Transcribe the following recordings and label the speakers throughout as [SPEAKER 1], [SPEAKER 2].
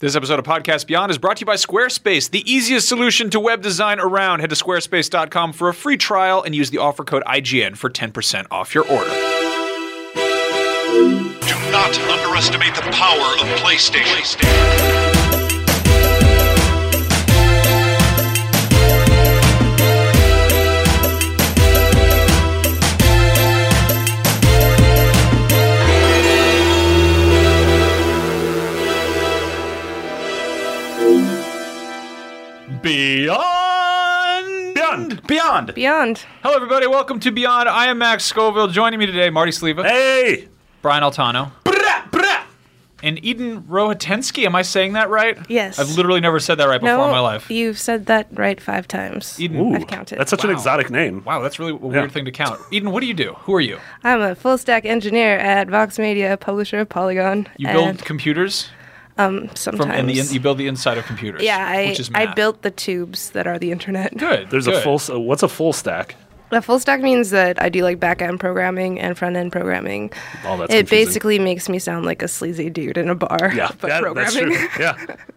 [SPEAKER 1] This episode of Podcast Beyond is brought to you by Squarespace, the easiest solution to web design around. Head to squarespace.com for a free trial and use the offer code IGN for 10% off your order.
[SPEAKER 2] Do not underestimate the power of PlayStation.
[SPEAKER 1] Beyond! Beyond! Beyond!
[SPEAKER 3] Beyond.
[SPEAKER 1] Hello, everybody. Welcome to Beyond. I am Max Scoville. Joining me today, Marty Sleva.
[SPEAKER 4] Hey!
[SPEAKER 1] Brian Altano. And Eden Rohatensky. Am I saying that right?
[SPEAKER 3] Yes.
[SPEAKER 1] I've literally never said that right before
[SPEAKER 3] no,
[SPEAKER 1] in my life.
[SPEAKER 3] you've said that right five times.
[SPEAKER 1] Eden.
[SPEAKER 4] Ooh,
[SPEAKER 3] I've counted.
[SPEAKER 4] That's such an
[SPEAKER 1] Wow.
[SPEAKER 4] exotic name.
[SPEAKER 1] Wow, that's really a weird
[SPEAKER 4] Yeah.
[SPEAKER 1] thing to count. Eden, what do you do? Who are you?
[SPEAKER 3] I'm a full stack engineer at Vox Media, publisher of Polygon.
[SPEAKER 1] You build
[SPEAKER 3] and,
[SPEAKER 1] computers
[SPEAKER 3] um Uh, sometimes.
[SPEAKER 1] from and the, in- you build the inside of computers.
[SPEAKER 3] yeah, I
[SPEAKER 1] which is
[SPEAKER 3] I
[SPEAKER 1] math.
[SPEAKER 3] built the tubes that are the internet.
[SPEAKER 1] Good.
[SPEAKER 4] There's a
[SPEAKER 1] good.
[SPEAKER 4] full. s- uh, What's a full stack?
[SPEAKER 3] A full stack means that I do like back end programming and front end programming.
[SPEAKER 4] Oh, that's
[SPEAKER 3] it
[SPEAKER 4] confusing.
[SPEAKER 3] basically makes me sound like a sleazy dude in a bar.
[SPEAKER 4] Yeah,
[SPEAKER 3] but
[SPEAKER 4] that- that's
[SPEAKER 3] programming.
[SPEAKER 4] true. Yeah,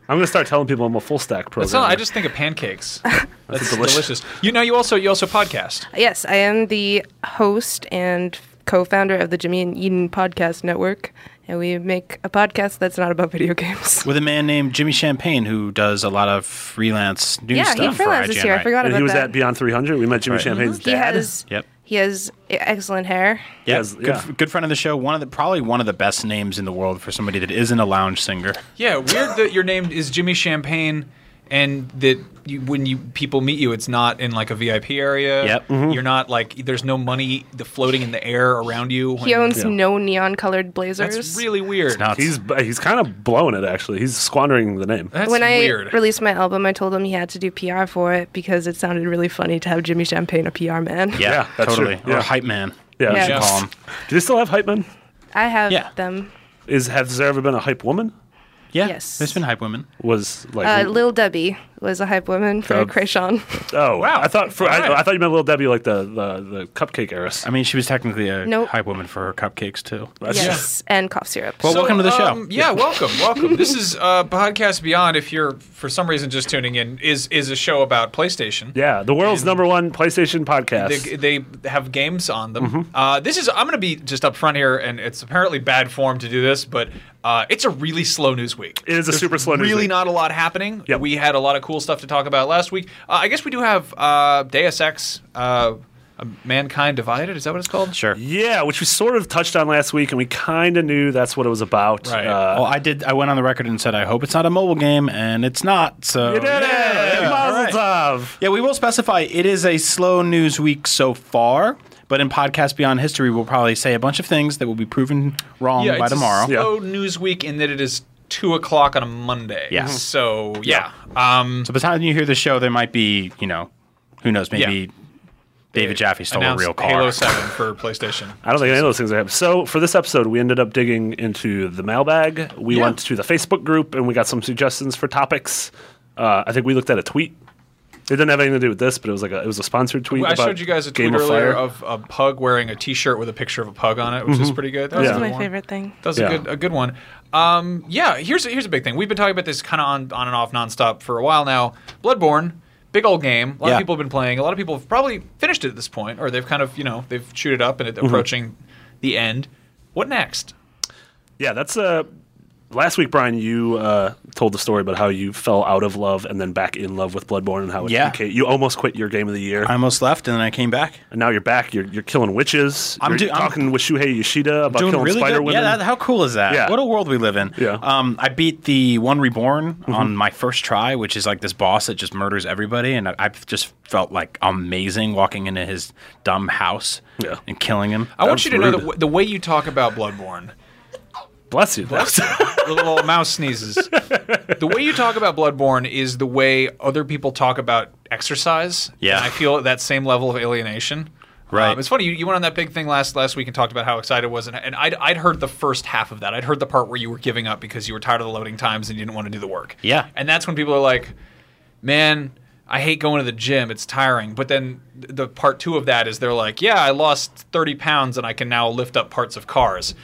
[SPEAKER 4] I'm gonna start telling people I'm a full stack programmer.
[SPEAKER 1] That's not, I just think of pancakes. That's, delicious.
[SPEAKER 4] delicious-
[SPEAKER 1] You know, you also you also podcast.
[SPEAKER 3] Yes, I am the host and co-founder of the Jimmy and Eden Podcast Network, and we make a podcast that's not about video games.
[SPEAKER 5] with a man named Jimmy Champagne who does a lot of freelance news
[SPEAKER 3] yeah,
[SPEAKER 5] stuff
[SPEAKER 3] he freelanced
[SPEAKER 5] for IGN.
[SPEAKER 3] this year. I
[SPEAKER 5] right?
[SPEAKER 3] forgot
[SPEAKER 4] And
[SPEAKER 3] about
[SPEAKER 4] he was
[SPEAKER 3] that. Mm-hmm.
[SPEAKER 4] at Beyond 300. We met Jimmy
[SPEAKER 5] Right.
[SPEAKER 4] Champagne's
[SPEAKER 3] he
[SPEAKER 4] dad.
[SPEAKER 3] has
[SPEAKER 5] Yep.
[SPEAKER 3] he has e- excellent hair.
[SPEAKER 5] Yeah,
[SPEAKER 4] Yes,
[SPEAKER 5] good,
[SPEAKER 4] yeah.
[SPEAKER 5] good friend of the show. One of the probably one of the best names in the world for somebody that isn't a lounge singer.
[SPEAKER 1] Yeah, weird that your name is Jimmy Champagne, and that you, when you people meet you, it's not in like a VIP area.
[SPEAKER 5] Yep.
[SPEAKER 4] Mm-hmm.
[SPEAKER 1] You're not like there's no money the floating in the air around you.
[SPEAKER 3] He
[SPEAKER 1] when-
[SPEAKER 3] owns no neon colored blazers.
[SPEAKER 1] That's really weird.
[SPEAKER 5] Not
[SPEAKER 4] He's he's kind of blowing it actually. He's squandering the name.
[SPEAKER 1] That's
[SPEAKER 3] when I
[SPEAKER 1] weird.
[SPEAKER 3] released my album, I told him he had to do PR for it because it sounded really funny to have Jimmy Champagne a PR man.
[SPEAKER 5] yeah,
[SPEAKER 4] Yeah, that's
[SPEAKER 5] totally.
[SPEAKER 4] true.
[SPEAKER 5] Or
[SPEAKER 4] Yeah.
[SPEAKER 5] a hype man.
[SPEAKER 4] Yeah.
[SPEAKER 5] we should
[SPEAKER 3] Yeah.
[SPEAKER 5] call him.
[SPEAKER 4] Do they still have hype men?
[SPEAKER 3] I have
[SPEAKER 5] Yeah.
[SPEAKER 3] them.
[SPEAKER 4] Is has there ever been a hype woman?
[SPEAKER 5] Yeah,
[SPEAKER 3] Yes.
[SPEAKER 5] there's been hype women.
[SPEAKER 4] Was like
[SPEAKER 3] Uh, Lil Debbie was a hype woman for
[SPEAKER 4] Dub.
[SPEAKER 3] Krayshawn.
[SPEAKER 4] oh
[SPEAKER 1] Wow.
[SPEAKER 4] I thought for,
[SPEAKER 1] Alright.
[SPEAKER 4] I, I thought you meant Little Debbie like the the, the cupcake heiress.
[SPEAKER 5] I mean, she was technically a
[SPEAKER 3] Nope.
[SPEAKER 5] hype woman for her cupcakes too.
[SPEAKER 3] yes, and cough syrup.
[SPEAKER 5] Well, welcome to the show.
[SPEAKER 1] Um, yeah, welcome, welcome. this is uh, podcast Beyond. If you're for some reason just tuning in, is is a show about PlayStation.
[SPEAKER 4] yeah, the world's number one PlayStation podcast.
[SPEAKER 1] They, they have games on them.
[SPEAKER 4] Mm-hmm.
[SPEAKER 1] Uh, this is I'm going to be just up front here, and it's apparently bad form to do this, but uh, it's a really slow news week.
[SPEAKER 4] It is a super slow news
[SPEAKER 1] Really
[SPEAKER 4] week.
[SPEAKER 1] not a lot happening.
[SPEAKER 4] Yep.
[SPEAKER 1] We had a lot of cool stuff to talk about last week. Uh, I guess we do have uh, Deus Ex. Uh, Mankind Divided, is that what it's called?
[SPEAKER 5] Sure.
[SPEAKER 4] Yeah, which we sort of touched on last week, and we kind of knew that's what it was about.
[SPEAKER 1] Right. Oh,
[SPEAKER 4] Uh,
[SPEAKER 5] well, I did. I went on the record and said I hope it's not a mobile game, and it's not. So
[SPEAKER 4] you did it!
[SPEAKER 5] Yeah.
[SPEAKER 4] Mazel
[SPEAKER 5] All right.
[SPEAKER 4] tov!
[SPEAKER 5] Yeah, we will specify it is a slow news week so far, but in Podcast Beyond History, we'll probably say a bunch of things that will be proven wrong
[SPEAKER 1] Yeah,
[SPEAKER 5] by
[SPEAKER 1] it's a
[SPEAKER 5] tomorrow.
[SPEAKER 1] slow news week in that it is two o'clock on a Monday. Mm-hmm.
[SPEAKER 5] Yeah.
[SPEAKER 1] So yeah, Um,
[SPEAKER 5] So by the time you hear the show, there might be, you know, who knows, maybe
[SPEAKER 1] Yeah.
[SPEAKER 5] David Jaffe stole a
[SPEAKER 1] announced
[SPEAKER 5] real car.
[SPEAKER 1] Halo Seven for PlayStation.
[SPEAKER 4] I don't think any of those things are happening. So for this episode, we ended up digging into the mailbag. We
[SPEAKER 1] Yeah.
[SPEAKER 4] went to the Facebook group and we got some suggestions for topics. Uh, I think we looked at a tweet. It didn't have anything to do with this, but it was like a, it was a sponsored tweet.
[SPEAKER 1] I
[SPEAKER 4] about
[SPEAKER 1] showed you guys a tweet
[SPEAKER 4] Game of
[SPEAKER 1] earlier
[SPEAKER 4] Fire.
[SPEAKER 1] of a pug wearing a T-shirt with a picture of a pug on it, which is pretty good. That was
[SPEAKER 4] Yeah.
[SPEAKER 1] a
[SPEAKER 3] That's
[SPEAKER 1] good
[SPEAKER 3] my
[SPEAKER 1] one.
[SPEAKER 3] favorite thing.
[SPEAKER 1] That was
[SPEAKER 4] Yeah.
[SPEAKER 1] a good a good one. Um, yeah, here's a, here's a big thing. We've been talking about this kind of on on and off nonstop for a while now. Bloodborne, big old game. A lot
[SPEAKER 5] Yeah.
[SPEAKER 1] of people have been playing. A lot of people have probably finished it at this point, or they've kind of you know they've chewed it up and it approaching the end. What next?
[SPEAKER 4] yeah, that's uh, last week, Brian. You uh, told the story about how you fell out of love and then back in love with Bloodborne and how it
[SPEAKER 5] Yeah.
[SPEAKER 4] became, you almost quit your game of the year.
[SPEAKER 5] I almost left and then I came back.
[SPEAKER 4] and now you're back. You're you're killing witches.
[SPEAKER 5] I'm
[SPEAKER 4] you're
[SPEAKER 5] do- I'm-
[SPEAKER 4] talking with Shuhei Yoshida about killing spider
[SPEAKER 5] good.
[SPEAKER 4] women.
[SPEAKER 5] Yeah, that, how cool is that?
[SPEAKER 4] Yeah.
[SPEAKER 5] What a world we live in.
[SPEAKER 4] Yeah. Mm-hmm.
[SPEAKER 5] Um, I beat the one reborn on my first try, which is like this boss that just murders everybody, and I, I just felt like amazing walking into his dumb house
[SPEAKER 4] Yeah.
[SPEAKER 5] and killing him.
[SPEAKER 1] I want you to know
[SPEAKER 4] rude.
[SPEAKER 1] that w- the way you talk about Bloodborne.
[SPEAKER 4] Bless you.
[SPEAKER 1] the little old mouse sneezes. The way you talk about Bloodborne is the way other people talk about exercise.
[SPEAKER 5] Yeah.
[SPEAKER 1] And I feel that same level of alienation.
[SPEAKER 5] Right.
[SPEAKER 1] Um, it's funny, you, you went on that big thing last last week and talked about how excited I was. And, and I'd, I'd heard the first half of that. I'd heard the part where you were giving up because you were tired of the loading times and you didn't want to do the work.
[SPEAKER 5] Yeah.
[SPEAKER 1] And that's when people are like, man, I hate going to the gym. It's tiring. But then th- the part two of that is they're like, yeah, I lost 30 pounds and I can now lift up parts of cars.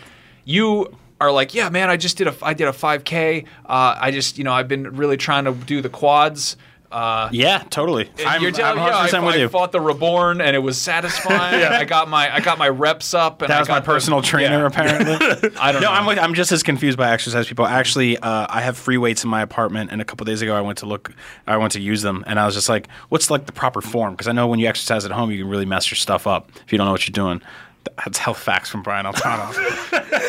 [SPEAKER 1] You are like, yeah, man, I just did a, I did a 5K. Uh, I just, you know, I've been really trying to do the quads. Uh,
[SPEAKER 5] Yeah, totally.
[SPEAKER 1] and
[SPEAKER 5] I'm,
[SPEAKER 1] you're telling
[SPEAKER 5] I'm
[SPEAKER 1] me, yeah,
[SPEAKER 5] 100%
[SPEAKER 1] I,
[SPEAKER 5] with
[SPEAKER 1] I
[SPEAKER 5] you.
[SPEAKER 1] fought the reborn and it was satisfying. I got my I got my reps up. And
[SPEAKER 5] That
[SPEAKER 1] I
[SPEAKER 5] was my
[SPEAKER 1] got the-
[SPEAKER 5] personal trainer,
[SPEAKER 1] yeah.
[SPEAKER 5] apparently.
[SPEAKER 1] I don't
[SPEAKER 5] no,
[SPEAKER 1] know.
[SPEAKER 5] I'm with, I'm just as confused by exercise people. Actually, uh, I have free weights in my apartment, and a couple days ago, I went to look, I went to use them, and I was just like, "What's like the proper form?" Because I know when you exercise at home, you can really mess your stuff up if you don't know what you're doing. That's health facts from Brian Altano.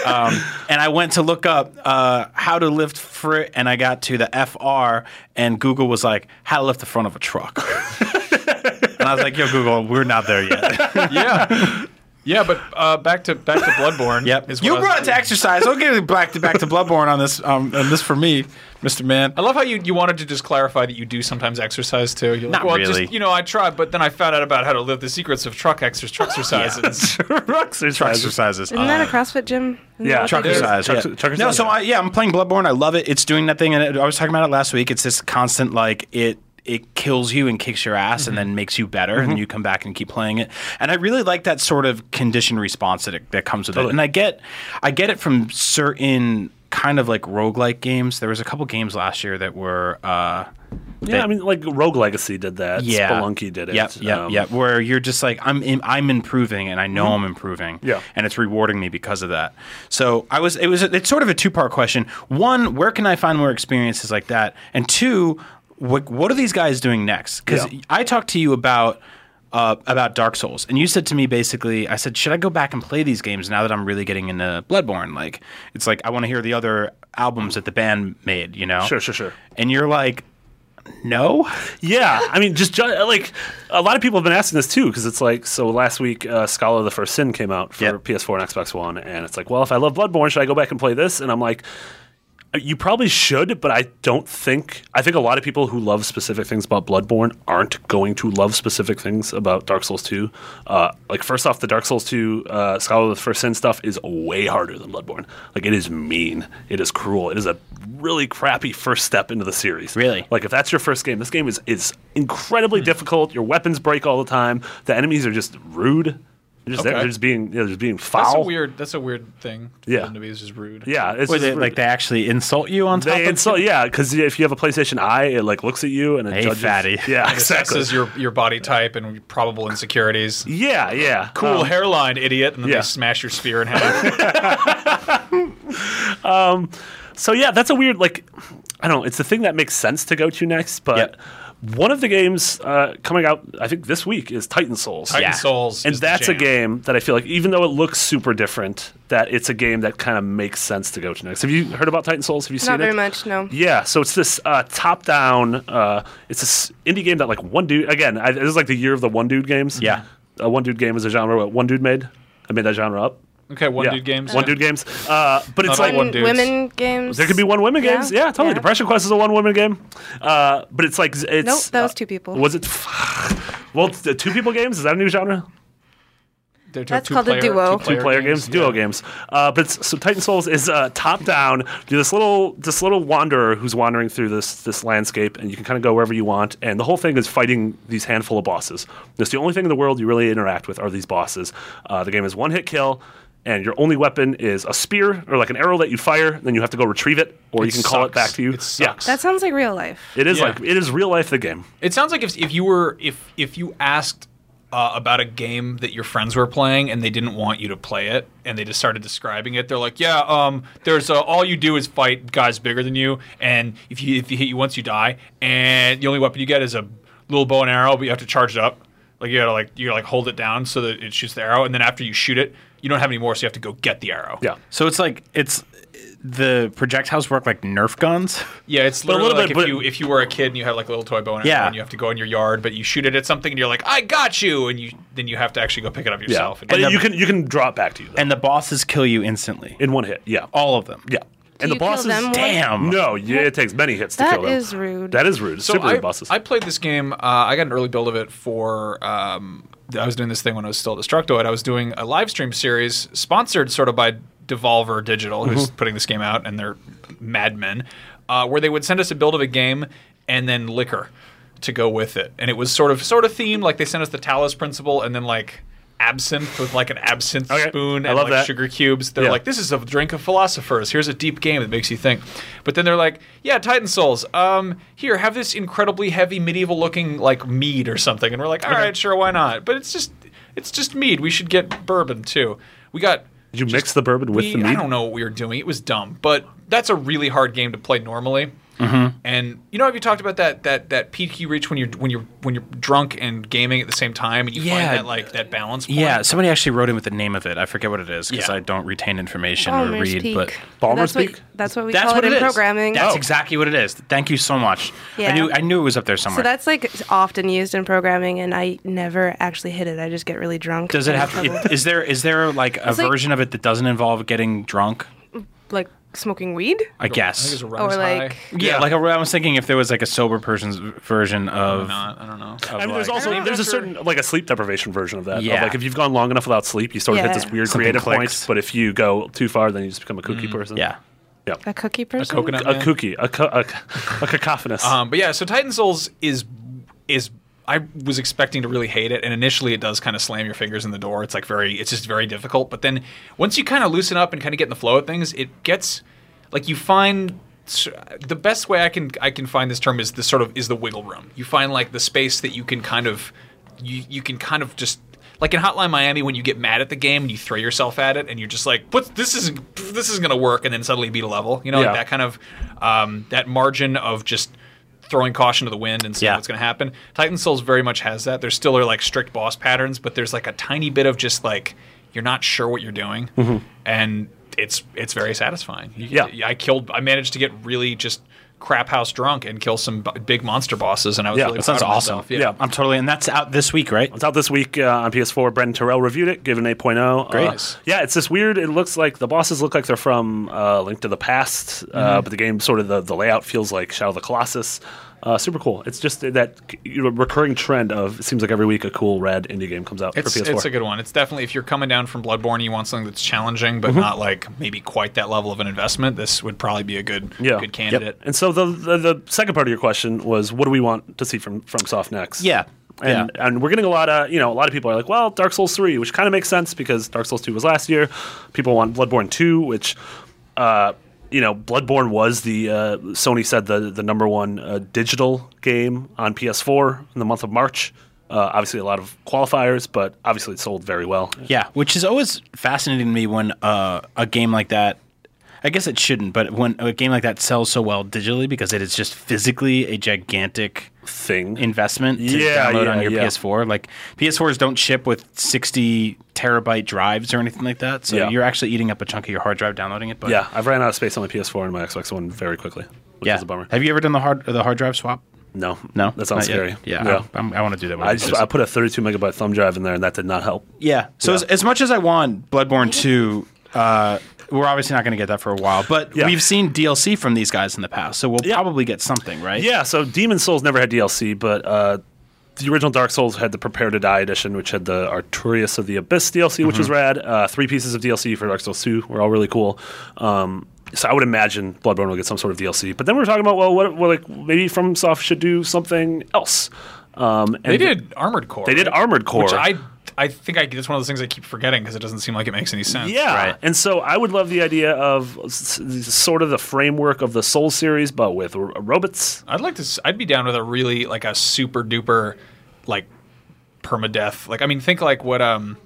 [SPEAKER 5] um, and I went to look up uh, how to lift fr, and I got to the FR, and Google was like, "How to lift the front of a truck." and I was like, "Yo, Google, we're not there yet."
[SPEAKER 1] yeah. Yeah, but uh, back to back to Bloodborne.
[SPEAKER 5] Yep.
[SPEAKER 1] is what
[SPEAKER 5] you
[SPEAKER 1] I was-
[SPEAKER 5] brought it to exercise. I'll give it back to back to Bloodborne on this um on this for me, Mr. Man.
[SPEAKER 1] I love how you, you wanted to just clarify that you do sometimes exercise too. You're like,
[SPEAKER 5] Not
[SPEAKER 1] well,
[SPEAKER 5] really.
[SPEAKER 1] just you know, I tried, but then I found out about how to live the secrets of truck exercise. Truck exercises.
[SPEAKER 4] Exercise.
[SPEAKER 5] Exercises.
[SPEAKER 3] Isn't that a CrossFit gym? Isn't
[SPEAKER 4] Yeah.
[SPEAKER 3] that what
[SPEAKER 5] Truck
[SPEAKER 3] they do?
[SPEAKER 5] exercise,
[SPEAKER 4] Truck-
[SPEAKER 5] Uh, yeah.
[SPEAKER 4] truck
[SPEAKER 5] no,
[SPEAKER 4] exercise,
[SPEAKER 5] so
[SPEAKER 4] yeah.
[SPEAKER 5] I, yeah, I'm playing Bloodborne. I love it. It's doing that thing, and it, I was talking about it last week. It's this constant like it it kills you and kicks your ass,
[SPEAKER 1] Mm-hmm.
[SPEAKER 5] and then makes you better, and then you come back and keep playing it. And I really like that sort of condition response that it, that comes with it. And I get I get it from certain kind of like roguelike games. There was a couple games last year that were. Uh,
[SPEAKER 4] Yeah, I mean, like Rogue Legacy did that. Spelunky did it.
[SPEAKER 5] Yep, yep,
[SPEAKER 4] Um, Mm-hmm.
[SPEAKER 5] yep. Where you're just like, I'm im I'm improving, and I know I'm improving.
[SPEAKER 4] Yeah.
[SPEAKER 5] and it's rewarding me because of that. So I was, it was, it's sort of a two part question. One, where can I find more experiences like that? And two, what what are these guys doing next? Because
[SPEAKER 4] Yeah.
[SPEAKER 5] I talked to you about. Uh, about Dark Souls, and you said to me basically, I said, should I go back and play these games now that I'm really getting into Bloodborne? Like, it's like I want to hear the other albums that the band made, you know?
[SPEAKER 4] Sure, sure, sure.
[SPEAKER 5] And you're like, no,
[SPEAKER 4] Yeah, I mean, just ju- like a lot of people have been asking this too, because it's like so. Last week, uh, Scholar of the First Sin came out for
[SPEAKER 5] Yeah.
[SPEAKER 4] PS4 and Xbox One, and it's like, well, if I love Bloodborne, should I go back and play this? And I'm like, you probably should, but I don't think I think a lot of people who love specific things about Bloodborne aren't going to love specific things about Dark Souls 2. Uh, like first off, the Dark Souls 2 uh, Scholar of the First Sin stuff is way harder than Bloodborne. Like it is mean, it is cruel, it is a really crappy first step into the series.
[SPEAKER 5] Really?
[SPEAKER 4] Like if that's your first game, this game is is incredibly difficult. Your weapons break all the time. The enemies are just rude. They're just,
[SPEAKER 1] Okay.
[SPEAKER 4] they're just being yeah, they're just being foul.
[SPEAKER 1] That's a weird. That's a weird thing. For
[SPEAKER 4] Yeah.
[SPEAKER 1] them to be is just rude.
[SPEAKER 4] Yeah, it's
[SPEAKER 5] Wait,
[SPEAKER 4] just
[SPEAKER 5] they,
[SPEAKER 4] rude.
[SPEAKER 5] like they actually insult you on top
[SPEAKER 4] They
[SPEAKER 5] of
[SPEAKER 4] insult, yeah, because if you have a PlayStation Eye, it like looks at you and it
[SPEAKER 5] Hey,
[SPEAKER 4] judges.
[SPEAKER 5] fatty.
[SPEAKER 4] Yeah,
[SPEAKER 1] It
[SPEAKER 4] exactly.
[SPEAKER 1] assesses your your body type and probable insecurities.
[SPEAKER 4] Yeah, yeah.
[SPEAKER 1] Cool
[SPEAKER 4] Um,
[SPEAKER 1] hairline, idiot, and then
[SPEAKER 4] yeah.
[SPEAKER 1] they smash your spear in half.
[SPEAKER 4] Um, so yeah, that's a weird like, I don't. know, It's the thing that makes sense to go to next, but.
[SPEAKER 5] Yep.
[SPEAKER 4] One of the games uh, coming out, I think this week, is Titan Souls.
[SPEAKER 1] Titan Yeah. Souls
[SPEAKER 4] and
[SPEAKER 1] is the
[SPEAKER 4] that's a
[SPEAKER 1] jam.
[SPEAKER 4] game that I feel like, even though it looks super different, that it's a game that kind of makes sense to go to next. Have you heard about Titan Souls? Have you seen
[SPEAKER 3] Not
[SPEAKER 4] it?
[SPEAKER 3] very much, no.
[SPEAKER 4] Yeah, so it's this uh, top-down. Uh, it's this indie game that like one dude. Again, I, this is like the year of the one dude games.
[SPEAKER 5] Yeah.
[SPEAKER 4] a one dude game is a genre what one dude made. I made that genre up.
[SPEAKER 1] Okay, one
[SPEAKER 4] Yeah.
[SPEAKER 1] dude games.
[SPEAKER 4] One dude games. Uh, but it's
[SPEAKER 1] all
[SPEAKER 4] like
[SPEAKER 1] one dudes.
[SPEAKER 3] women games.
[SPEAKER 4] There could be one women
[SPEAKER 3] Yeah.
[SPEAKER 4] games. Yeah, totally.
[SPEAKER 3] Yeah.
[SPEAKER 4] Depression Quest is a one woman game. Uh, but it's like it's
[SPEAKER 3] Nope, that was
[SPEAKER 4] uh,
[SPEAKER 3] two people.
[SPEAKER 4] Was it? well, the two people games is that a new genre?
[SPEAKER 1] They're
[SPEAKER 3] That's called a duo.
[SPEAKER 4] Two player games, duo games. Uh, but it's, so Titan Souls is uh, top down. You're this little this little wanderer who's wandering through this this landscape, and you can kind of go wherever you want. And the whole thing is fighting these handful of bosses. That's the only thing in the world you really interact with are these bosses. Uh, the game is one hit kill. And your only weapon is a spear or like an arrow that you fire, and then you have to go retrieve it, or you can call it back to you.
[SPEAKER 1] It sucks.
[SPEAKER 3] That sounds like real life.
[SPEAKER 4] It is
[SPEAKER 1] Yeah.
[SPEAKER 4] like it is real life. The game.
[SPEAKER 1] It sounds like if, if you were if if you asked uh, about a game that your friends were playing and they didn't want you to play it and they just started describing it, they're like, "Yeah, um, there's uh, all you do is fight guys bigger than you, and if you if you hit you once, you die, and the only weapon you get is a little bow and arrow, but you have to charge it up. Like you gotta like you gotta like hold it down so that it shoots the arrow, and then after you shoot it, you don't have any more, so you have to go get the arrow.
[SPEAKER 4] Yeah.
[SPEAKER 5] So it's like it's the projectiles work like Nerf guns.
[SPEAKER 1] Yeah, it's
[SPEAKER 4] a
[SPEAKER 1] literally
[SPEAKER 4] little
[SPEAKER 1] like
[SPEAKER 4] bit,
[SPEAKER 1] if
[SPEAKER 4] but-
[SPEAKER 1] you if you were a kid and you had like a little toy bow and arrow
[SPEAKER 5] Yeah.
[SPEAKER 1] and you have to go in your yard, but you shoot it at something and you're like, I got you, and you then you have to actually go pick it up
[SPEAKER 4] Yeah.
[SPEAKER 1] yourself.
[SPEAKER 4] But
[SPEAKER 1] And
[SPEAKER 4] you can you can draw it back to you though,
[SPEAKER 5] And the bosses kill you instantly.
[SPEAKER 4] in one hit. Yeah.
[SPEAKER 5] All of them.
[SPEAKER 4] Yeah. and the
[SPEAKER 3] you kill
[SPEAKER 4] bosses
[SPEAKER 3] them one-
[SPEAKER 5] Damn.
[SPEAKER 4] No, yeah, it takes many hits to
[SPEAKER 3] That
[SPEAKER 4] kill them.
[SPEAKER 3] is rude.
[SPEAKER 4] That is rude.
[SPEAKER 1] so
[SPEAKER 4] Super
[SPEAKER 1] I,
[SPEAKER 4] rude bosses.
[SPEAKER 1] I played this game. Uh, I got an early build of it for. Um, I was doing this thing when I was still at Destructoid. I was doing a live stream series sponsored sort of by Devolver Digital,
[SPEAKER 4] Mm-hmm.
[SPEAKER 1] who's putting this game out, and they're madmen, uh, where they would send us a build of a game and then liquor to go with it, and it was sort of sort of themed. Like they sent us the Talos Principle, and then like absinthe with like an absinthe
[SPEAKER 4] Okay.
[SPEAKER 1] spoon
[SPEAKER 4] I
[SPEAKER 1] and
[SPEAKER 4] love
[SPEAKER 1] like
[SPEAKER 4] that.
[SPEAKER 1] sugar cubes. They're
[SPEAKER 4] Yeah.
[SPEAKER 1] like, this is a drink of philosophers. Here's a deep game that makes you think. But then they're like, yeah, Titan Souls. Um, here, have this incredibly heavy medieval looking like mead or something. And we're like, all right, sure, why not? But it's just, it's just mead. We should get bourbon too. We got.
[SPEAKER 4] Did you mix the bourbon with
[SPEAKER 1] we-
[SPEAKER 4] the meat?
[SPEAKER 1] I don't know what we were doing. It was dumb, but that's a really hard game to play normally. And you know, have you talked about that that that peak you reach when you're when you're when you're drunk and gaming at the same time, and you
[SPEAKER 5] Yeah.
[SPEAKER 1] find that like that balance point?
[SPEAKER 5] Yeah, somebody actually wrote in with the name of it. I forget what it is because
[SPEAKER 1] Yeah.
[SPEAKER 5] I don't retain information or
[SPEAKER 3] Balmer's
[SPEAKER 5] read.
[SPEAKER 3] Peak.
[SPEAKER 5] But Oh.
[SPEAKER 4] Balmer's
[SPEAKER 3] that's what-
[SPEAKER 4] Peak?
[SPEAKER 3] that's what we call it Oh. in
[SPEAKER 5] is.
[SPEAKER 3] programming.
[SPEAKER 5] That's exactly what it is. Thank you so much. I
[SPEAKER 3] Yeah.
[SPEAKER 5] knew I knew it was up there
[SPEAKER 3] So
[SPEAKER 5] somewhere.
[SPEAKER 3] that's like often used in programming, and I never actually hit it. I just get really drunk.
[SPEAKER 5] does it
[SPEAKER 3] and
[SPEAKER 5] have?
[SPEAKER 3] in trouble.
[SPEAKER 5] It, is there is there like a
[SPEAKER 3] like-
[SPEAKER 5] version of it that doesn't involve getting drunk?
[SPEAKER 3] like smoking weed?
[SPEAKER 5] I
[SPEAKER 1] I think
[SPEAKER 5] guess.
[SPEAKER 1] it's a
[SPEAKER 3] Or
[SPEAKER 1] rise
[SPEAKER 3] like,
[SPEAKER 1] high.
[SPEAKER 5] yeah, like I was thinking if there was like a sober person's version of.
[SPEAKER 1] not. I don't know.
[SPEAKER 4] I mean, there's
[SPEAKER 5] like-
[SPEAKER 4] also
[SPEAKER 3] I don't
[SPEAKER 4] there's a
[SPEAKER 3] know.
[SPEAKER 4] certain like a sleep deprivation version of that. of,
[SPEAKER 5] Yeah.
[SPEAKER 4] like if you've gone long enough without sleep, you sort of hit
[SPEAKER 3] Yeah.
[SPEAKER 4] this weird
[SPEAKER 5] Something
[SPEAKER 4] creative
[SPEAKER 5] clicks.
[SPEAKER 4] point. But if you go too far, then you just become a kooky person.
[SPEAKER 5] Yeah.
[SPEAKER 3] a cookie person?
[SPEAKER 1] coconut
[SPEAKER 4] A
[SPEAKER 1] man.
[SPEAKER 4] kooky, a, co- a, a cacophonous.
[SPEAKER 1] Um, but yeah, so Titan Souls is is I was expecting to really hate it, and initially it does kind of slam your fingers in the door. It's like very, it's just very difficult. But then once you kind of loosen up and kind of get in the flow of things, it gets like you find s- the best way I can I can find this term is the sort of is the wiggle room. You find like the space that you can kind of you you can kind of just like in Hotline Miami when you get mad at the game and you throw yourself at it and you're just like, "What? This isn't this isn't gonna work," and then suddenly beat a level. You know, like
[SPEAKER 4] Yeah.
[SPEAKER 1] that kind of um, that margin of just throwing caution to the wind and seeing
[SPEAKER 5] Yeah.
[SPEAKER 1] what's going to happen. Titan Souls very much has that. There still are like strict boss patterns, but there's like a tiny bit of just like you're not sure what you're doing, and it's it's very satisfying. You-
[SPEAKER 4] Mm-hmm. Yeah.
[SPEAKER 1] I killed. I managed to get really just crap house drunk and kill some b- big monster bosses, and I was
[SPEAKER 4] Yeah,
[SPEAKER 1] really
[SPEAKER 4] that
[SPEAKER 1] proud
[SPEAKER 5] sounds
[SPEAKER 1] of
[SPEAKER 5] awesome.
[SPEAKER 1] myself.
[SPEAKER 4] Yeah.
[SPEAKER 5] I'm totally, and that's out this week, right?
[SPEAKER 4] It's out this week uh, on PS4. Brendan Terrell reviewed it, given 8.0.
[SPEAKER 5] Great.
[SPEAKER 4] Uh, yeah, it's this weird. It looks like the bosses look like they're from uh, Link to the Past,
[SPEAKER 1] Mm-hmm.
[SPEAKER 4] uh, but the game sort of the, the layout feels like Shadow of the Colossus. Uh, super cool. It's just that you know, recurring trend of it seems like every week a cool red indie game comes out
[SPEAKER 1] It's,
[SPEAKER 4] for PS4.
[SPEAKER 1] it's a good one. It's definitely if you're coming down from Bloodborne, you want something that's challenging,
[SPEAKER 4] Mm-hmm.
[SPEAKER 1] but not like maybe quite that level of an investment. This would probably be a good
[SPEAKER 4] yeah.
[SPEAKER 1] good candidate.
[SPEAKER 4] Yep. And so the, the the second part of your question was, what do we want to see from from Soft next?
[SPEAKER 5] Yeah.
[SPEAKER 4] And, and we're getting a lot of you know a lot of people are like, well, Dark Souls three, which kind of makes sense because Dark Souls two was last year. People want Bloodborne two, which. Uh, you know, Bloodborne was the uh, Sony said the the number one uh, digital game on PS4 in the month of March. Uh, obviously, a lot of qualifiers, but obviously it sold very well.
[SPEAKER 5] Yeah, which is always fascinating to me when uh, a game like that. I guess it shouldn't, but when a game like that sells so well digitally because it is just physically a gigantic
[SPEAKER 4] Thing
[SPEAKER 5] investment to
[SPEAKER 4] Yeah,
[SPEAKER 5] download
[SPEAKER 4] yeah,
[SPEAKER 5] on your
[SPEAKER 4] yeah.
[SPEAKER 5] PS4. Like PS4s don't ship with 60 terabyte drives or anything like that, so
[SPEAKER 4] Yeah.
[SPEAKER 5] you're actually eating up a chunk of your hard drive downloading it. But
[SPEAKER 4] Yeah, I've ran out of space on my PS4 and my Xbox One very quickly, which
[SPEAKER 5] yeah.
[SPEAKER 4] is a bummer.
[SPEAKER 5] Have you ever done the hard the hard drive swap?
[SPEAKER 4] No,
[SPEAKER 5] No,
[SPEAKER 4] that sounds
[SPEAKER 5] Not yet?
[SPEAKER 4] scary.
[SPEAKER 5] Yeah,
[SPEAKER 4] No.
[SPEAKER 5] I, I'm- I want to do that. One.
[SPEAKER 4] I just I put a 32 megabyte thumb drive in there, and that did not help.
[SPEAKER 5] yeah. So
[SPEAKER 4] Yeah.
[SPEAKER 5] As, as much as I want Bloodborne two, uh, we're obviously not going to get that for a while. But
[SPEAKER 4] Yeah.
[SPEAKER 5] we've seen DLC from these guys in the past, so we'll probably get something, right?
[SPEAKER 4] Yeah, so Demon Souls never had DLC, but uh, the original Dark Souls had the Prepare to Die edition, which had the Arturius of the Abyss DLC, which
[SPEAKER 5] Mm-hmm.
[SPEAKER 4] was rad. Uh, three pieces of DLC for Dark Souls 2 were all really cool. Um, so I would imagine Bloodborne will get some sort of DLC. But then we we're talking about, well, what, what like maybe FromSoft should do something else. Um, and
[SPEAKER 1] They did Armored Core.
[SPEAKER 4] They did
[SPEAKER 1] right?
[SPEAKER 4] Armored Core.
[SPEAKER 1] Which I, I think I, that's one of those things I keep forgetting because it doesn't seem like it makes any sense.
[SPEAKER 4] Yeah, and so I would love the idea of s- s- sort of the framework of the Soul series, but with r- robots.
[SPEAKER 1] I'd like to. s- I'd be down with a really like a super duper, like, permadeath. Like I mean, think like what um,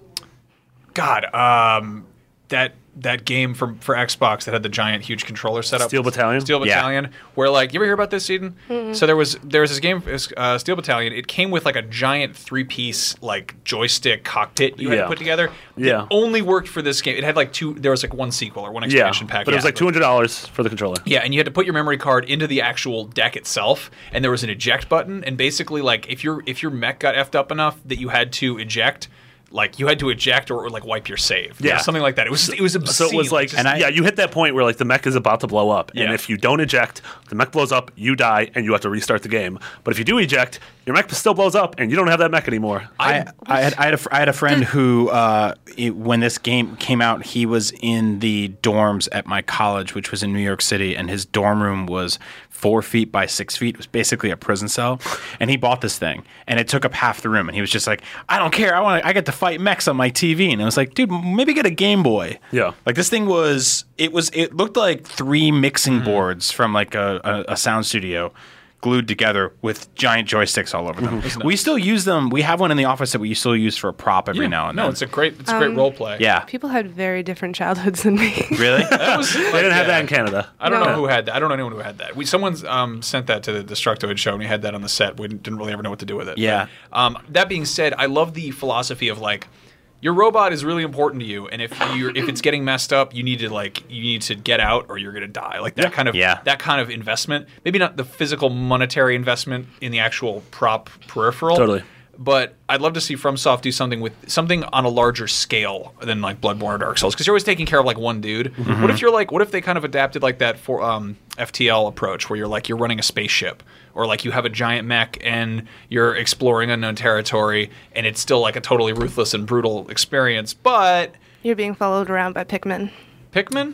[SPEAKER 1] God um, that that game from for Xbox that had the giant huge controller setup.
[SPEAKER 4] Steel Battalion?
[SPEAKER 1] Steel
[SPEAKER 4] Yeah.
[SPEAKER 1] Battalion. Where like you ever hear about this, Eden? So there was there was this game uh, Steel Battalion. It came with like a giant three piece like joystick cockpit you had
[SPEAKER 4] Yeah.
[SPEAKER 1] to put together.
[SPEAKER 4] Yeah.
[SPEAKER 1] It only worked for this game. It had like two. There was like one sequel or one
[SPEAKER 4] Yeah,
[SPEAKER 1] expansion pack.
[SPEAKER 4] but it was like two hundred dollars for the controller.
[SPEAKER 1] Yeah, and you had to put your memory card into the actual deck itself, and there was an eject button, and basically, like if your if your mech got effed up enough that you had to eject, like you had to eject or, like wipe your save, There was
[SPEAKER 4] Yeah.
[SPEAKER 1] something like that. It was it was
[SPEAKER 4] So
[SPEAKER 1] obscene.
[SPEAKER 4] it was like,
[SPEAKER 1] just-
[SPEAKER 5] I-
[SPEAKER 4] yeah, you hit that point where like the mech is about to blow up, and
[SPEAKER 1] Yeah.
[SPEAKER 4] if you don't eject, the mech blows up, you die, and you have to restart the game. But if you do eject, your mech still blows up, and you don't have that mech anymore.
[SPEAKER 5] I, I, had, I, had a fr- I had a friend who, uh, it- when this game came out, he was in the dorms at my college, which was in New York City, and his dorm room was four feet by six feet. It was basically a prison cell. And he bought this thing, and it took up half the room. And he was just like, I don't care. I want. I get to fight mechs on my TV. And I was like, dude, maybe get a Game Boy.
[SPEAKER 4] Yeah.
[SPEAKER 5] Like this thing was. It was. It looked like three mixing
[SPEAKER 1] Mm-hmm.
[SPEAKER 5] boards from like a, a, a sound studio. Glued together with giant joysticks all over them.
[SPEAKER 1] Mm-hmm.
[SPEAKER 5] We still use them. We have one in the office that we still use for a prop every now and then.
[SPEAKER 1] no, it's a great it's a great role play.
[SPEAKER 5] yeah.
[SPEAKER 3] People had very different childhoods than me.
[SPEAKER 5] Really?
[SPEAKER 1] That was,
[SPEAKER 4] they didn't have that in Canada.
[SPEAKER 1] I don't know
[SPEAKER 3] No.
[SPEAKER 1] who had that. I don't know anyone who had that. We someone's um, sent that to the Destructoid show, and we had that on the set. We didn't really ever know what to do with it.
[SPEAKER 5] Yeah.
[SPEAKER 1] But, um, that being said, I love the philosophy of like your robot is really important to you, and if you are if it's getting messed up, you need to like you need to get out or you're gonna die. Like that kind of
[SPEAKER 5] Yeah.
[SPEAKER 1] that kind of investment. Maybe not the physical monetary investment in the actual prop peripheral.
[SPEAKER 4] Totally.
[SPEAKER 1] But I'd love to see FromSoft do something with something on a larger scale than like Bloodborne or Dark Souls because you're always taking care of like one dude. What if you're like, what if they kind of adapted like that for um, FTL approach where you're like you're running a spaceship or like you have a giant mech and you're exploring unknown territory and it's still like a totally ruthless and brutal experience, but
[SPEAKER 3] You're being followed around by Pikmin.
[SPEAKER 1] Pikmin?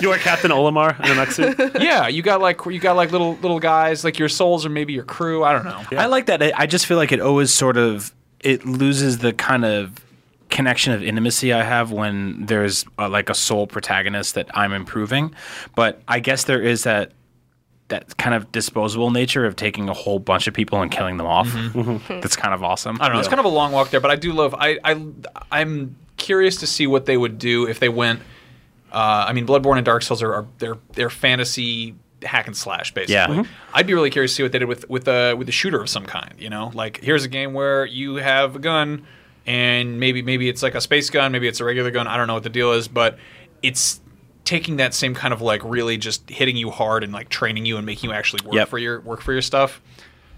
[SPEAKER 4] You are Captain Olimar in the mech suit.
[SPEAKER 1] yeah, you got like you got like little little guys like your souls or maybe your crew. I don't know.
[SPEAKER 5] I like that. I I just feel like it always sort of it loses the kind of connection of intimacy I have when there's uh like a sole protagonist that I'm improving. But I guess there is that that kind of disposable nature of taking a whole bunch of people and killing them off. That's kind of awesome.
[SPEAKER 1] I don't know. It's kind of a long walk there, but I do love. I, I I'm curious to see what they would do if they went. Uh, I mean, Bloodborne and Dark Souls are, are they're they're fantasy hack and slash basically.
[SPEAKER 5] Yeah. Mhm.
[SPEAKER 1] I'd be really curious to see what they did with with a with a shooter of some kind. You know, like here's a game where you have a gun, and maybe maybe it's like a space gun, maybe it's a regular gun. I don't know what the deal is, but it's taking that same kind of like really just hitting you hard and like training you and making you actually work
[SPEAKER 5] Yep.
[SPEAKER 1] for your work for your stuff.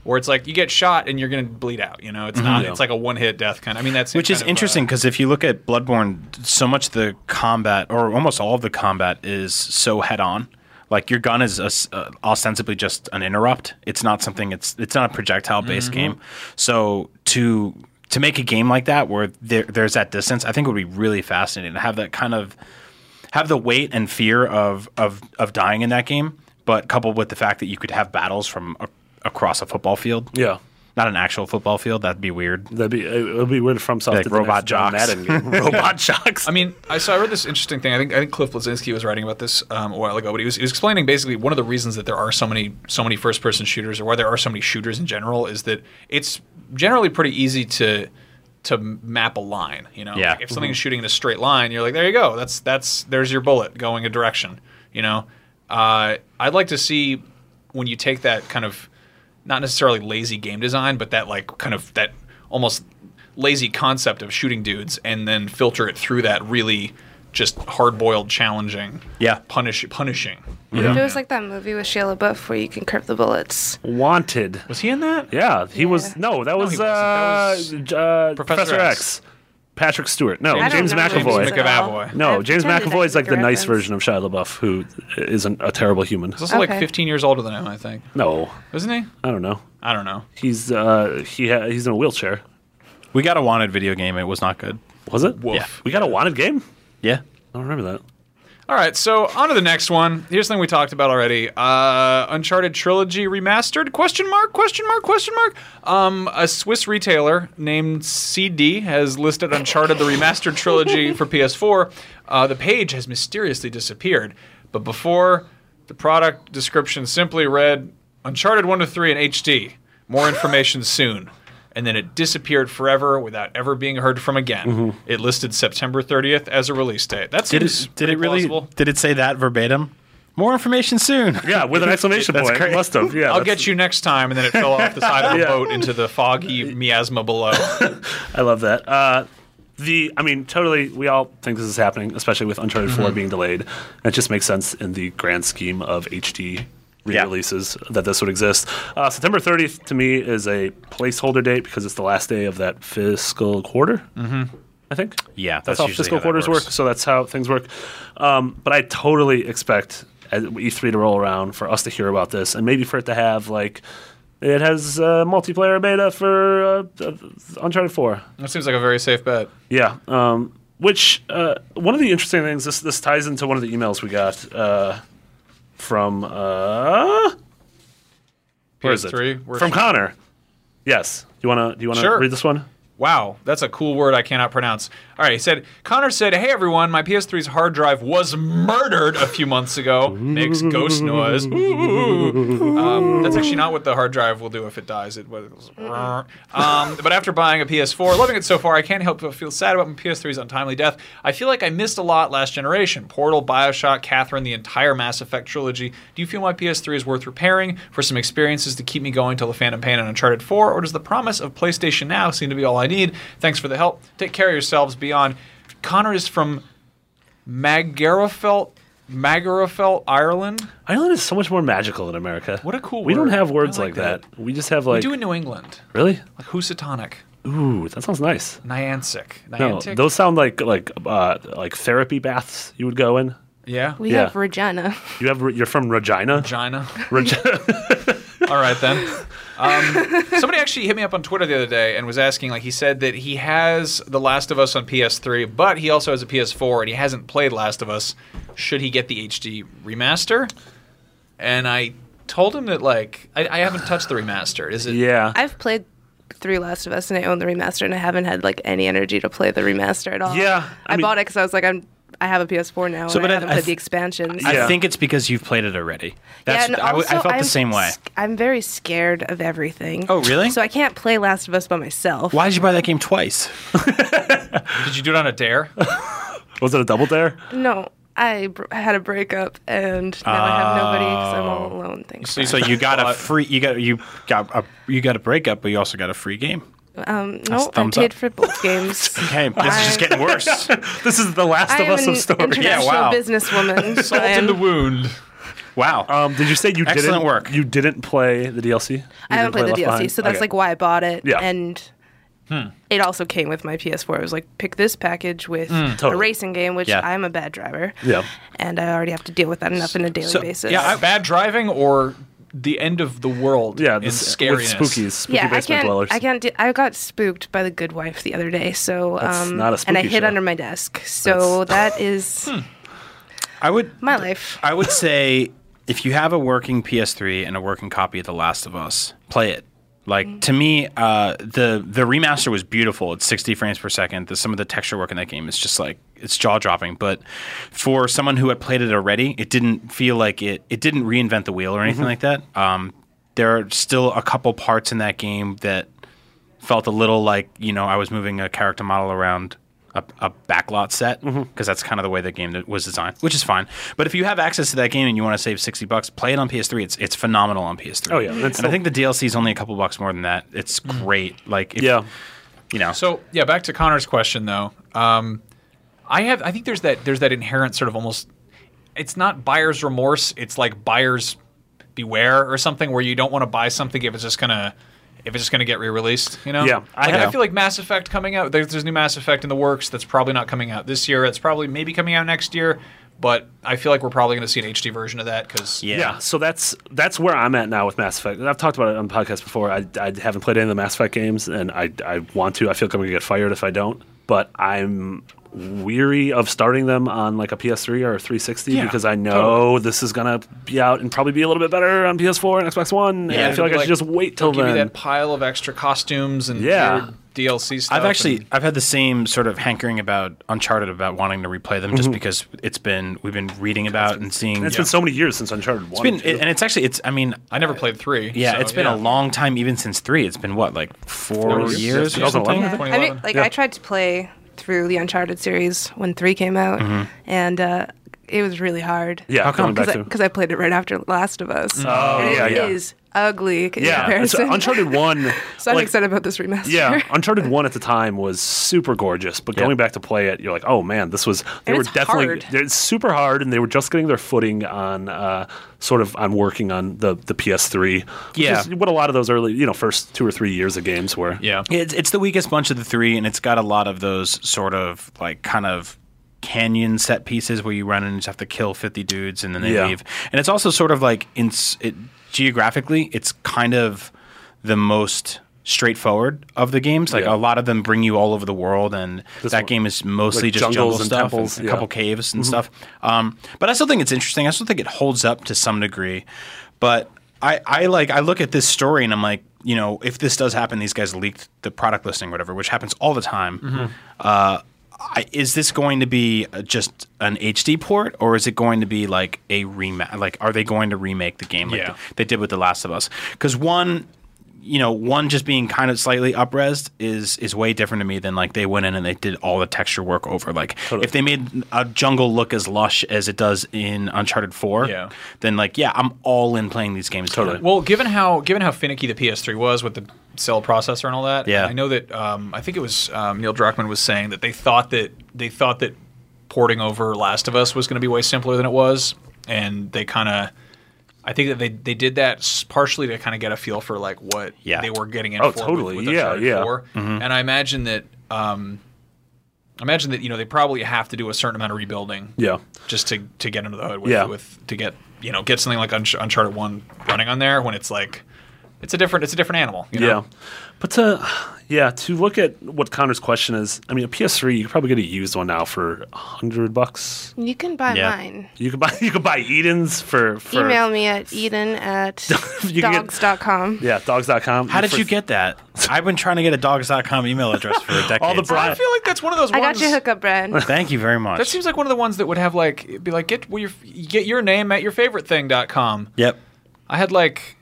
[SPEAKER 1] Where it's like you get shot and you're gonna bleed out. You know, it's not. It's like a one hit death kind. uh, I mean, that's
[SPEAKER 5] Mm-hmm. Which is interesting because if you look at Bloodborne, so much the combat, or almost all of the combat, is so head on. Like your gun is os- uh, ostensibly just an interrupt. It's not something. It's it's not a projectile based game. So to to make a game like that where there, there's that distance, I think would be really fascinating to have that kind of have the weight and fear of of of dying in that game, but coupled with the fact that you could have battles from a, across a football field.
[SPEAKER 4] yeah.
[SPEAKER 5] Not an actual football field. That'd be weird.
[SPEAKER 4] That'd be it would be weird if FromSoft
[SPEAKER 5] Like
[SPEAKER 4] did
[SPEAKER 5] robot
[SPEAKER 4] the next John
[SPEAKER 5] jocks.
[SPEAKER 4] Madden game. robot jocks.
[SPEAKER 1] I mean, I so I read this interesting thing. I think I think Cliff Blazinski was writing about this um, a while ago, but he was, he was explaining basically one of the reasons that there are so many so many first person shooters, or why there are so many shooters in general, is that it's generally pretty easy to to map a line. You know,
[SPEAKER 5] Yeah.
[SPEAKER 1] Like, if something is shooting in a straight line, you're like, there you go. That's that's there's your bullet going a direction. You know, uh, I'd like to see when you take that kind of not necessarily lazy game design, but that like kind of that almost lazy concept of shooting dudes and then filter it through that really just hard boiled, challenging.
[SPEAKER 5] Yeah.
[SPEAKER 1] punish punishing.
[SPEAKER 3] There was like that movie with Shia LaBeouf where you can curb the bullets.
[SPEAKER 4] Wanted.
[SPEAKER 1] Was he in that?
[SPEAKER 4] Yeah, he was. No, that was,
[SPEAKER 1] he wasn't. That was
[SPEAKER 4] uh, j- uh,
[SPEAKER 1] Professor
[SPEAKER 4] Professor
[SPEAKER 1] X.
[SPEAKER 4] X. Patrick Stewart. No,
[SPEAKER 3] I don't
[SPEAKER 4] James
[SPEAKER 3] know those
[SPEAKER 4] McAvoy.
[SPEAKER 3] movies at all.
[SPEAKER 1] McAvoy.
[SPEAKER 4] no,
[SPEAKER 3] I
[SPEAKER 4] James
[SPEAKER 3] pretended I
[SPEAKER 4] McAvoy is
[SPEAKER 3] could
[SPEAKER 4] like
[SPEAKER 3] make
[SPEAKER 4] the
[SPEAKER 3] a
[SPEAKER 4] nice
[SPEAKER 3] reference.
[SPEAKER 4] version of Shia LaBeouf, who isn't a terrible human.
[SPEAKER 1] He's also like
[SPEAKER 3] Okay.
[SPEAKER 1] 15 years older than him, I think.
[SPEAKER 4] No,
[SPEAKER 1] Isn't he?
[SPEAKER 4] I don't know.
[SPEAKER 1] I don't know.
[SPEAKER 4] He's uh, he ha- he's in a wheelchair.
[SPEAKER 5] We got a wanted video game. It was not good.
[SPEAKER 4] Was it?
[SPEAKER 1] Woof.
[SPEAKER 4] Yeah. We got a wanted game.
[SPEAKER 5] Yeah.
[SPEAKER 4] I don't remember that.
[SPEAKER 1] All right, so on to the next one. Here's something we talked about already: uh, Uncharted trilogy remastered? Question mark? Question mark? Question mark? Um, a Swiss retailer named CD has listed Uncharted the remastered trilogy for PS4. Uh, the page has mysteriously disappeared, but before the product description simply read Uncharted one to three in HD. More information soon. And then it disappeared forever without ever being heard from again. It listed September 30th as a release date. That's
[SPEAKER 5] Did it? Did it really?
[SPEAKER 1] Plausible.
[SPEAKER 5] Did it say that verbatim? More information soon.
[SPEAKER 4] Yeah, with an exclamation
[SPEAKER 5] That's
[SPEAKER 4] point.
[SPEAKER 5] great.
[SPEAKER 4] Must have. Yeah,
[SPEAKER 1] I'll
[SPEAKER 4] that's-
[SPEAKER 1] get you next time, and then it fell off the side of a
[SPEAKER 4] Yeah.
[SPEAKER 1] boat into the foggy miasma below.
[SPEAKER 4] I love that. Uh, the, I mean, totally. We all think this is happening, especially with Uncharted
[SPEAKER 5] Mm-hmm.
[SPEAKER 4] 4 being delayed. It just makes sense in the grand scheme of HD re-releases that this would exist. Uh, September 30th to me is a placeholder date because it's the last day of that fiscal quarter. Mm-hmm. I think.
[SPEAKER 5] Yeah,
[SPEAKER 4] that's,
[SPEAKER 5] that's
[SPEAKER 4] how
[SPEAKER 5] usually
[SPEAKER 4] fiscal
[SPEAKER 5] how that
[SPEAKER 4] quarters work.
[SPEAKER 5] works.
[SPEAKER 4] So that's how things work. Um, but I totally expect as E3 to roll around for us to hear about this, and maybe for it to have like. It has uh, multiplayer beta for uh, Uncharted 4.
[SPEAKER 1] That seems like a very safe bet.
[SPEAKER 4] Yeah. Um, which uh, one of the interesting things this this ties into one of the emails we got uh, from uh, where is it?
[SPEAKER 1] PS3, where
[SPEAKER 4] From
[SPEAKER 1] she-
[SPEAKER 4] Connor. Yes. Do you wanna do you wanna
[SPEAKER 1] Sure.
[SPEAKER 4] read this one?
[SPEAKER 1] Wow, that's a cool word I cannot pronounce. All right, he said, Connor said, Hey everyone, my PS3's hard drive was murdered a few months ago. Makes ghost noise. Ooh. Um, that's actually not what the hard drive will do if it dies. It was. Um, but after buying a PS4, loving it so far, I can't help but feel sad about my PS3's untimely death. I feel like I missed a lot last generation Portal, Bioshock, Catherine, the entire Mass Effect trilogy. Do you feel my PS3 is worth repairing for some experiences to keep me going till The Phantom Pain and Uncharted 4, or does the promise of PlayStation Now seem to be all I need? Thanks for the help. Take care of yourselves beyond. Connor is from Magherafelt, Magherafelt, Ireland.
[SPEAKER 4] Ireland is so much more magical than America.
[SPEAKER 1] What a cool
[SPEAKER 4] We don't
[SPEAKER 1] word.
[SPEAKER 4] have words
[SPEAKER 1] I
[SPEAKER 4] like
[SPEAKER 1] like
[SPEAKER 4] that.
[SPEAKER 1] that.
[SPEAKER 4] We just have like
[SPEAKER 1] Do in New England,
[SPEAKER 4] really.
[SPEAKER 1] like Housatonic,
[SPEAKER 4] Ooh, that sounds nice.
[SPEAKER 1] Niantic,
[SPEAKER 4] No,
[SPEAKER 1] Niantic.
[SPEAKER 4] those sound like like uh, like therapy baths you would go in.
[SPEAKER 1] yeah,
[SPEAKER 3] We
[SPEAKER 4] Yeah.
[SPEAKER 3] have Regina.
[SPEAKER 4] You have you're from Regina.
[SPEAKER 1] Regina.
[SPEAKER 4] Reg-
[SPEAKER 1] All right then. Um, somebody actually hit me up on Twitter the other day and was asking, like, he said that he has The Last of Us on PS3, but he also has a PS4 and he hasn't played Last of Us. Should he get the HD remaster? And I told him that, like, I, I haven't touched the remaster. Is it?
[SPEAKER 4] yeah.
[SPEAKER 3] I've played through Last of Us and I own the remaster and I haven't had like any energy to play the remaster at all.
[SPEAKER 4] Yeah, I
[SPEAKER 3] I,
[SPEAKER 4] mean-
[SPEAKER 3] bought it because I was like, I'm. I have a PS4 now,
[SPEAKER 5] So,
[SPEAKER 3] and I
[SPEAKER 5] but I-
[SPEAKER 3] haven't
[SPEAKER 5] I
[SPEAKER 3] played
[SPEAKER 5] th-
[SPEAKER 3] the expansions.
[SPEAKER 4] I Yeah.
[SPEAKER 5] I think it's because you've played it already. That's,
[SPEAKER 3] and
[SPEAKER 5] I, w- I
[SPEAKER 3] also
[SPEAKER 5] felt
[SPEAKER 3] I'm
[SPEAKER 5] the same way.
[SPEAKER 3] sc- I'm very scared of everything.
[SPEAKER 5] Oh, really?
[SPEAKER 3] So I can't play Last of Us by myself.
[SPEAKER 5] Why did you buy that game twice?
[SPEAKER 1] Did you do it on a dare?
[SPEAKER 4] Was it a double dare?
[SPEAKER 3] No, I br- I had a breakup, and now I have nobody because I'm all alone. Thanks.
[SPEAKER 5] Oh. So, so you got a free. You got you got a you got a breakup, but you also got a free game.
[SPEAKER 3] um, no, I
[SPEAKER 5] thumbs
[SPEAKER 3] paid
[SPEAKER 5] up.
[SPEAKER 3] for both games.
[SPEAKER 5] Okay, this is just getting worse.
[SPEAKER 4] This is the last
[SPEAKER 3] I
[SPEAKER 4] of us
[SPEAKER 3] am
[SPEAKER 4] of
[SPEAKER 3] an
[SPEAKER 4] story.
[SPEAKER 3] international
[SPEAKER 5] wow.
[SPEAKER 3] businesswoman.
[SPEAKER 1] Salt
[SPEAKER 3] I
[SPEAKER 1] in
[SPEAKER 3] am-
[SPEAKER 1] the wound.
[SPEAKER 5] Wow.
[SPEAKER 4] Um, did you say you
[SPEAKER 5] Excellent
[SPEAKER 4] didn't
[SPEAKER 5] work.
[SPEAKER 4] You didn't play the DLC. You
[SPEAKER 3] I
[SPEAKER 4] didn't
[SPEAKER 3] haven't
[SPEAKER 4] play
[SPEAKER 3] played the
[SPEAKER 4] Left
[SPEAKER 3] DLC,
[SPEAKER 4] Behind?
[SPEAKER 3] so that's
[SPEAKER 4] Okay.
[SPEAKER 3] like why I bought it.
[SPEAKER 4] Yeah.
[SPEAKER 3] And it also came with my PS4. It was like pick this package with a
[SPEAKER 4] Totally.
[SPEAKER 3] racing game, which
[SPEAKER 5] Yeah.
[SPEAKER 3] I'm a bad driver.
[SPEAKER 4] Yeah.
[SPEAKER 3] And I already have to deal with that enough on a daily basis.
[SPEAKER 1] Yeah, I- bad driving or the end of the world.
[SPEAKER 4] yeah,
[SPEAKER 1] in
[SPEAKER 4] this
[SPEAKER 1] scariness.
[SPEAKER 4] with spookies, spooky
[SPEAKER 3] yeah, I
[SPEAKER 4] basement
[SPEAKER 3] can't.
[SPEAKER 4] dwellers.
[SPEAKER 3] I can't. Do, I got spooked by the Good Wife the other day, so um,
[SPEAKER 4] not a
[SPEAKER 3] and I
[SPEAKER 4] spooky
[SPEAKER 3] hid
[SPEAKER 4] show.
[SPEAKER 3] under my desk. So that is
[SPEAKER 5] I would
[SPEAKER 3] my life.
[SPEAKER 5] I would say if you have a working PS3 and a working copy of The Last of Us, play it. Like to me, uh, the the remaster was beautiful. It's 60 frames per second. The, some of the texture work in that game is just like it's jaw dropping. But for someone who had played it already, it didn't feel like it. It didn't reinvent the wheel or anything like that. Um, there are still a couple parts in that game that felt a little like you know I was moving a character model around a, a backlot set
[SPEAKER 4] Mm-hmm.
[SPEAKER 5] because that's kind of the way the game that was designed, which is fine. But if you have access to that game and you want to save sixty bucks, play it on PS3. It's it's phenomenal on PS3.
[SPEAKER 4] Oh, yeah.
[SPEAKER 5] and
[SPEAKER 4] That's Mm.
[SPEAKER 5] I think the DLC is only a couple bucks more than that. It's great. Like if,
[SPEAKER 4] yeah.
[SPEAKER 5] you know.
[SPEAKER 1] So yeah, back to Connor's question though. Um, I have. I think there's that. There's that inherent sort of almost. It's not buyer's remorse. It's like buyer's beware or something where you don't want to buy something if it's just gonna if it's just gonna get re-released. You know.
[SPEAKER 4] Yeah, I
[SPEAKER 1] I,
[SPEAKER 4] have-
[SPEAKER 1] I feel like Mass Effect coming out. There's, there's new Mass Effect in the works. That's probably not coming out this year. It's probably maybe coming out next year. But I feel like we're probably going to see an HD version of that because
[SPEAKER 4] Yeah. so that's that's where I'm at now with Mass Effect. And I've talked about it on the podcast before. I, I haven't played any of the Mass Effect games, and I I want to. I feel like I'm gonna get fired if I don't. But I'm weary of starting them on like a PS3 or a 360
[SPEAKER 1] Yeah,
[SPEAKER 4] because I know
[SPEAKER 1] totally.
[SPEAKER 4] this is gonna be out and probably be a little bit better on PS4 and Xbox One. and I feel like, I should just wait till
[SPEAKER 1] they'll give
[SPEAKER 4] then.
[SPEAKER 1] you that pile of extra costumes and
[SPEAKER 4] Yeah.
[SPEAKER 1] weird DLC stuff.
[SPEAKER 5] I've actually
[SPEAKER 1] and-
[SPEAKER 5] I've had the same sort of hankering about Uncharted about wanting to replay them just because it's been we've been reading about and seeing.
[SPEAKER 4] And Mm-hmm. It's been so many years since Uncharted
[SPEAKER 5] It's
[SPEAKER 4] One.
[SPEAKER 5] been
[SPEAKER 4] too.
[SPEAKER 5] it, and it's actually it's I mean
[SPEAKER 1] I never played three.
[SPEAKER 5] Uh, yeah
[SPEAKER 1] so,
[SPEAKER 5] it's been a long time even since three. It's been what like four,
[SPEAKER 4] Four years.
[SPEAKER 5] years. or
[SPEAKER 4] 2011.
[SPEAKER 5] something?
[SPEAKER 1] Yeah.
[SPEAKER 3] I mean,
[SPEAKER 1] 2011.
[SPEAKER 3] like
[SPEAKER 4] Yeah.
[SPEAKER 3] I tried to play through the Uncharted series when three came out, and uh, it was really hard.
[SPEAKER 4] Mm-hmm. yeah,
[SPEAKER 5] How
[SPEAKER 4] going
[SPEAKER 5] come?
[SPEAKER 4] back
[SPEAKER 3] because I,
[SPEAKER 4] to-
[SPEAKER 3] 'cause I played it right after Last of Us.
[SPEAKER 4] Oh,
[SPEAKER 3] and
[SPEAKER 4] yeah,
[SPEAKER 3] it
[SPEAKER 4] yeah.
[SPEAKER 3] is ugly in
[SPEAKER 4] yeah, it's-
[SPEAKER 3] comparison.
[SPEAKER 4] Uncharted One.
[SPEAKER 3] so I'm
[SPEAKER 4] like,
[SPEAKER 3] excited about this remaster.
[SPEAKER 4] Yeah, Uncharted One at the time was super gorgeous, but going
[SPEAKER 5] Yeah.
[SPEAKER 4] back to play it, you're like, oh man, this was. They
[SPEAKER 3] And
[SPEAKER 4] were
[SPEAKER 3] it's
[SPEAKER 4] definitely
[SPEAKER 3] hard.
[SPEAKER 4] they're super hard, and they were just getting their footing on uh, sort of on working on the the PS3. which
[SPEAKER 5] Yeah.
[SPEAKER 4] is what a lot of those early, you know, first two or three years of games were.
[SPEAKER 1] Yeah.
[SPEAKER 5] It's, it's the weakest bunch of the three, and it's got a lot of those sort of like kind of canyon set pieces where you run and just have to kill 50 dudes and then they
[SPEAKER 4] Yeah.
[SPEAKER 5] leave. And it's also sort of like in, s- it, geographically, it's kind of the most straightforward of the games. Like
[SPEAKER 4] Yeah.
[SPEAKER 5] a lot of them bring you all over the world, and
[SPEAKER 4] This
[SPEAKER 5] that
[SPEAKER 4] one-
[SPEAKER 5] game is mostly
[SPEAKER 4] like
[SPEAKER 5] just jungle
[SPEAKER 4] jungles and
[SPEAKER 5] stuff
[SPEAKER 4] temples,
[SPEAKER 5] and a
[SPEAKER 4] yeah. Mm-hmm.
[SPEAKER 5] couple caves and stuff. Um, but I still think it's interesting. I still think it holds up to some degree. But I, I like I look at this story and I'm like, you know, if this does happen, these guys leaked the product listing or whatever, which happens all the time.
[SPEAKER 4] Mm-hmm.
[SPEAKER 5] Uh, I, is this going to be uh, just an HD port, or is it going to be like a remake? Like, are they going to remake the game like
[SPEAKER 1] Yeah.
[SPEAKER 5] they did with The Last of Us? Because one, you know, one just being kind of slightly upresed is is way different to me than like they went in and they did all the texture work over. Like if they made a jungle look as lush as it does in Uncharted Four,
[SPEAKER 1] Yeah.
[SPEAKER 5] then like yeah, I'm all in playing these games totally.
[SPEAKER 1] Well, given how given how finicky the PS3 was with the cell processor and all that,
[SPEAKER 5] Yeah.
[SPEAKER 1] I know that um, I think it was um, Neil Druckmann was saying that they thought that they thought that porting over Last of Us was going to be way simpler than it was, and they kind of. I think that they, they did that s- partially to kind of get a feel for like what
[SPEAKER 5] Yeah.
[SPEAKER 1] they were getting in
[SPEAKER 4] Oh,
[SPEAKER 1] for
[SPEAKER 4] totally.
[SPEAKER 1] with, with
[SPEAKER 4] Yeah,
[SPEAKER 1] Uncharted
[SPEAKER 4] yeah.
[SPEAKER 1] 4.
[SPEAKER 5] Mm-hmm.
[SPEAKER 1] And I imagine that um, I imagine that you know they probably have to do a certain amount of rebuilding
[SPEAKER 4] Yeah.
[SPEAKER 1] just to to get into the hood with,
[SPEAKER 4] Yeah.
[SPEAKER 1] with to get you know get something like Unch- Uncharted One running on there when it's like it's a different it's a different animal. You know?
[SPEAKER 4] Yeah, but to yeah to look at what Connor's question is, I mean, a PS3 you could probably get a used one now for hundred bucks.
[SPEAKER 3] You can buy
[SPEAKER 5] Yeah.
[SPEAKER 3] mine.
[SPEAKER 4] You could buy you could buy Edens for, for
[SPEAKER 3] Email me at eden at
[SPEAKER 4] You can get-
[SPEAKER 3] dogs.com.
[SPEAKER 4] Yeah, dogs.com.
[SPEAKER 5] How did
[SPEAKER 4] For-
[SPEAKER 5] you get that? I've been trying to get a dogs.com email address for a decade.
[SPEAKER 4] all the
[SPEAKER 1] I
[SPEAKER 4] bride?
[SPEAKER 1] feel like that's one of those.
[SPEAKER 3] I
[SPEAKER 1] ones,
[SPEAKER 3] got you hookup, Brad.
[SPEAKER 5] Thank you very much.
[SPEAKER 1] That seems like one of the ones that would have like it'd be like get well, your get your name at your favorite thing dot com.
[SPEAKER 5] yep.
[SPEAKER 1] I had like,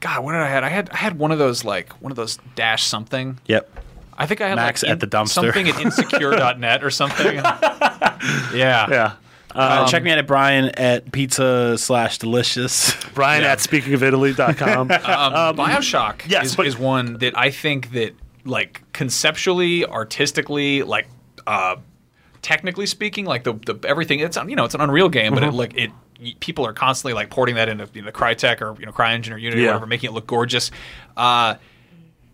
[SPEAKER 1] God, what did I had? I had I had one of those like one of those dash something.
[SPEAKER 5] Yep.
[SPEAKER 1] I think I had
[SPEAKER 5] Max
[SPEAKER 1] like
[SPEAKER 5] at the dumpster.
[SPEAKER 1] something at insecure.net or something. yeah.
[SPEAKER 4] Yeah.
[SPEAKER 5] Uh, check me out at Brian at pizza slash delicious.
[SPEAKER 4] Brian at speakingofitaly.com.
[SPEAKER 1] um, Bioshock
[SPEAKER 4] yes,
[SPEAKER 1] is,
[SPEAKER 4] but-
[SPEAKER 1] is one that I think that like conceptually, artistically, like uh, technically speaking, like the, the everything it's you know it's an Unreal game,
[SPEAKER 5] Mm-hmm.
[SPEAKER 1] but it like it y- people are constantly like porting that into you know, Crytek or you know CryEngine or Unity
[SPEAKER 4] Yeah.
[SPEAKER 1] or whatever, making it look gorgeous. Uh,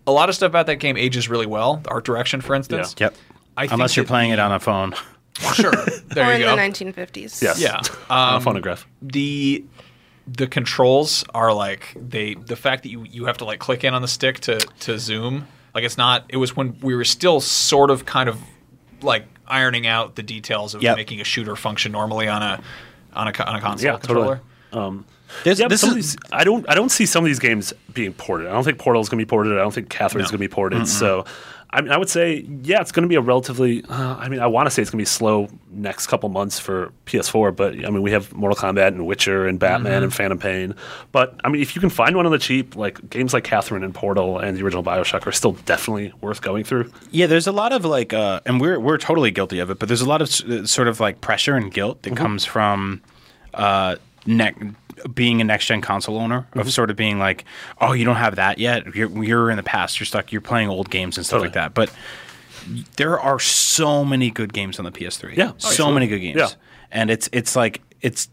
[SPEAKER 1] a lot of stuff about that game ages really well. The art direction, for instance.
[SPEAKER 5] Yep.
[SPEAKER 1] I think
[SPEAKER 5] Unless you're
[SPEAKER 1] that
[SPEAKER 5] playing it on a phone.
[SPEAKER 1] the- sure. There
[SPEAKER 3] or
[SPEAKER 1] you go.
[SPEAKER 3] in the 1950s.
[SPEAKER 4] yes.
[SPEAKER 1] Yeah.
[SPEAKER 4] On a
[SPEAKER 1] Um,
[SPEAKER 4] phonograph.
[SPEAKER 1] the the controls are like they the fact that you you have to like click in on the stick to to zoom like it's not it was when we were still sort of kind of like ironing out the details of
[SPEAKER 5] Yep.
[SPEAKER 1] making a shooter function normally on a on a co- on a console
[SPEAKER 4] Yeah,
[SPEAKER 1] controller.
[SPEAKER 4] totally. Um,
[SPEAKER 5] This-
[SPEAKER 4] yeah, but
[SPEAKER 5] this
[SPEAKER 4] some of
[SPEAKER 5] is-
[SPEAKER 4] these, I don't. I don't see some of these games being ported. I don't think Portal's going to be ported. I don't think Catherine's going to be ported. So, I, mean, I would say, yeah, it's going to be a relatively. Uh, I mean, I want to say it's going to be slow next couple months for PS4, but I mean, we have Mortal Kombat and Witcher and Batman
[SPEAKER 5] Mm-hmm.
[SPEAKER 4] and Phantom Pain. But I mean, if you can find one on the cheap, like games like Catherine and Portal and the original Bioshock are still definitely worth going through.
[SPEAKER 5] Yeah, there's a lot of like, uh, and we're we're totally guilty of it, but there's a lot of s- uh, sort of like pressure and guilt that
[SPEAKER 4] Mm-hmm.
[SPEAKER 5] comes from uh, neck being a next gen console owner
[SPEAKER 4] Mm-hmm.
[SPEAKER 5] of sort of being like, oh, you don't have that yet. You're, you're in the past. You're stuck. You're playing old games and stuff like that. But there are so many good games on the PS3.
[SPEAKER 4] Yeah.
[SPEAKER 5] so many good games.
[SPEAKER 4] Yeah.
[SPEAKER 5] and it's it's like it's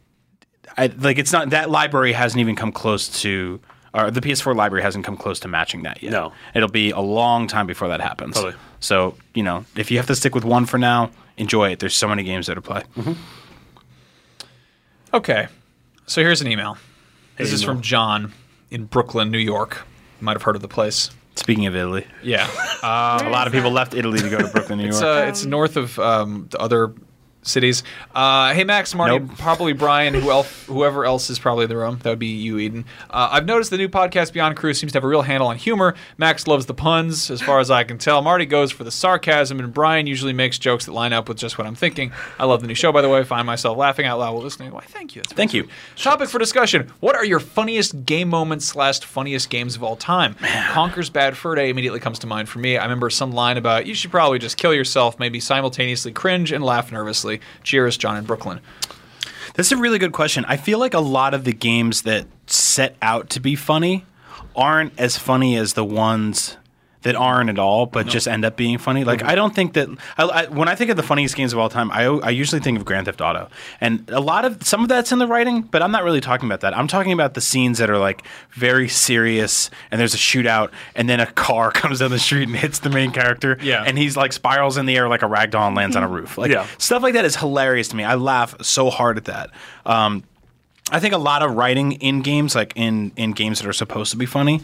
[SPEAKER 5] I, like it's not that library hasn't even come close to. Or the PS4 library hasn't come close to matching that yet.
[SPEAKER 4] No.
[SPEAKER 5] it'll be a long time before that happens.
[SPEAKER 4] Totally.
[SPEAKER 5] So you know, if you have to stick with one for now, enjoy it. There's so many games there to play.
[SPEAKER 1] Okay. So here's an email. This is
[SPEAKER 4] email.
[SPEAKER 1] from John in Brooklyn, New York. You might have heard of the place.
[SPEAKER 5] Speaking of Italy,
[SPEAKER 1] Yeah.
[SPEAKER 5] a lot of people left Italy to go to Brooklyn, New York.
[SPEAKER 1] It's, uh, it's north of um, the other cities. Uh, hey, Max, Marty,
[SPEAKER 5] Nope.
[SPEAKER 1] probably Brian, who el- whoever else is probably in the room. That would be you, Eden. Uh, I've noticed the new podcast Beyond Crew seems to have a real handle on humor. Max loves the puns, as far as I can tell. Marty goes for the sarcasm, and Brian usually makes jokes that line up with just what I'm thinking. I love the new show, by the way. Find myself laughing out loud while listening. Why, thank you. That's
[SPEAKER 5] Thank you.
[SPEAKER 1] Topic for discussion: What are your funniest game moments slash funniest games of all time? Conker's Bad Fur Day immediately comes to mind for me. I remember some line about you should probably just kill yourself, maybe simultaneously cringe and laugh nervously. Cheers, John in Brooklyn.
[SPEAKER 5] That's a really good question. I feel like a lot of the games that set out to be funny aren't as funny as the ones that aren't at all, but just end up being funny. Like I don't think that I, I, when I think of the funniest games of all time, I, I usually think of Grand Theft Auto, and a lot of some of that's in the writing, but I'm not really talking about that. I'm talking about the scenes that are like very serious, and there's a shootout, and then a car comes down the street and hits the main character,
[SPEAKER 1] Yeah.
[SPEAKER 5] and he's like spirals in the air like a ragdoll and lands on a roof. Like
[SPEAKER 4] Yeah.
[SPEAKER 5] stuff like that is hilarious to me. I laugh so hard at that. Um, I think a lot of writing in games, like in in games that are supposed to be funny,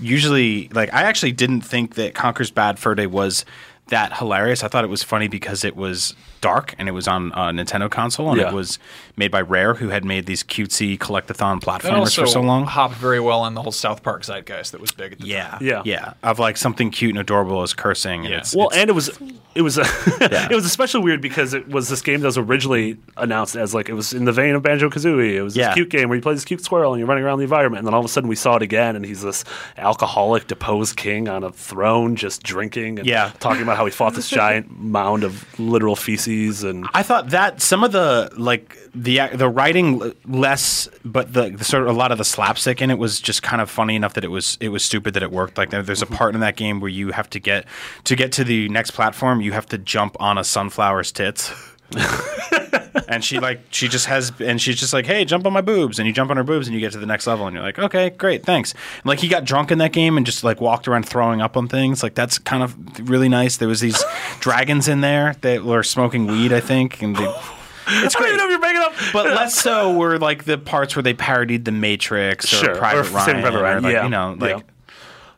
[SPEAKER 5] usually like I actually didn't think that Conker's Bad Fur Day was that hilarious. I thought it was funny because it was dark and it was on a Nintendo console and
[SPEAKER 4] Yeah.
[SPEAKER 5] it was made by Rare, who had made these cutesy collectathon
[SPEAKER 1] That
[SPEAKER 5] platformers
[SPEAKER 1] also
[SPEAKER 5] for so long.
[SPEAKER 1] hopped very well on the whole South Park zeitgeist that was big at the time.
[SPEAKER 4] Yeah.
[SPEAKER 5] Yeah, yeah. Of like something cute and adorable is cursing. And
[SPEAKER 1] Yeah.
[SPEAKER 5] it's,
[SPEAKER 4] Well,
[SPEAKER 5] it's-
[SPEAKER 4] and it was it was it was especially weird because it was this game that was originally announced as like it was in the vein of Banjo Kazooie. It was this
[SPEAKER 5] Yeah.
[SPEAKER 4] cute game where you play this cute squirrel and you're running around the environment, and then all of a sudden we saw it again, and he's this alcoholic deposed king on a throne just drinking and
[SPEAKER 5] Yeah.
[SPEAKER 4] talking about how he fought this giant mound of literal feces and
[SPEAKER 5] I thought that some of the like the ac- the writing l- less, but the, the sort of a lot of the slapstick in it was just kind of funny enough that it was it was stupid that it worked. Like there- there's a part in that game where you have to get to get to the next platform, you have to jump on a sunflower's tits. and she like she just has and she's just like hey jump on my boobs and you jump on her boobs and you get to the next level and you're like okay great thanks and like he got drunk in that game and just like walked around throwing up on things like that's kind of really nice there was these dragons in there that were smoking weed i think and they, it's
[SPEAKER 4] I don't
[SPEAKER 5] great
[SPEAKER 4] even know if you're making up.
[SPEAKER 5] but less so were like the parts where they parodied the matrix or
[SPEAKER 4] Sure,
[SPEAKER 5] private
[SPEAKER 4] or Saving
[SPEAKER 5] ryan,
[SPEAKER 4] Private Ryan,
[SPEAKER 5] or, like,
[SPEAKER 4] yeah.
[SPEAKER 5] you know like
[SPEAKER 4] Yeah.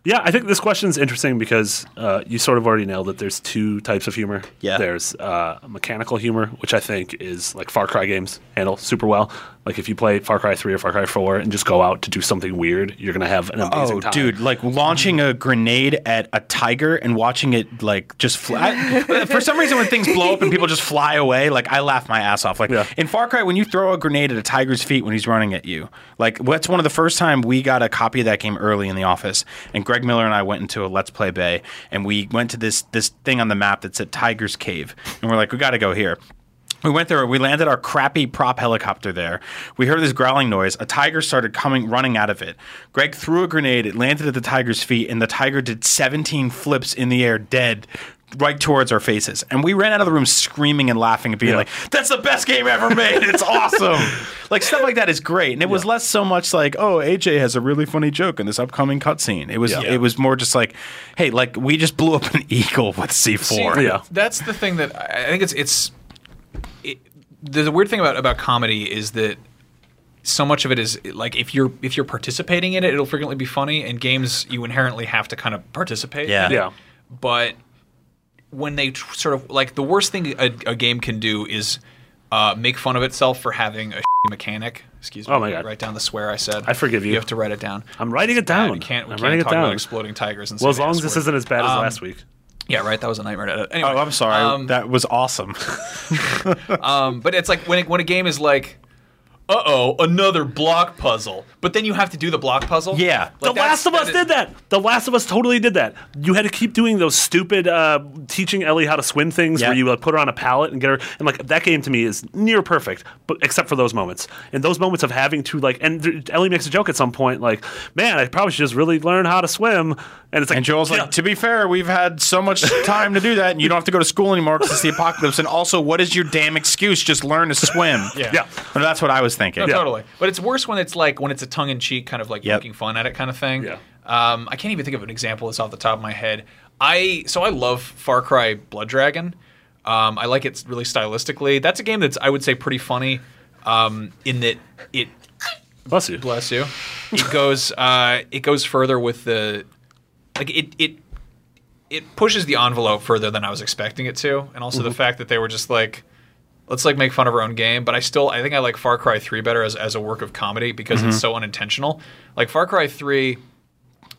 [SPEAKER 4] Yeah, I think this question's interesting because uh, you sort of already nailed that there's two types of humor.
[SPEAKER 5] Yeah.
[SPEAKER 4] There's uh, mechanical humor, which I think is like Far Cry games handle super well. Like if you play Far Cry 3 or Far Cry 4 and just go out to do something weird, you're going to have an amazing
[SPEAKER 5] Oh,
[SPEAKER 4] time.
[SPEAKER 5] dude! Like launching a grenade at a tiger and watching it like just fly. I- for some reason, when things blow up and people just fly away, like I laugh my ass off. Like
[SPEAKER 4] Yeah.
[SPEAKER 5] in Far Cry, when you throw a grenade at a tiger's feet when he's running at you, like that's one of the first time we got a copy of that game early in the office. And Greg Miller and I went into a Let's Play Bay, and we went to this this thing on the map that said Tiger's Cave, and we're like, we got to go here. We went there. We landed our crappy prop helicopter there. We heard this growling noise. A tiger started coming, running out of it. Greg threw a grenade. It landed at the tiger's feet, and the tiger did 17 flips in the air, dead, right towards our faces. And we ran out of the room screaming and laughing and being like, "That's the best game ever made. It's awesome!" like stuff like that is great. And it was less so much like, "Oh, AJ has a really funny joke in this upcoming cutscene." It was it was more just like, "Hey, like we just blew up an eagle with C4."
[SPEAKER 1] See,
[SPEAKER 4] Yeah.
[SPEAKER 1] That's the thing that I I think it's it's it, the, the weird thing about about comedy is that so much of it is like if you're if you're participating in it, it'll frequently be funny. In games, you inherently have to kind of participate.
[SPEAKER 5] Yeah.
[SPEAKER 1] in it.
[SPEAKER 4] Yeah.
[SPEAKER 1] But when they tr- sort of like the worst thing a, a game can do is uh, make fun of itself for having a shitty mechanic. Excuse me.
[SPEAKER 4] Oh my God.
[SPEAKER 1] Write down the swear I said.
[SPEAKER 4] I forgive you.
[SPEAKER 1] You have to write it down.
[SPEAKER 4] I'm writing it
[SPEAKER 1] It's bad.
[SPEAKER 4] down.
[SPEAKER 1] We can't. We
[SPEAKER 4] I'm
[SPEAKER 1] can't
[SPEAKER 4] writing it
[SPEAKER 1] talk
[SPEAKER 4] down.
[SPEAKER 1] about exploding tigers. And
[SPEAKER 4] Well, as
[SPEAKER 1] saying
[SPEAKER 4] long as
[SPEAKER 1] ass
[SPEAKER 4] this
[SPEAKER 1] words.
[SPEAKER 4] isn't as bad as
[SPEAKER 1] Um,
[SPEAKER 4] last week.
[SPEAKER 1] Yeah, right. That was a nightmare. to edit. Anyway,
[SPEAKER 5] Oh, I'm sorry.
[SPEAKER 1] um,
[SPEAKER 5] that was awesome.
[SPEAKER 1] um, but it's like when it, when a game is like, uh oh, another block puzzle. But then you have to do the block puzzle?
[SPEAKER 5] Yeah.
[SPEAKER 1] Like,
[SPEAKER 4] the
[SPEAKER 1] that's-
[SPEAKER 4] Last of Us
[SPEAKER 1] is-
[SPEAKER 4] did that. The Last of Us totally did that. You had to keep doing those stupid uh, teaching Ellie how to swim things
[SPEAKER 5] Yeah.
[SPEAKER 4] where you like, put her on a pallet and get her. And like that game to me is near perfect, but except for those moments. And those moments of having to like, and th- Ellie makes a joke at some point like, "Man, I probably should just really learn how to swim." And it's like,
[SPEAKER 5] And Joel's
[SPEAKER 4] yeah.
[SPEAKER 5] like, to be fair, we've had so much time to do that, and you don't have to go to school anymore because it's the apocalypse. And also, what is your damn excuse? Just learn to swim.
[SPEAKER 1] Yeah.
[SPEAKER 4] Yeah.
[SPEAKER 5] Well, that's what I was thinking.
[SPEAKER 1] No, Totally. But it's worse when it's like when it's a tongue in cheek kind of like
[SPEAKER 5] Yep.
[SPEAKER 1] poking fun at it kind of thing.
[SPEAKER 4] Yeah.
[SPEAKER 1] Um, I can't even think of an example that's off the top of my head. I so I love Far Cry Blood Dragon. Um, I like it really stylistically. That's a game that's I would say pretty funny um, in that it
[SPEAKER 4] bless you.
[SPEAKER 1] bless you. It goes uh, it goes further with the like it it it pushes the envelope further than I was expecting it to, and also the fact that they were just like let's like make fun of our own game. But I still I think I like Far Cry Three better as as a work of comedy because it's so unintentional. Like Far Cry Three.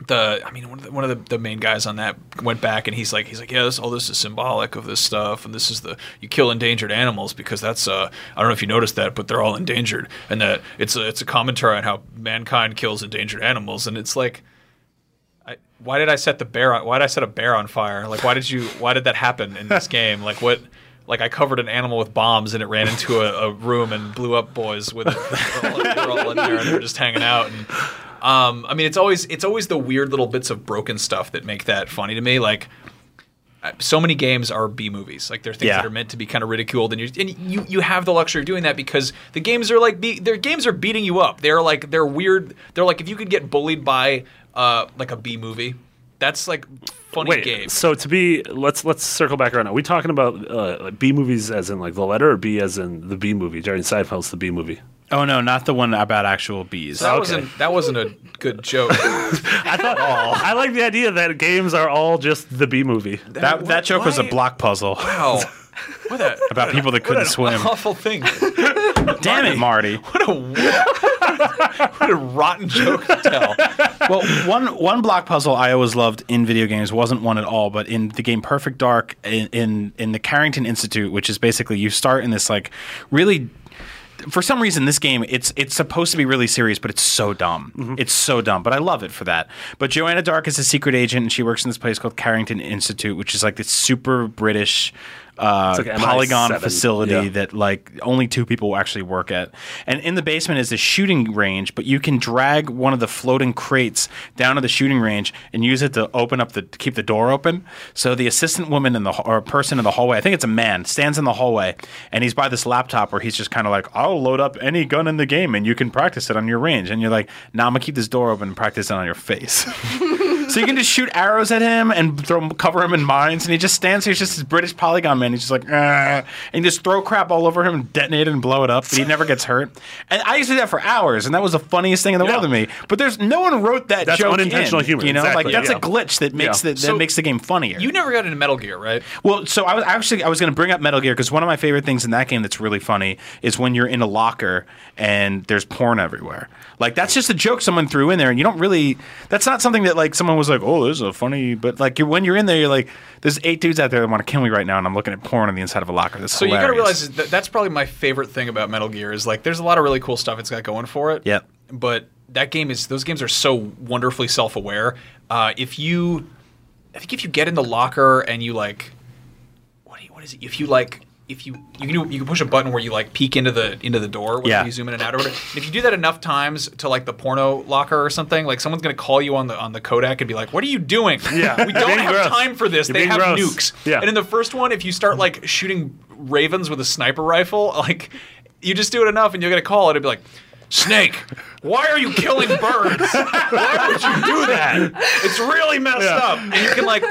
[SPEAKER 1] The I mean one of the, one of the, the main guys on that went back and he's like he's like yeah this all this is symbolic of this stuff and this is the you kill endangered animals because that's uh I don't know if you noticed that but they're all endangered and that it's a, it's a commentary on how mankind kills endangered animals and it's like I, why did I set the bear? On, why did I set a bear on fire? Like, why did you? Why did that happen in this game? Like, what? Like, I covered an animal with bombs and it ran into a, a room and blew up boys with. It. They're all in there and they're just hanging out. And um, I mean, it's always it's always the weird little bits of broken stuff that make that funny to me. Like, I- so many games are B movies. Like, they're things
[SPEAKER 5] Yeah.
[SPEAKER 1] that are meant to be kind of ridiculed, and you and you you have the luxury of doing that because the games are like be, their games are beating you up. They're like they're weird. They're like if you could get bullied by uh like a B movie, that's like funny
[SPEAKER 4] Wait,
[SPEAKER 1] game.
[SPEAKER 4] so to be let's let's circle back around. Are we talking about uh, B movies as in like the letter, or B as in the B movie? Jerry Seinfeld's the B movie.
[SPEAKER 5] Oh no, not the one about actual bees.
[SPEAKER 1] that wasn't that wasn't a good joke.
[SPEAKER 4] I thought I like the idea that games are all just the B movie.
[SPEAKER 5] that, that joke was a
[SPEAKER 1] why-
[SPEAKER 5] block puzzle
[SPEAKER 1] Wow, what a
[SPEAKER 5] about people that couldn't swim.
[SPEAKER 1] awful thing.
[SPEAKER 5] Damn it, Marty.
[SPEAKER 1] What a what a rotten joke to tell.
[SPEAKER 5] well, one one block puzzle I always loved in video games wasn't one at all, but in the game Perfect Dark, in in, in the Carrington Institute, which is basically you start in this like really. For some reason, this game it's it's supposed to be really serious, but it's so dumb. It's so dumb, but I love it for that. But Joanna Dark is a secret agent, and she works in this place called Carrington Institute, which is like this super British uh,
[SPEAKER 4] like MI7.
[SPEAKER 5] polygon facility
[SPEAKER 4] Yeah.
[SPEAKER 5] that like only two people will actually work at. And in the basement is the shooting range, but you can drag one of the floating crates down to the shooting range and use it to open up the to keep the door open. So the assistant woman in the ha- or person in the hallway, I think it's a man, stands in the hallway and he's by this laptop where he's just kind of like, "I'll load up any gun in the game and you can practice it on your range." And you're like, "Now nah, I'm gonna keep this door open and practice it on your face." So you can just shoot arrows at him and throw cover him in mines, and he just stands here. He's just this British polygon man. He's just like, "Ah," and you just throw crap all over him, and detonate it, and blow it up. But he never gets hurt. And I used to do that for hours, and that was the funniest thing in the world to me. But there's no one wrote that
[SPEAKER 4] That's
[SPEAKER 5] joke.
[SPEAKER 4] unintentional
[SPEAKER 5] in,
[SPEAKER 4] humor,
[SPEAKER 5] You know,
[SPEAKER 4] exactly,
[SPEAKER 5] like that's
[SPEAKER 4] yeah.
[SPEAKER 5] a glitch that makes
[SPEAKER 4] Yeah.
[SPEAKER 5] the, that
[SPEAKER 1] So-
[SPEAKER 5] makes the game funnier.
[SPEAKER 1] You never got into Metal Gear, right?
[SPEAKER 5] Well, so I was actually I was going to bring up Metal Gear because one of my favorite things in that game that's really funny is when you're in a locker and there's porn everywhere. Like that's just a joke someone threw in there, and you don't really. That's not something that like someone was like, "Oh, this is a funny." But like you're, when you're in there, you're like, "There's eight dudes out there that want to kill me right now," and I'm looking at porn on the inside of a locker. That's
[SPEAKER 1] So you
[SPEAKER 5] hilarious.
[SPEAKER 1] gotta realize that that's probably my favorite thing about Metal Gear is like there's a lot of really cool stuff it's got going for it.
[SPEAKER 5] Yep.
[SPEAKER 1] But that game is those games are so wonderfully self aware. Uh, if you, I think if you get in the locker and you like, what, do you, what is it? If you like. If you you can do, you can push a button where you like peek into the into the door when
[SPEAKER 5] Yeah.
[SPEAKER 1] you zoom in and out or whatever. And if you do that enough times to like the porno locker or something, like someone's gonna call you on the on the Kodak and be like, "What are you doing?
[SPEAKER 4] Yeah.
[SPEAKER 1] we
[SPEAKER 4] You're
[SPEAKER 1] don't
[SPEAKER 4] being
[SPEAKER 1] have
[SPEAKER 4] gross.
[SPEAKER 1] time for this.
[SPEAKER 4] You're
[SPEAKER 1] they
[SPEAKER 4] being
[SPEAKER 1] have
[SPEAKER 4] gross."
[SPEAKER 1] nukes."
[SPEAKER 4] Yeah.
[SPEAKER 1] And in the first one, if you start like shooting ravens with a sniper rifle, like you just do it enough and you'll get a call and it'll be like, Snake, why are you killing birds? Why would you do that? It's really messed
[SPEAKER 4] Yeah.
[SPEAKER 1] up. And you can like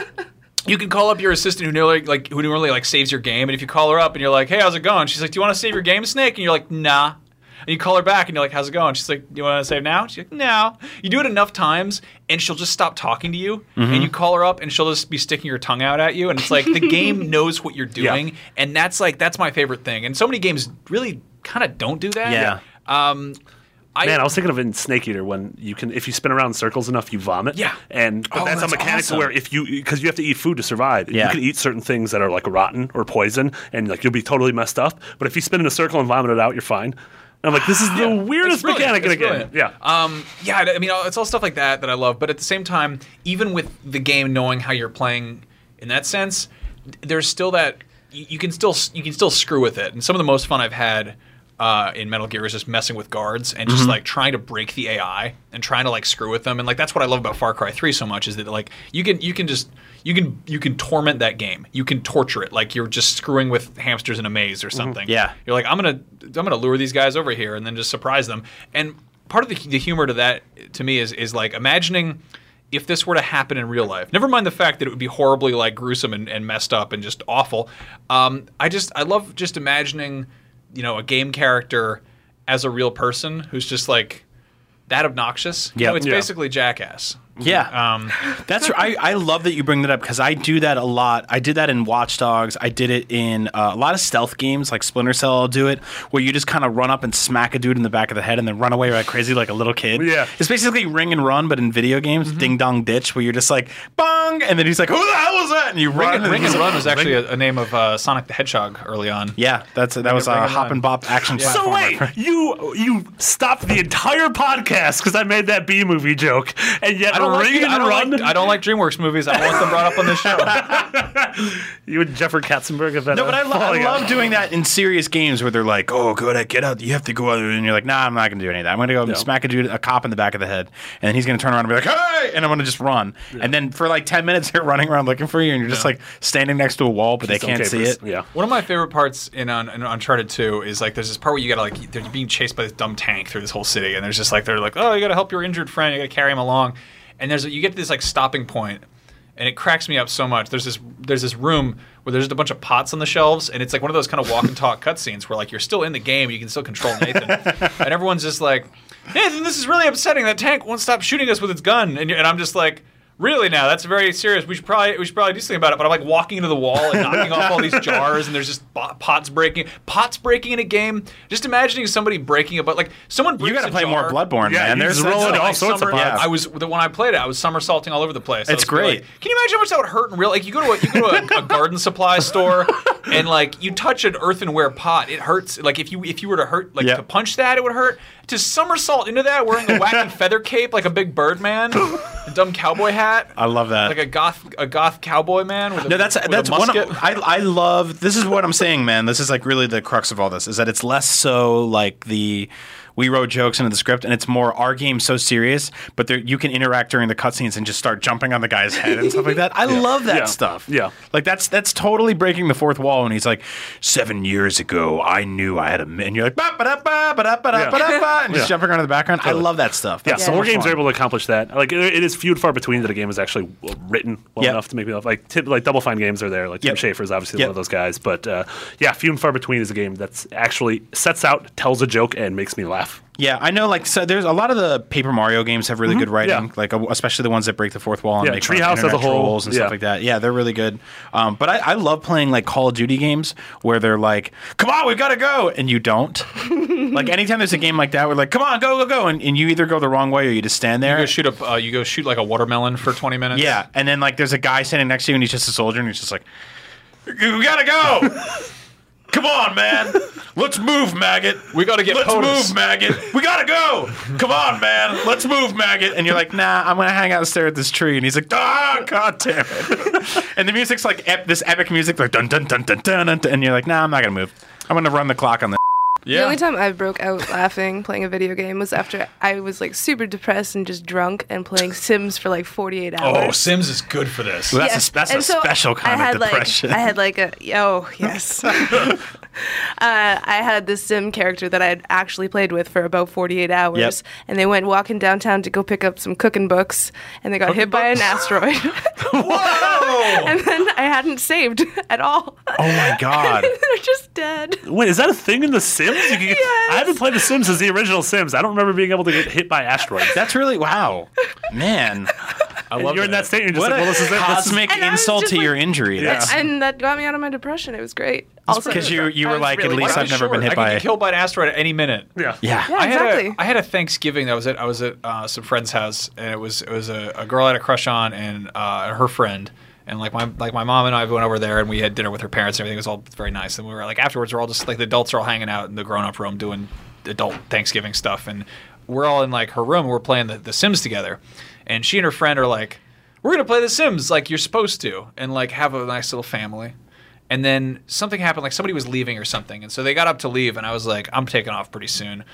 [SPEAKER 1] you can call up your assistant who normally like who normally like saves your game, and if you call her up and you're like, Hey, how's it going? She's like, Do you want to save your game, Snake? And you're like, nah. And you call her back and you're like, How's it going? She's like, Do you want to save now? She's like, No. You do it enough times and she'll just stop talking to you. And you call her up and she'll just be sticking her tongue out at you. And it's like the game knows what you're doing. And that's like that's my favorite thing. And so many games really kind of don't do that.
[SPEAKER 5] Yeah.
[SPEAKER 1] Um I,
[SPEAKER 4] Man, I was thinking of in Snake Eater when you can, if you spin around in circles enough, you vomit.
[SPEAKER 1] Yeah.
[SPEAKER 4] and but
[SPEAKER 1] Oh,
[SPEAKER 4] that's,
[SPEAKER 1] that's
[SPEAKER 4] a mechanic to
[SPEAKER 1] awesome.
[SPEAKER 4] where if you because you have to eat food to survive.
[SPEAKER 5] Yeah.
[SPEAKER 4] you can eat certain things that are like rotten or poison, and like you'll be totally messed up. But if you spin in a circle and vomit it out, you're fine. I'm like, this is the
[SPEAKER 1] It's
[SPEAKER 4] weirdest
[SPEAKER 1] brilliant.
[SPEAKER 4] mechanic in a
[SPEAKER 1] It's
[SPEAKER 4] game.
[SPEAKER 1] brilliant.
[SPEAKER 4] Yeah.
[SPEAKER 1] Um, yeah, I mean, it's all stuff like that that I love. But at the same time, even with the game knowing how you're playing in that sense, there's still that you you can still you can still screw with it. And some of the most fun I've had uh, in Metal Gear is just messing with guards and
[SPEAKER 4] Mm-hmm.
[SPEAKER 1] just like trying to break the AI and trying to like screw with them. And like that's what I love about Far Cry 3 so much is that like you can you can just you can you can torment that game. You can torture it like you're just screwing with hamsters in a maze
[SPEAKER 4] Mm-hmm.
[SPEAKER 1] or something.
[SPEAKER 5] Yeah.
[SPEAKER 1] You're like, I'm gonna I'm gonna lure these guys over here and then just surprise them. And part of the, the humor to that to me is is like imagining if this were to happen in real life. Never mind the fact that it would be horribly like gruesome and, and messed up and just awful. Um, I just I love just imagining, you know, a game character as a real person who's just like that obnoxious.
[SPEAKER 5] Yeah.
[SPEAKER 1] So it's
[SPEAKER 4] Yeah.
[SPEAKER 1] basically jackass.
[SPEAKER 5] Yeah,
[SPEAKER 1] Um,
[SPEAKER 5] that's. I, I love that you bring that up because I do that a lot. I did that in Watch Dogs. I did it in uh, a lot of stealth games like Splinter Cell. I'll do it where you just kind of run up and smack a dude in the back of the head and then run away like crazy like a little kid.
[SPEAKER 4] Yeah.
[SPEAKER 5] it's basically ring and run, but in video games,
[SPEAKER 1] Mm-hmm.
[SPEAKER 5] ding dong ditch, where you're just like bong, and then he's like, "Who the hell was that?" And you run.
[SPEAKER 1] Ring, and- Ring
[SPEAKER 5] he's
[SPEAKER 1] and
[SPEAKER 5] like-
[SPEAKER 1] Run was actually a, a name of uh, Sonic the Hedgehog early on.
[SPEAKER 5] Yeah, that's that was a
[SPEAKER 1] Ring and
[SPEAKER 5] hop
[SPEAKER 1] Run.
[SPEAKER 5] and bop action.
[SPEAKER 4] So
[SPEAKER 5] platformer.
[SPEAKER 4] wait, you you stopped the entire podcast because I made that B movie joke, and yet
[SPEAKER 1] I don't, like,
[SPEAKER 4] ring and
[SPEAKER 1] I, don't
[SPEAKER 4] run.
[SPEAKER 1] like, I don't like DreamWorks movies. I don't want them brought up on the show.
[SPEAKER 4] you and Jeffrey Katzenberg have been
[SPEAKER 5] No, but I,
[SPEAKER 4] uh,
[SPEAKER 5] lo- I
[SPEAKER 4] falling out.
[SPEAKER 5] love doing that in serious games where they're like, "Oh, go out, get out! You have to go out," and you're like, "Nah, I'm not gonna do any of that. I'm gonna go smack a dude, a cop in the back of the head, and then he's gonna turn around and be like, "Hey!" and I'm gonna just run. And then for like ten minutes, they're running around looking for you, and you're just like standing next to a wall, but they
[SPEAKER 4] Some
[SPEAKER 5] can't see
[SPEAKER 4] capers.
[SPEAKER 5] it.
[SPEAKER 4] Yeah.
[SPEAKER 1] One of my favorite parts in, Un- in Uncharted 2 is like there's this part where you gotta like they're being chased by this dumb tank through this whole city, and there's just like they're like, oh, you gotta help your injured friend, you gotta carry him along, and there's you get to this like stopping point, and it cracks me up so much. There's this there's this room where there's just a bunch of pots on the shelves, and it's like one of those kind of walk and talk cutscenes where like you're still in the game, you can still control Nathan, and everyone's just like, Nathan, this is really upsetting. That tank won't stop shooting us with its gun, and, you- and I'm just like. Really now, that's very serious. We should probably we should probably do something about it. But I'm like walking into the wall and knocking off all these jars, and there's just bo- pots breaking. Pots breaking in a game. Just imagining somebody breaking a but like someone breaks
[SPEAKER 5] You gotta
[SPEAKER 1] a
[SPEAKER 5] play more
[SPEAKER 1] jar.
[SPEAKER 5] Bloodborne,
[SPEAKER 4] Yeah,
[SPEAKER 5] man.
[SPEAKER 4] you
[SPEAKER 5] There's
[SPEAKER 4] just roll
[SPEAKER 5] that's
[SPEAKER 4] it
[SPEAKER 5] like
[SPEAKER 4] all sorts of
[SPEAKER 5] summer-
[SPEAKER 4] pots.
[SPEAKER 5] Yeah.
[SPEAKER 1] I was the when I played it. I was somersaulting all over the place. I
[SPEAKER 5] It's
[SPEAKER 1] was really-
[SPEAKER 5] great.
[SPEAKER 1] can you imagine how much that would hurt in real? Like you go to a, you go to a, a garden supply store and like you touch an earthenware pot, it hurts. Like if you if you were to hurt like
[SPEAKER 5] Yeah.
[SPEAKER 1] to punch that, it would hurt. To somersault into that wearing a wacky feather cape like a big bird man, a dumb cowboy hat.
[SPEAKER 5] I love that.
[SPEAKER 1] Like a goth a goth cowboy man with a
[SPEAKER 5] No, that's
[SPEAKER 1] with a
[SPEAKER 5] that's one.
[SPEAKER 1] musket.
[SPEAKER 5] Of, I I love. This is what I'm saying, man. This is like really the crux of all this is that it's less so like the we wrote jokes into the script, and it's more our game's so serious, but there, you can interact during the cutscenes and just start jumping on the guy's head and stuff like that. I love that
[SPEAKER 4] Yeah.
[SPEAKER 5] stuff.
[SPEAKER 4] Yeah.
[SPEAKER 5] like that's that's totally breaking the fourth wall. And he's like, seven years ago, I knew I had a. mi-" And you're like, ba ba da ba ba da ba da
[SPEAKER 4] Yeah.
[SPEAKER 5] ba da ba, and just
[SPEAKER 4] Yeah.
[SPEAKER 5] jumping around in the background. I love that stuff.
[SPEAKER 4] Yeah,
[SPEAKER 5] That's
[SPEAKER 4] so
[SPEAKER 5] so
[SPEAKER 4] more
[SPEAKER 5] much
[SPEAKER 4] games
[SPEAKER 5] fun.
[SPEAKER 4] are able to accomplish that. Like it, it is few and far between that a game is actually well written well
[SPEAKER 5] Yep.
[SPEAKER 4] enough to make me laugh. Like tip, like Double Fine games are there. Like Tim
[SPEAKER 5] Yep.
[SPEAKER 4] Schafer is obviously
[SPEAKER 5] Yep.
[SPEAKER 4] one of those guys, but uh, yeah, few and far between is a game that's actually sets out, tells a joke, and makes me laugh.
[SPEAKER 5] Yeah, I know. Like, so there's a lot of the Paper Mario games have really good writing,
[SPEAKER 4] Mm-hmm. yeah.
[SPEAKER 5] like uh, especially the ones that break the fourth wall and
[SPEAKER 4] Yeah,
[SPEAKER 5] make fun of
[SPEAKER 4] Treehouse as a
[SPEAKER 5] internet
[SPEAKER 4] whole,
[SPEAKER 5] trolls and
[SPEAKER 4] yeah.
[SPEAKER 5] stuff like that. Yeah, they're really good. Um, but I, I love playing like Call of Duty games where they're like, "Come on, we gotta go," and you don't. like anytime there's a game like that, we're like, "Come on, go, go, go," and, and you either go the wrong way or you just stand
[SPEAKER 1] you
[SPEAKER 5] there.
[SPEAKER 1] go shoot a uh, you go shoot like a watermelon for twenty minutes.
[SPEAKER 5] yeah, and then like there's a guy standing next to you and he's just a soldier and he's just like, "We gotta go." Come on, man. Let's move, maggot.
[SPEAKER 1] We gotta get
[SPEAKER 5] Let's
[SPEAKER 1] POTUS.
[SPEAKER 5] move, maggot. We gotta go. Come on, man. Let's move, maggot. And you're like, nah, I'm gonna hang out and stare at this tree. And he's like, ah, god damn it. and the music's like ep- this epic music, like dun dun dun dun dun dun. dun. And you're like, nah, I'm not gonna move. I'm gonna run the clock on this.
[SPEAKER 3] The only time I broke out laughing playing a video game was after I was like super depressed and just drunk and playing Sims for like 48 hours.
[SPEAKER 1] Oh, Sims is good for this.
[SPEAKER 5] Well, that's
[SPEAKER 3] Yeah.
[SPEAKER 5] a, that's a
[SPEAKER 3] And so
[SPEAKER 5] special kind
[SPEAKER 3] I had
[SPEAKER 5] of depression.
[SPEAKER 3] Like, I had like a oh yes. uh, I had this sim character that I had actually played with for about 48 hours,
[SPEAKER 5] Yep.
[SPEAKER 3] and they went walking downtown to go pick up some cooking books, and they got hit by an asteroid.
[SPEAKER 1] Whoa!
[SPEAKER 3] and then I hadn't saved at all.
[SPEAKER 5] oh my god.
[SPEAKER 3] They're just dead.
[SPEAKER 4] Wait, is that a thing in The Sims? You can get-
[SPEAKER 3] Yes.
[SPEAKER 4] I haven't played The Sims since the original Sims. I don't remember being able to get hit by asteroids.
[SPEAKER 5] That's really wow, man.
[SPEAKER 4] And you're in that state. And you're just
[SPEAKER 5] What
[SPEAKER 4] like,
[SPEAKER 5] a
[SPEAKER 4] well, this is it. This is-
[SPEAKER 5] cosmic
[SPEAKER 3] And I was
[SPEAKER 5] insult
[SPEAKER 3] just
[SPEAKER 5] to your
[SPEAKER 3] like-
[SPEAKER 5] injury. That's
[SPEAKER 3] And that got me out of my depression. It was great. Also,
[SPEAKER 5] because you you
[SPEAKER 3] I
[SPEAKER 5] were
[SPEAKER 3] was
[SPEAKER 5] like,
[SPEAKER 3] really
[SPEAKER 5] at least
[SPEAKER 3] drunk.
[SPEAKER 5] I've never been hit
[SPEAKER 1] I
[SPEAKER 5] by.
[SPEAKER 1] could get killed by an asteroid at any minute.
[SPEAKER 4] yeah.
[SPEAKER 5] Yeah.
[SPEAKER 3] Yeah,
[SPEAKER 1] I had,
[SPEAKER 3] exactly.
[SPEAKER 1] a, I had a Thanksgiving that was at I was at uh, some friend's house and it was it was a, a girl I had a crush on and uh, her friend and like my like my mom and I went over there and we had dinner with her parents and everything It was all very nice and we were like afterwards we're all just like the adults are all hanging out in the grown up room doing adult Thanksgiving stuff, and we're all in like her room. We're playing the, the Sims together, and she and her friend are like, "We're gonna play the Sims like you're supposed to, and like have a nice little family." And then something happened, like somebody was leaving or something, and so they got up to leave, and I was like, "I'm taking off pretty soon."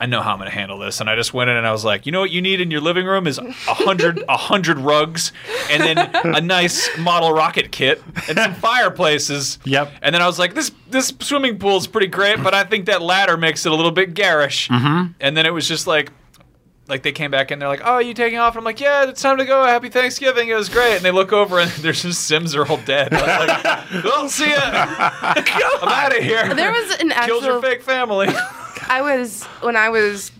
[SPEAKER 1] I know how I'm going to handle this. And I just went in and I was like, you know what you need in your living room is a hundred, a hundred rugs and then a nice model rocket kit and some fireplaces.
[SPEAKER 5] Yep.
[SPEAKER 1] And then I was like, this, this swimming pool is pretty great, but I think that ladder makes it a little bit garish. Mm-hmm. And then it was just like, like they came back and they're like, "Oh, are you taking off?" And I'm like, "Yeah, it's time to go. Happy Thanksgiving. It was great." And they look over and there's just Sims are all dead. And I was like, "Well, see ya. I'm out of here."
[SPEAKER 3] There was an
[SPEAKER 1] Killed your
[SPEAKER 3] actual-
[SPEAKER 1] fake family.
[SPEAKER 3] I was when I was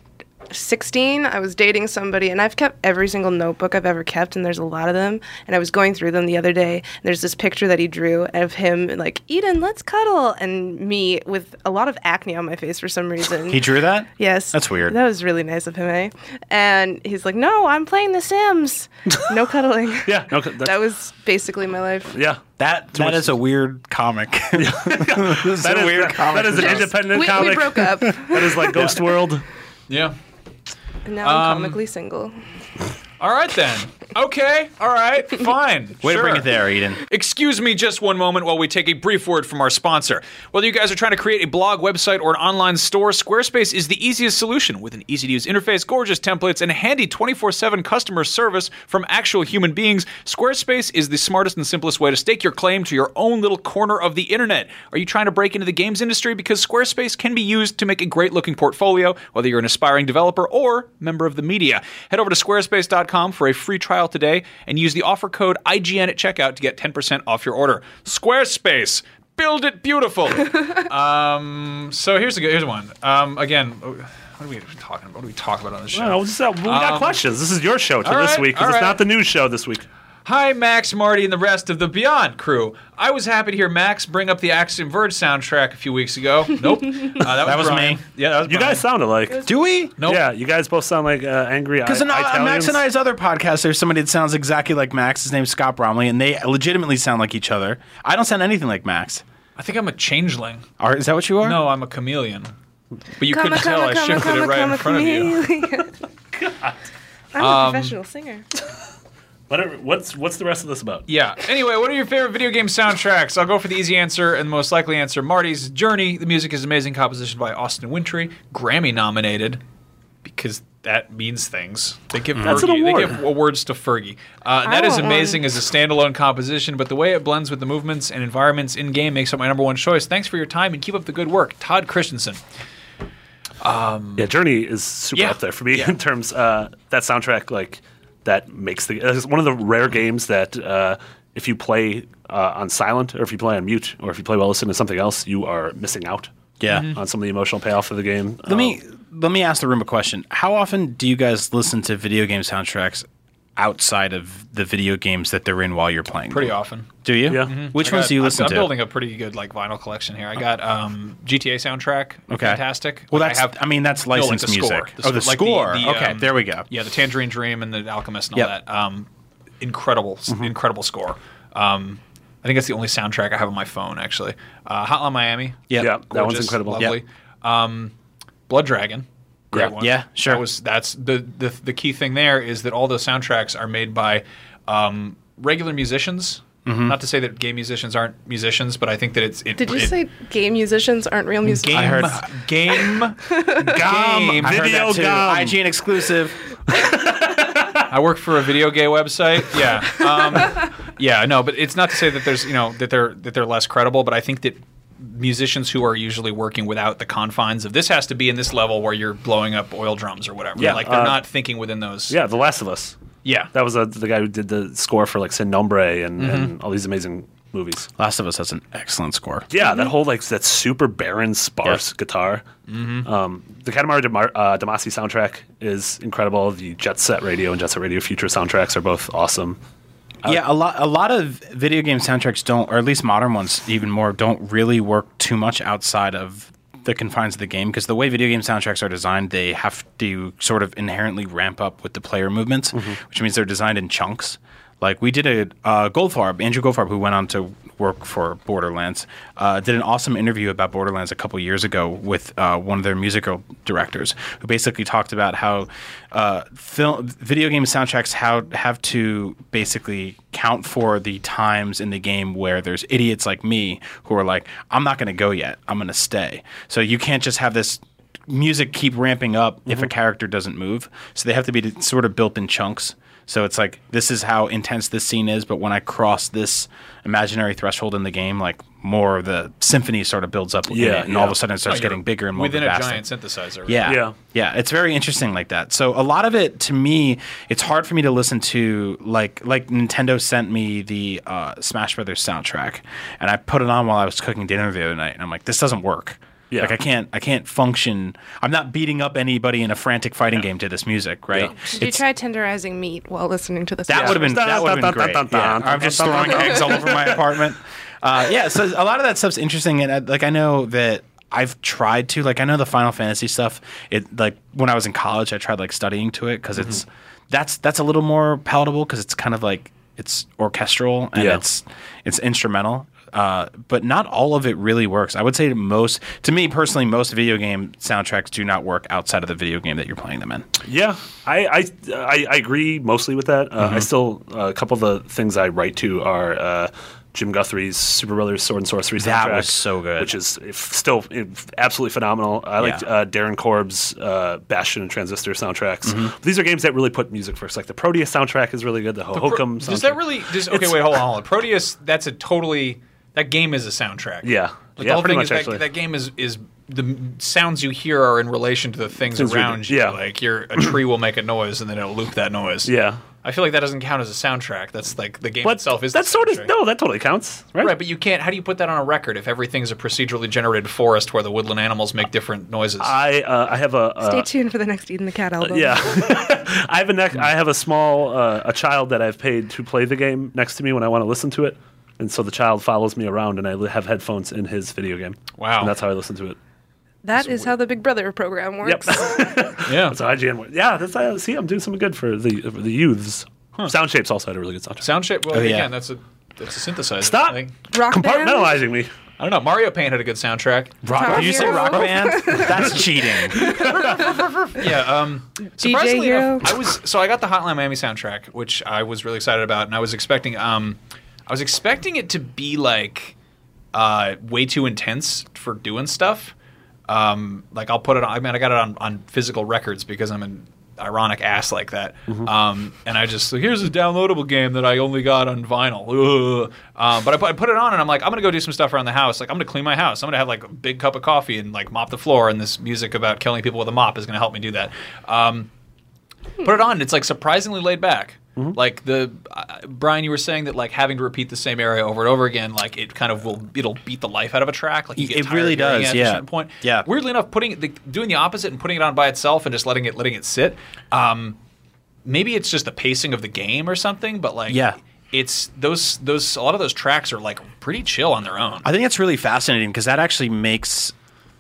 [SPEAKER 3] 16, I was dating somebody and I've kept every single notebook I've ever kept and there's a lot of them and I was going through them the other day and there's this picture that he drew of him like Eden, let's cuddle and me with a lot of acne on my face for some reason.
[SPEAKER 5] He drew that?
[SPEAKER 3] Yes.
[SPEAKER 5] That's weird.
[SPEAKER 3] That was really nice of him, eh? And he's like, "No, I'm playing The Sims. No cuddling."
[SPEAKER 4] Yeah, no, that's,
[SPEAKER 3] That was basically my life.
[SPEAKER 4] yeah.
[SPEAKER 5] That that is a weird comic. This is
[SPEAKER 4] That
[SPEAKER 5] a
[SPEAKER 4] is-
[SPEAKER 5] weird
[SPEAKER 4] that-
[SPEAKER 5] comic.
[SPEAKER 4] that is an
[SPEAKER 5] book.
[SPEAKER 4] independent
[SPEAKER 3] We,
[SPEAKER 4] comic.
[SPEAKER 3] we broke up. and
[SPEAKER 4] that is like Ghost World.
[SPEAKER 1] yeah.
[SPEAKER 3] now
[SPEAKER 4] Um,
[SPEAKER 3] I'm comically single.
[SPEAKER 1] All right then. Okay. All right. Fine.
[SPEAKER 5] Way to bring
[SPEAKER 1] Sure.
[SPEAKER 5] it there, Eden.
[SPEAKER 1] Excuse me just one moment while we take a brief word from our sponsor. Whether you guys are trying to create a blog, website, or an online store, Squarespace is the easiest solution with an easy to use interface, gorgeous templates, and handy 24 7 customer service from actual human beings. Squarespace is the smartest and simplest way to stake your claim to your own little corner of the internet. Are you trying to break into the games industry? Because Squarespace can be used to make a great looking portfolio, whether you're an aspiring developer or member of the media. Head over to squarespace.com for a free trial today and use the offer code IGN at checkout to get 10% off your order. Squarespace, build it beautiful. um, so here's a good, here's one. Um, again, what are we talking about? What do we talk about on this show?
[SPEAKER 4] No, we just- we got
[SPEAKER 5] Um,
[SPEAKER 4] questions. This is your show to
[SPEAKER 1] all
[SPEAKER 4] this
[SPEAKER 1] right,
[SPEAKER 4] week
[SPEAKER 1] all
[SPEAKER 4] because it's
[SPEAKER 1] right.
[SPEAKER 4] not the news show this week.
[SPEAKER 1] Hi, Max, Marty, and the rest of the Beyond crew. I was happy to hear Max bring up the Axiom Verge soundtrack a few weeks ago. Nope. Uh, that,
[SPEAKER 5] That was
[SPEAKER 1] Brian.
[SPEAKER 5] me.
[SPEAKER 1] Yeah, that was
[SPEAKER 4] You guys sound alike.
[SPEAKER 5] Do we? No.
[SPEAKER 4] Yeah, you guys both sound like uh, angry I-
[SPEAKER 5] Because in uh,
[SPEAKER 4] Italians.
[SPEAKER 5] Max and I's other podcast, there's somebody that sounds exactly like Max. His name's Scott Bromley, and they legitimately sound like each other. I don't sound anything like Max.
[SPEAKER 1] I think I'm a changeling.
[SPEAKER 5] Are, is that what you are?
[SPEAKER 1] No, I'm a chameleon. But you
[SPEAKER 3] Come
[SPEAKER 1] couldn't
[SPEAKER 3] on, come
[SPEAKER 1] tell
[SPEAKER 3] on,
[SPEAKER 1] I
[SPEAKER 3] come on,
[SPEAKER 1] shifted
[SPEAKER 3] come
[SPEAKER 1] it
[SPEAKER 3] on,
[SPEAKER 1] right
[SPEAKER 3] come
[SPEAKER 1] in
[SPEAKER 3] on,
[SPEAKER 1] front of you. Um,
[SPEAKER 3] chameleon. I'm a professional singer.
[SPEAKER 4] What- what's what's the rest of this about?
[SPEAKER 1] Yeah. Anyway, what are your favorite video game soundtracks? I'll go for the easy answer and the most likely answer Marty's Journey. The music is amazing composition by Austin Wintry, Grammy nominated because that means things. They give
[SPEAKER 4] That's an
[SPEAKER 1] Fergie- they
[SPEAKER 4] award.
[SPEAKER 1] give awards to Fergie. Uh, that
[SPEAKER 3] I
[SPEAKER 1] is
[SPEAKER 3] want
[SPEAKER 1] amazing as a standalone composition, but the way it blends with the movements and environments in game makes it my number one choice. Thanks for your time and keep up the good work, Todd Christensen.
[SPEAKER 4] Yeah, Journey is super
[SPEAKER 1] Yeah.
[SPEAKER 4] up there for me
[SPEAKER 1] Yeah.
[SPEAKER 4] in terms uh, that soundtrack. Like that makes the uh, it's one of the rare games that uh, if you play uh, on silent or if you play on mute or if you play while listening to something else, you are missing out.
[SPEAKER 5] Yeah. Mhm.
[SPEAKER 4] on some of the emotional payoff of the game.
[SPEAKER 5] Let me let me ask the room a question. How often do you guys listen to video game soundtracks outside of the video games that they're in while you're playing?
[SPEAKER 1] Pretty
[SPEAKER 5] them?
[SPEAKER 1] often.
[SPEAKER 5] Do you? Mm-hmm.
[SPEAKER 4] Yeah. Mhm.
[SPEAKER 5] Which
[SPEAKER 1] Mm-hmm. I
[SPEAKER 5] ones
[SPEAKER 1] got-
[SPEAKER 5] do you
[SPEAKER 1] I'm-
[SPEAKER 5] listen
[SPEAKER 1] I'm
[SPEAKER 5] to?
[SPEAKER 1] building a pretty good like vinyl collection here. I got um, GTA soundtrack.
[SPEAKER 5] Okay.
[SPEAKER 1] fantastic.
[SPEAKER 5] Well,
[SPEAKER 1] Like,
[SPEAKER 5] that's. I, mean, that's
[SPEAKER 1] no, like,
[SPEAKER 5] licensed
[SPEAKER 1] the score.
[SPEAKER 5] music. oh, the
[SPEAKER 1] sc- like,
[SPEAKER 5] score. okay,
[SPEAKER 1] um,
[SPEAKER 5] there we go.
[SPEAKER 1] Yeah, the Tangerine Dream and the Alchemist and all
[SPEAKER 5] Yep. Mm-hmm.
[SPEAKER 1] that. Um, incredible, s incredible score. Um, I think that's the only soundtrack I have on my phone actually. Uh, Hotline Miami.
[SPEAKER 5] Yeah.
[SPEAKER 4] yeah, that one's
[SPEAKER 1] Gorgeous,
[SPEAKER 4] incredible.
[SPEAKER 1] Lovely. Um, Blood Dragon. Great
[SPEAKER 5] Yeah.
[SPEAKER 1] one.
[SPEAKER 5] Yeah, sure.
[SPEAKER 1] That was that's the, the the key thing there is that all those soundtracks are made by um, regular musicians.
[SPEAKER 5] Mm-hmm.
[SPEAKER 1] Not to say that gay musicians aren't musicians, but I think that it's it.
[SPEAKER 3] Did you
[SPEAKER 1] it-
[SPEAKER 3] say gay musicians aren't real musicians?
[SPEAKER 1] game?
[SPEAKER 5] I heard-
[SPEAKER 1] game. game.
[SPEAKER 5] I Um, heard
[SPEAKER 4] Um, Video
[SPEAKER 5] that too.
[SPEAKER 4] gum.
[SPEAKER 5] IGN exclusive.
[SPEAKER 1] I work for a video gay website. Yeah, um, yeah, no, but it's not to say that there's you know that they're that they're less credible, but I think that musicians who are usually working without the confines of this has to be in this level where you're blowing up oil drums or whatever.
[SPEAKER 4] Yeah,
[SPEAKER 1] like they're
[SPEAKER 4] uh,
[SPEAKER 1] not thinking within those.
[SPEAKER 4] Yeah, The Last of Us.
[SPEAKER 1] yeah.
[SPEAKER 4] That was uh the guy who did the score for like Sin Nombre and,
[SPEAKER 5] Mm-hmm.
[SPEAKER 4] and all these amazing movies.
[SPEAKER 5] Last of Us has an excellent score.
[SPEAKER 4] Yeah, that whole like that super barren, sparse guitar. Um, the Katamari Dama- uh, Damacy soundtrack is incredible. The Jet Set Radio and Jet Set Radio Future soundtracks are both awesome.
[SPEAKER 5] yeah, a lot a lot of video game soundtracks don't, or at least modern ones even more, don't really work too much outside of the confines of the game because the way video game soundtracks are designed, they have to sort of inherently ramp up with the player
[SPEAKER 1] Mm-hmm.
[SPEAKER 5] movements, which means they're designed in chunks. Like we did a uh, Goldfarb, Andrew Goldfarb, who went on to work for Borderlands, uh, did an awesome interview about Borderlands a couple years ago with uh, one of their musical directors, who basically talked about how uh, film, video game soundtracks how, have to basically count for the times in the game where there's idiots like me who are like, I'm not going to go yet. I'm going to stay. So you can't just have this music keep ramping up if a character doesn't move. So they have to be t- sort of built in chunks. So it's like this is how intense this scene is, but when I cross this imaginary threshold in the game, like more of the symphony sort of builds up, in
[SPEAKER 4] Yeah,
[SPEAKER 5] it, and all of
[SPEAKER 4] yeah.
[SPEAKER 5] a sudden it starts getting bigger and more
[SPEAKER 1] Oh, within a
[SPEAKER 5] bombastic.
[SPEAKER 1] giant synthesizer. right?
[SPEAKER 5] Yeah.
[SPEAKER 4] Yeah.
[SPEAKER 5] Yeah. It's very interesting like that. So a lot of it to me, it's hard for me to listen to like like Nintendo sent me the uh, Smash Brothers soundtrack and I put it on while I was cooking dinner the other night and I'm like, this doesn't work.
[SPEAKER 4] Yeah.
[SPEAKER 5] Like I can't I can't function. I'm not beating up anybody in a frantic fighting game to this music, right?
[SPEAKER 3] Did you
[SPEAKER 5] It's-
[SPEAKER 3] try tenderizing meat while listening to this?
[SPEAKER 5] that would have been
[SPEAKER 4] Dun,
[SPEAKER 5] that would have been
[SPEAKER 4] dun, dun,
[SPEAKER 5] great.
[SPEAKER 4] dun, dun,
[SPEAKER 5] Yeah.
[SPEAKER 4] dun,
[SPEAKER 5] I'm just
[SPEAKER 4] dun, dun,
[SPEAKER 5] throwing eggs all over my apartment. Uh, yeah, so a lot of that stuff's interesting, and uh, like I know that I've tried to like I know the Final Fantasy stuff. It like when I was in college, I tried like studying to it because
[SPEAKER 4] Mm-hmm.
[SPEAKER 5] it's that's that's a little more palatable because it's kind of like it's orchestral and
[SPEAKER 4] Yeah.
[SPEAKER 5] it's it's instrumental. Uh, but not all of it really works. I would say most, to me personally, most video game soundtracks do not work outside of the video game that you're playing them in.
[SPEAKER 4] Yeah, I I, I, I agree mostly with that. Uh, I still uh, a couple of the things I write to are uh, Jim Guthrie's Super Brothers Sword and Sorcery soundtrack.
[SPEAKER 5] That was so good.
[SPEAKER 4] which is if, still if, absolutely phenomenal. I liked
[SPEAKER 5] Yeah.
[SPEAKER 4] uh, Darren Korb's uh, Bastion and Transistor soundtracks. These are games that really put music first. Like the Proteus soundtrack is really good. Mm-hmm. The Ho
[SPEAKER 1] Pro-
[SPEAKER 4] Hokum.
[SPEAKER 1] Does
[SPEAKER 4] soundtrack.
[SPEAKER 1] that really? Does, okay,
[SPEAKER 4] It's-
[SPEAKER 1] wait, hold on, hold on. Proteus. That's a totally. That game is a soundtrack.
[SPEAKER 4] Yeah.
[SPEAKER 1] Like,
[SPEAKER 4] Yeah,
[SPEAKER 1] the whole
[SPEAKER 4] pretty
[SPEAKER 1] thing
[SPEAKER 4] much,
[SPEAKER 1] is that,
[SPEAKER 4] actually.
[SPEAKER 1] that game is is the m- sounds you hear are in relation to the things
[SPEAKER 4] Things we-
[SPEAKER 1] around you.
[SPEAKER 4] yeah.
[SPEAKER 1] Like your a tree will make a noise and then it'll loop that noise.
[SPEAKER 4] Yeah.
[SPEAKER 1] I feel like that doesn't count as a soundtrack. That's like the game
[SPEAKER 4] But
[SPEAKER 1] itself is. the
[SPEAKER 4] that sort of
[SPEAKER 1] soundtrack.
[SPEAKER 4] no, that totally counts, right?
[SPEAKER 1] Right, but you can't. How do you put that on a record if everything's a procedurally generated forest where the woodland animals make different noises?
[SPEAKER 4] I uh, I have a, a
[SPEAKER 3] Stay tuned for the next Eden the Cat
[SPEAKER 1] uh,
[SPEAKER 3] album.
[SPEAKER 4] Yeah, I have a neck. I have a small uh, a child that I've paid to play the game next to me when I want to listen to it, and so the child follows me around, and I li- have headphones in his video game.
[SPEAKER 1] Wow.
[SPEAKER 4] and that's how I listen to it.
[SPEAKER 3] That is how the Big Brother program
[SPEAKER 4] Yep.
[SPEAKER 3] works.
[SPEAKER 1] yeah.
[SPEAKER 4] so IGN. wa- Yeah, that's uh, see, I'm doing something good for the for the youths. Sound Shapes also had a really good soundtrack.
[SPEAKER 1] Sound shape. Well,
[SPEAKER 5] Oh, yeah.
[SPEAKER 1] again, that's a that's a synthesizer.
[SPEAKER 4] Stop.
[SPEAKER 1] thing.
[SPEAKER 3] Rock band.
[SPEAKER 4] Compartmentalizing me.
[SPEAKER 1] I don't know. Mario Paint had a good soundtrack.
[SPEAKER 5] Rock,
[SPEAKER 3] Top
[SPEAKER 5] did you say
[SPEAKER 3] Hero.
[SPEAKER 5] rock band? That's cheating.
[SPEAKER 1] yeah. Um, surprisingly
[SPEAKER 3] Hero.
[SPEAKER 1] enough, I was so I got the Hotline Miami soundtrack, which I was really excited about, and I was expecting um, I was expecting it to be like uh, way too intense for doing stuff. Um, like I'll put it on. I mean, I got it on, on physical records because I'm an ironic ass like that. Um, and I just like, here's a downloadable game that I only got on vinyl. Ugh. Um, but I put, I put it on and I'm like, I'm gonna go do some stuff around the house. Like I'm gonna clean my house. I'm gonna have like a big cup of coffee and like mop the floor. And this music about killing people with a mop is gonna help me do that. Um, put it on. and It's like surprisingly laid back.
[SPEAKER 5] Mm-hmm.
[SPEAKER 1] Like the uh, Brian, you were saying that like having to repeat the same area over and over again, like it kind of will it'll beat the life out of a track. Like you get
[SPEAKER 5] It
[SPEAKER 1] tired
[SPEAKER 5] really
[SPEAKER 1] of hearing
[SPEAKER 5] does,
[SPEAKER 1] It at
[SPEAKER 5] yeah.
[SPEAKER 1] a certain point,
[SPEAKER 5] Yeah.
[SPEAKER 1] Weirdly enough, putting the, doing the opposite and putting it on by itself and just letting it letting it sit. Um, maybe it's just the pacing of the game or something, but like
[SPEAKER 5] Yeah.
[SPEAKER 1] It's those those a lot of those tracks are like pretty chill on their own.
[SPEAKER 5] I think that's really fascinating because that actually makes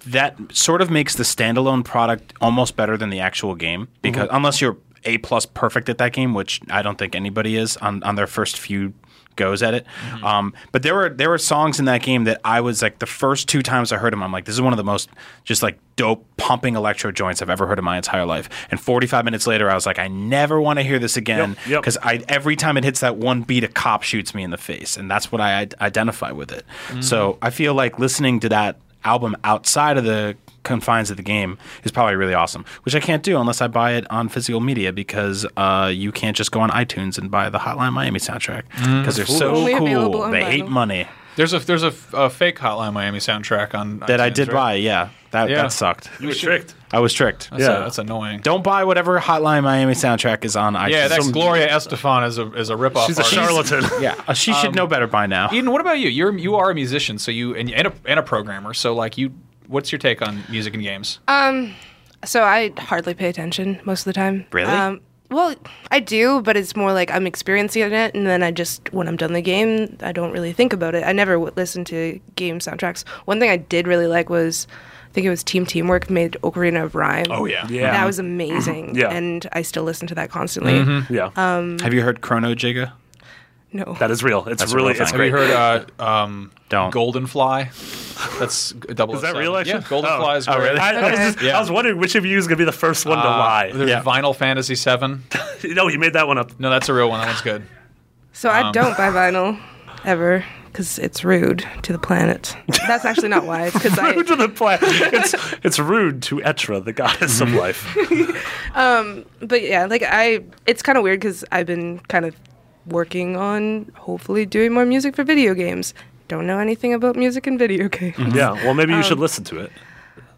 [SPEAKER 5] that sort of makes the standalone product almost better than the actual game
[SPEAKER 4] Mm-hmm.
[SPEAKER 5] because unless you're a plus perfect at that game, which I don't think anybody is on, on their first few goes at it.
[SPEAKER 4] Mm-hmm.
[SPEAKER 5] Um, but there were there were songs in that game that I was like the first two times I heard them, I'm like, this is one of the most just like dope pumping electro joints I've ever heard in my entire life. And 45 minutes later, I was like, I never want to hear this again
[SPEAKER 4] Yep, yep.
[SPEAKER 5] because I every time it hits that one beat, a cop shoots me in the face, and that's what I Id- identify with it.
[SPEAKER 1] Mm.
[SPEAKER 5] So I feel like listening to that album outside of the confines of the game is probably really awesome, which I can't do unless I buy it on physical media because uh, you can't just go on iTunes and buy the Hotline Miami soundtrack
[SPEAKER 1] Mm.
[SPEAKER 5] because they're so
[SPEAKER 3] Only available
[SPEAKER 5] cool.
[SPEAKER 3] on
[SPEAKER 5] They
[SPEAKER 3] vinyl.
[SPEAKER 5] hate money
[SPEAKER 1] There's a there's a, a fake Hotline Miami soundtrack on
[SPEAKER 5] that I
[SPEAKER 1] iTunes,
[SPEAKER 5] did
[SPEAKER 1] right?
[SPEAKER 5] buy. Yeah, that
[SPEAKER 1] Yeah.
[SPEAKER 5] that sucked.
[SPEAKER 4] You were tricked.
[SPEAKER 5] I was tricked.
[SPEAKER 1] That's,
[SPEAKER 4] Yeah.
[SPEAKER 1] that's annoying.
[SPEAKER 5] Don't buy whatever Hotline Miami soundtrack is on iTunes.
[SPEAKER 1] yeah, that's Gloria Estefan is a is a ripoff.
[SPEAKER 4] She's a
[SPEAKER 1] artist.
[SPEAKER 4] charlatan.
[SPEAKER 5] yeah, uh, she
[SPEAKER 1] Um,
[SPEAKER 5] should know better by now.
[SPEAKER 1] Eden, what about you? You're you are a musician, so you and and a, and a programmer. So like you, what's your take on music and games?
[SPEAKER 3] Uh, So I hardly pay attention most of the time.
[SPEAKER 5] Really?
[SPEAKER 3] Um, well, I do, but it's more like I'm experiencing it, and then I just when I'm done the game, I don't really think about it. I never w- listen to game soundtracks. One thing I did really like was, I think it was Team Teamwork made Ocarina of Rhyme.
[SPEAKER 1] yeah,
[SPEAKER 4] Yeah.
[SPEAKER 3] That was amazing.
[SPEAKER 4] Yeah. Mm-hmm.
[SPEAKER 3] And I still listen to that constantly.
[SPEAKER 4] yeah.
[SPEAKER 5] Have you heard Chrono Jigga?
[SPEAKER 3] No.
[SPEAKER 4] That is real. It's
[SPEAKER 5] That's a
[SPEAKER 4] really
[SPEAKER 5] real
[SPEAKER 4] it's
[SPEAKER 5] thing.
[SPEAKER 1] Have
[SPEAKER 4] great.
[SPEAKER 1] you heard uh, um,
[SPEAKER 5] Don't.
[SPEAKER 1] Golden Fly? That's double.
[SPEAKER 4] Is that real? Actually,
[SPEAKER 1] Yeah, Golden
[SPEAKER 4] oh.
[SPEAKER 1] Fly is
[SPEAKER 5] Oh,
[SPEAKER 1] great.
[SPEAKER 5] really?
[SPEAKER 4] I, I was
[SPEAKER 3] Okay.
[SPEAKER 4] just,
[SPEAKER 1] Yeah.
[SPEAKER 4] I was wondering which of you is going to be the first one to
[SPEAKER 1] Uh,
[SPEAKER 4] lie.
[SPEAKER 1] There's
[SPEAKER 5] Yeah.
[SPEAKER 1] Vinyl Fantasy Seven.
[SPEAKER 4] No, you made that one up.
[SPEAKER 1] No, that's a real one. That one's good.
[SPEAKER 3] So
[SPEAKER 4] um,
[SPEAKER 3] I don't buy vinyl ever because it's rude to the planet. That's actually not why. It's because I
[SPEAKER 4] Rude to the planet. It's it's rude to Etra, the goddess
[SPEAKER 1] Mm-hmm.
[SPEAKER 4] of life.
[SPEAKER 3] but yeah, like I, it's kind of weird because I've been kind of working on hopefully doing more music for video games. Don't know anything about music and video games.
[SPEAKER 5] Mm-hmm.
[SPEAKER 4] yeah. Well, maybe you should listen to it.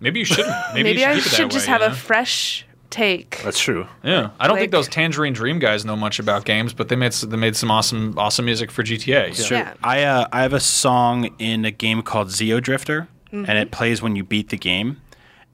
[SPEAKER 1] Maybe you shouldn't. Maybe,
[SPEAKER 3] Maybe
[SPEAKER 1] you should
[SPEAKER 3] I
[SPEAKER 1] keep it that
[SPEAKER 3] should just
[SPEAKER 1] way,
[SPEAKER 3] have
[SPEAKER 1] you
[SPEAKER 3] a
[SPEAKER 1] know?
[SPEAKER 3] fresh take.
[SPEAKER 4] That's true.
[SPEAKER 1] Yeah, I don't think
[SPEAKER 3] like-
[SPEAKER 1] those Tangerine Dream guys know much about games, but they made s- they made some awesome awesome music for GTA. Yeah.
[SPEAKER 3] Yeah.
[SPEAKER 5] I uh, I have a song in a game called Zeo Drifter, and
[SPEAKER 3] Mm-hmm.
[SPEAKER 5] it plays when you beat the game.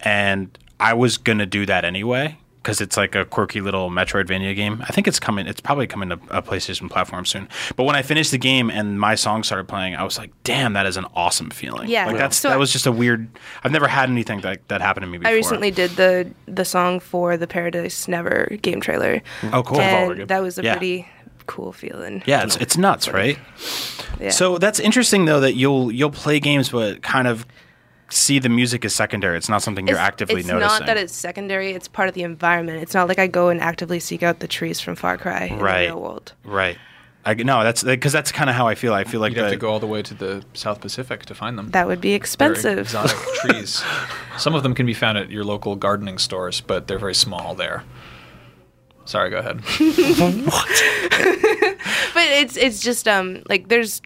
[SPEAKER 5] And I was gonna do that anyway because it's like a quirky little Metroidvania game. I think it's coming. It's probably coming to a PlayStation platform soon. But when I finished the game and my song started playing, I was like, "Damn, that is an awesome feeling."
[SPEAKER 3] Yeah.
[SPEAKER 5] like
[SPEAKER 3] Yeah.
[SPEAKER 5] that's
[SPEAKER 3] So
[SPEAKER 5] that
[SPEAKER 3] I-
[SPEAKER 5] was just a weird. I've never had anything that that happened to me before.
[SPEAKER 3] I recently did the the song for the Paradise Never game trailer.
[SPEAKER 5] Oh, cool.
[SPEAKER 3] And that was a
[SPEAKER 5] Yeah.
[SPEAKER 3] pretty cool feeling.
[SPEAKER 5] Yeah, it's, it's nuts, right?
[SPEAKER 3] Yeah.
[SPEAKER 5] So that's interesting though that you'll you'll play games but kind of see the music as secondary. It's not something you're
[SPEAKER 3] It's-
[SPEAKER 5] actively
[SPEAKER 3] it's
[SPEAKER 5] noticing.
[SPEAKER 3] not that it's secondary; it's part of the environment. It's not like I go and actively seek out the trees from Far Cry in
[SPEAKER 5] Right.
[SPEAKER 3] the real world.
[SPEAKER 5] right. I, no, that's because that's kind of how I feel. I feel like
[SPEAKER 1] You'd have
[SPEAKER 5] the-
[SPEAKER 1] to go all the way to the South Pacific to find them.
[SPEAKER 3] That would be
[SPEAKER 1] They're
[SPEAKER 3] expensive.
[SPEAKER 1] Exotic trees. Some of them can be found at your local gardening stores, but they're very small there. Sorry, go ahead.
[SPEAKER 3] But it's it's just um like there's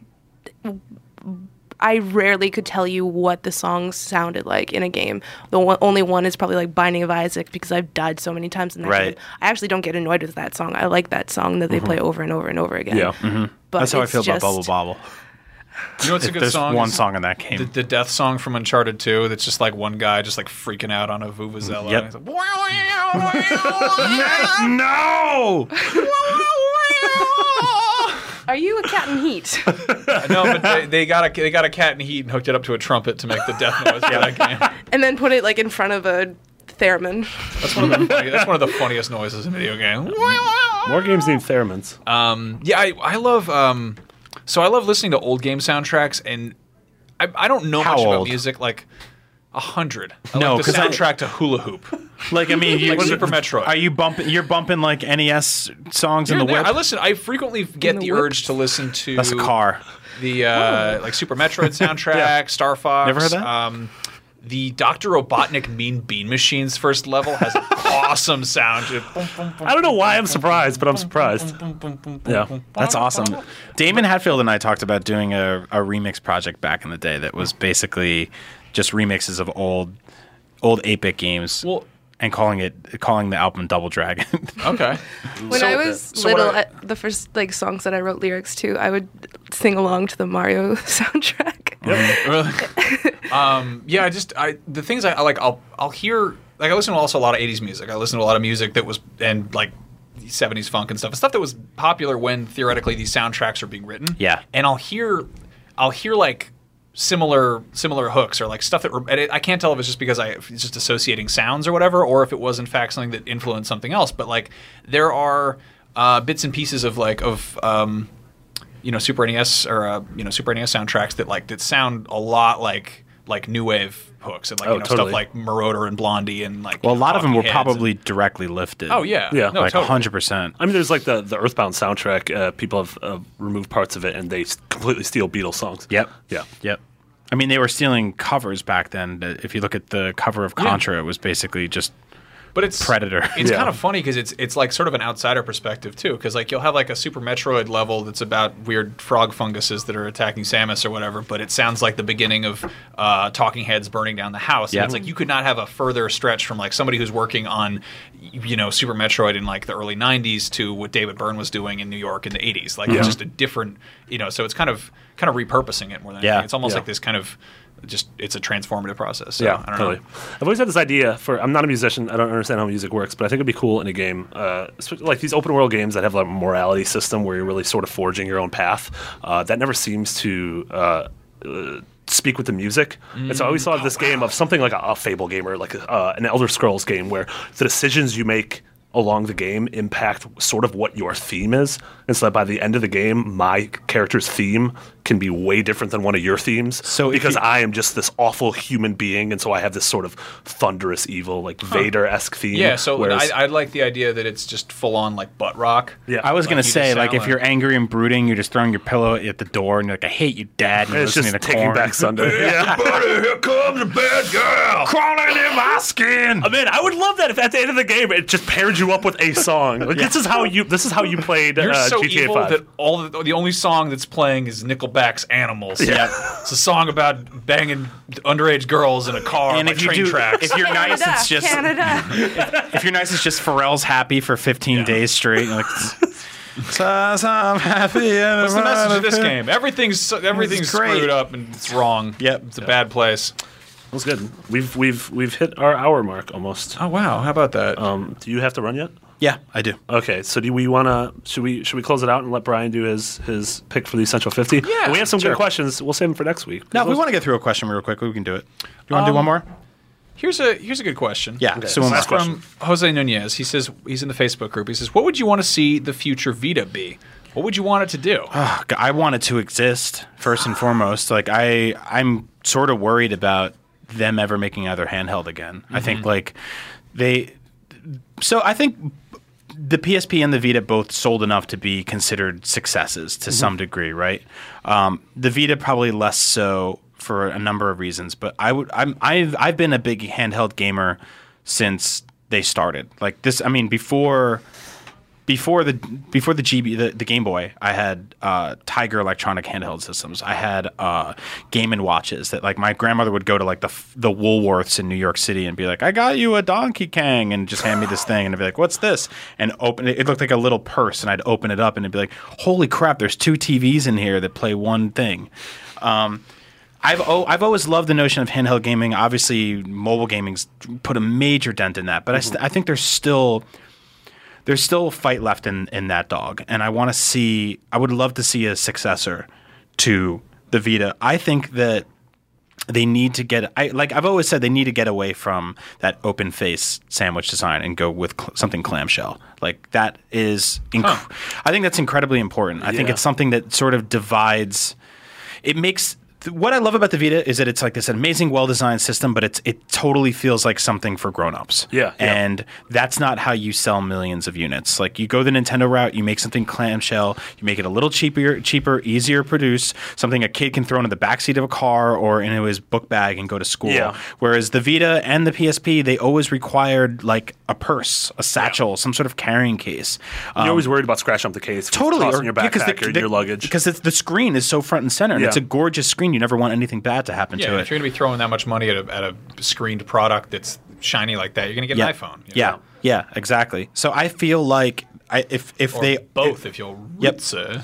[SPEAKER 3] I rarely could tell you what the songs sounded like in a game. The one, only one is probably like Binding of Isaac because I've died so many times in that
[SPEAKER 5] Right. Mm-hmm.
[SPEAKER 3] game. I actually don't get annoyed with that song. I like that song that they play over and over and over again.
[SPEAKER 4] Yeah.
[SPEAKER 1] Mm-hmm.
[SPEAKER 3] But
[SPEAKER 5] that's how I
[SPEAKER 3] it's
[SPEAKER 5] feel
[SPEAKER 3] just-
[SPEAKER 5] about Bubble Bobble.
[SPEAKER 1] You know what's a good
[SPEAKER 5] There's
[SPEAKER 1] song?
[SPEAKER 5] one
[SPEAKER 1] is
[SPEAKER 5] song in that game.
[SPEAKER 1] The, the death song from Uncharted 2 that's just like one guy just like freaking out on a Vuvuzela.
[SPEAKER 5] Mm, Yep.
[SPEAKER 1] And he's like, "Wow,
[SPEAKER 5] no,
[SPEAKER 3] Are you a cat in heat?
[SPEAKER 1] wow." no, but they, they got a they got a cat in heat and hooked it up to a trumpet to make the death noise for that game.
[SPEAKER 3] and then put it like in front of a theremin.
[SPEAKER 5] Mm.
[SPEAKER 1] That's one of the funny, that's one of the funniest noises in a video game.
[SPEAKER 4] Mm-hmm. More games need theremins.
[SPEAKER 1] Uh, Yeah, I, I love um, so I love listening to old game soundtracks, and I, I don't know
[SPEAKER 5] How
[SPEAKER 1] much about
[SPEAKER 5] old?
[SPEAKER 1] music like a hundred. I
[SPEAKER 5] No,
[SPEAKER 1] like the
[SPEAKER 5] 'cause I-
[SPEAKER 1] soundtrack to Hula Hoop.
[SPEAKER 5] like I mean, you,
[SPEAKER 1] Like Super Metroid.
[SPEAKER 5] Are you bumping? You're bumping like NES songs in
[SPEAKER 1] Here
[SPEAKER 5] the
[SPEAKER 1] and there.
[SPEAKER 5] whip.
[SPEAKER 1] I listen. I frequently get the,
[SPEAKER 3] whip.
[SPEAKER 1] urge to listen to
[SPEAKER 5] that's a car.
[SPEAKER 1] the uh, like Super Metroid soundtrack, Star Fox.
[SPEAKER 5] Never heard that?
[SPEAKER 1] Um, the Doctor Robotnik Mean Bean Machine's first level has an awesome sound.
[SPEAKER 4] I don't know why I'm surprised, but I'm surprised. Yeah.
[SPEAKER 5] That's awesome. Damon Hatfield and I talked about doing a, a remix project back in the day that
[SPEAKER 1] Mm.
[SPEAKER 5] was basically just remixes of old old 8-bit games
[SPEAKER 1] Well-
[SPEAKER 5] and calling it calling the album Double Dragon.
[SPEAKER 1] Okay.
[SPEAKER 3] When
[SPEAKER 1] So-
[SPEAKER 3] I was
[SPEAKER 1] so what
[SPEAKER 3] little,
[SPEAKER 1] I-
[SPEAKER 3] I, the first like songs that I wrote lyrics to, I would sing along to the Mario soundtrack.
[SPEAKER 1] Really? um, yeah, I just I the things I, I like I'll I'll hear like I listen to also a lot of 80s music. I listen to a lot of music that was and like 70s funk and stuff. Stuff that was popular when theoretically these soundtracks are being written.
[SPEAKER 5] Yeah.
[SPEAKER 1] And I'll hear I'll hear like similar similar hooks or like stuff that re- and it, I can't tell if it's just because I if it's just associating sounds or whatever or if it was in fact something that influenced something else but like there are uh, bits and pieces of like of um, you know Super NES or uh, you know Super NES soundtracks that like that sound a lot like like new wave hooks and like
[SPEAKER 4] Oh,
[SPEAKER 1] you know
[SPEAKER 4] totally.
[SPEAKER 1] stuff like Marauder and Blondie and like
[SPEAKER 5] well, a lot of them were
[SPEAKER 1] Talking Heads and-
[SPEAKER 5] probably directly lifted.
[SPEAKER 1] oh yeah
[SPEAKER 4] Yeah.
[SPEAKER 1] no
[SPEAKER 5] like
[SPEAKER 1] totally.
[SPEAKER 5] 100%.
[SPEAKER 4] I mean, there's like the, the Earthbound soundtrack. Uh, people have uh, removed parts of it, and they s- completely steal Beatles songs.
[SPEAKER 5] Yep.
[SPEAKER 4] Yeah.
[SPEAKER 5] Yep. I mean, they were stealing covers back then. If you look at the cover of Contra, it was basically just
[SPEAKER 1] but it's
[SPEAKER 5] Predator.
[SPEAKER 1] It's
[SPEAKER 4] Yeah.
[SPEAKER 1] kind of funny because it's it's like sort of an outsider perspective too, because like you'll have like a Super Metroid level that's about weird frog funguses that are attacking Samus or whatever, but it sounds like the beginning of uh, Talking Heads burning down the house. And
[SPEAKER 5] Yeah.
[SPEAKER 1] it's like you could not have a further stretch from like somebody who's working on you know Super Metroid in like the early '90s to what David Byrne was doing in New York in the '80s. Like it's just a different, you know. So it's kind of kind of repurposing it more than
[SPEAKER 5] Yeah.
[SPEAKER 1] anything. It's almost
[SPEAKER 4] Yeah.
[SPEAKER 1] like this kind of just it's a transformative process. So
[SPEAKER 4] yeah,
[SPEAKER 1] I don't
[SPEAKER 4] totally.
[SPEAKER 1] know.
[SPEAKER 4] I've always had this idea for. I'm not a musician. I don't understand how music works, but I think it'd be cool in a game, uh, sp- like these open world games that have like a morality system where you're really sort of forging your own path. Uh, that never seems to. Uh, uh, Speak with the music, and so I
[SPEAKER 5] Mm.
[SPEAKER 4] always thought of
[SPEAKER 5] Oh,
[SPEAKER 4] this game of something like a, a Fable game or like a, uh, an Elder Scrolls game, where the decisions you make along the game impact sort of what your theme is. And so that by the end of the game, my character's theme can be way different than one of your themes.
[SPEAKER 5] So if
[SPEAKER 4] because
[SPEAKER 5] you-
[SPEAKER 4] I am just this awful human being, and so I have this sort of thunderous evil, like Vader esque theme.
[SPEAKER 1] Yeah, so
[SPEAKER 4] whereas-
[SPEAKER 1] I, I like the idea that it's just full on like butt rock.
[SPEAKER 4] Yeah.
[SPEAKER 5] I was
[SPEAKER 1] Like,
[SPEAKER 5] gonna
[SPEAKER 1] you just
[SPEAKER 5] say, like,
[SPEAKER 1] sound
[SPEAKER 5] if
[SPEAKER 1] like-
[SPEAKER 5] you're angry and brooding, you're just throwing your pillow at the door and you're like, "I hate you, Dad." And you're
[SPEAKER 4] it's just
[SPEAKER 5] listening to
[SPEAKER 4] taking
[SPEAKER 5] Korn.
[SPEAKER 4] back Sunday. yeah.
[SPEAKER 5] here comes a bad girl crawling in my skin.
[SPEAKER 4] Oh, man, I would love that if at the end of the game it just paired you up with a song. Like, This is how you this is how you played
[SPEAKER 1] You're
[SPEAKER 4] uh,
[SPEAKER 1] so
[SPEAKER 4] GTA
[SPEAKER 1] evil
[SPEAKER 4] Five.
[SPEAKER 1] that all the, the only song that's playing is Nickelback's "Animals."
[SPEAKER 4] Yeah.
[SPEAKER 1] it's a song about banging underage girls in a car on
[SPEAKER 5] And if
[SPEAKER 1] like
[SPEAKER 5] you
[SPEAKER 1] train
[SPEAKER 5] do,
[SPEAKER 1] tracks.
[SPEAKER 5] if you're nice,
[SPEAKER 3] Canada,
[SPEAKER 5] it's just
[SPEAKER 3] Canada.
[SPEAKER 5] if you're nice, it's just Pharrell's happy for 15 days straight. Like, "Says I'm happy. and
[SPEAKER 1] What's the
[SPEAKER 5] I'm
[SPEAKER 1] message of this
[SPEAKER 5] happy."
[SPEAKER 1] game? Everything's so- everything's
[SPEAKER 5] great.
[SPEAKER 1] screwed up and it's wrong.
[SPEAKER 5] Yep.
[SPEAKER 1] it's a bad place.
[SPEAKER 4] That's good. We've we've we've hit our hour mark almost.
[SPEAKER 1] Oh wow, how about that?
[SPEAKER 4] Um, do you have to run yet?
[SPEAKER 5] Yeah, I do.
[SPEAKER 4] Okay, so do we want to? Should we should we close it out and let Brian do his his pick for the essential fifty?
[SPEAKER 1] Yeah,
[SPEAKER 4] we have some
[SPEAKER 1] sure.
[SPEAKER 4] good questions. We'll save them for next week.
[SPEAKER 5] Now, if we want to get through a question real quick, we can do it. Do you want to do
[SPEAKER 3] Um,
[SPEAKER 5] one more?
[SPEAKER 1] here's a here's a good question.
[SPEAKER 5] Yeah.
[SPEAKER 4] okay.
[SPEAKER 5] So one more.
[SPEAKER 4] Last
[SPEAKER 1] It's from Jose Nunez. He says he's in the Facebook group. He says, "What would you want to see the future Vita be? What would you want it to do?"
[SPEAKER 5] Ugh, I wanted to exist first and foremost. Like I, I'm sort of worried about them ever making another handheld again. I think like they. So I think the PSP and the Vita both sold enough to be considered successes to some degree, right? Um, the Vita probably less so for a number of reasons, but I would I'm I've I've been a big handheld gamer since they started. Like this, I mean, before before the before the GB the, the Game Boy, I had uh, Tiger electronic handheld systems. I had uh, Game and Watches that like my grandmother would go to like the f- the Woolworths in New York City and be like, "I got you a Donkey Kong," and just hand me this thing and I'd be like, "What's this?" And open it. It looked like a little purse, and I'd open it up and it'd be like, "Holy crap! There's two TVs in here that play one thing." Um, I've oh, I've always loved the notion of handheld gaming. Obviously, mobile gaming's put a major dent in that, but I, st- I think there's still there's still a fight left in in that dog, and I want to see. I would love to see a successor to the Vita. I think that they need to get. I like I've always said they need to get away from that open face sandwich design and go with cl- something clamshell. Like that is. Inc- I think that's incredibly important. I think
[SPEAKER 4] Yeah.
[SPEAKER 5] it's something that sort of divides it makes th- what I love about the Vita is that it's like this amazing, well-designed system, but it's it totally feels like something for grown-ups.
[SPEAKER 4] Yeah, yeah.
[SPEAKER 5] and that's not how you sell millions of units. Like you go the Nintendo route, you make something clamshell, you make it a little cheaper, cheaper, easier to produce, something a kid can throw into the backseat of a car or into his book bag and go to school.
[SPEAKER 4] Yeah.
[SPEAKER 5] Whereas the Vita and the PSP, they always required like a purse, a satchel, some sort of carrying case.
[SPEAKER 4] You're always worried about scratching up the case,
[SPEAKER 5] Um, Totally,
[SPEAKER 4] tossing your
[SPEAKER 5] yeah,
[SPEAKER 4] backpack
[SPEAKER 5] 'cause the-
[SPEAKER 4] or
[SPEAKER 5] the-
[SPEAKER 4] your luggage.
[SPEAKER 5] because it's, the screen is so front and center, and
[SPEAKER 4] Yeah.
[SPEAKER 5] it's a gorgeous screen. You never want anything bad to happen
[SPEAKER 1] yeah,
[SPEAKER 5] to
[SPEAKER 1] if
[SPEAKER 5] it.
[SPEAKER 1] you're gonna be throwing that much money at a, at a screened product that's shiny like that, you're gonna get
[SPEAKER 5] yeah.
[SPEAKER 1] an iPhone. you
[SPEAKER 5] yeah,
[SPEAKER 1] know?
[SPEAKER 5] yeah, exactly. So I feel like I, if if
[SPEAKER 1] Or
[SPEAKER 5] they
[SPEAKER 1] both, if you'll
[SPEAKER 5] Yep.
[SPEAKER 1] sir.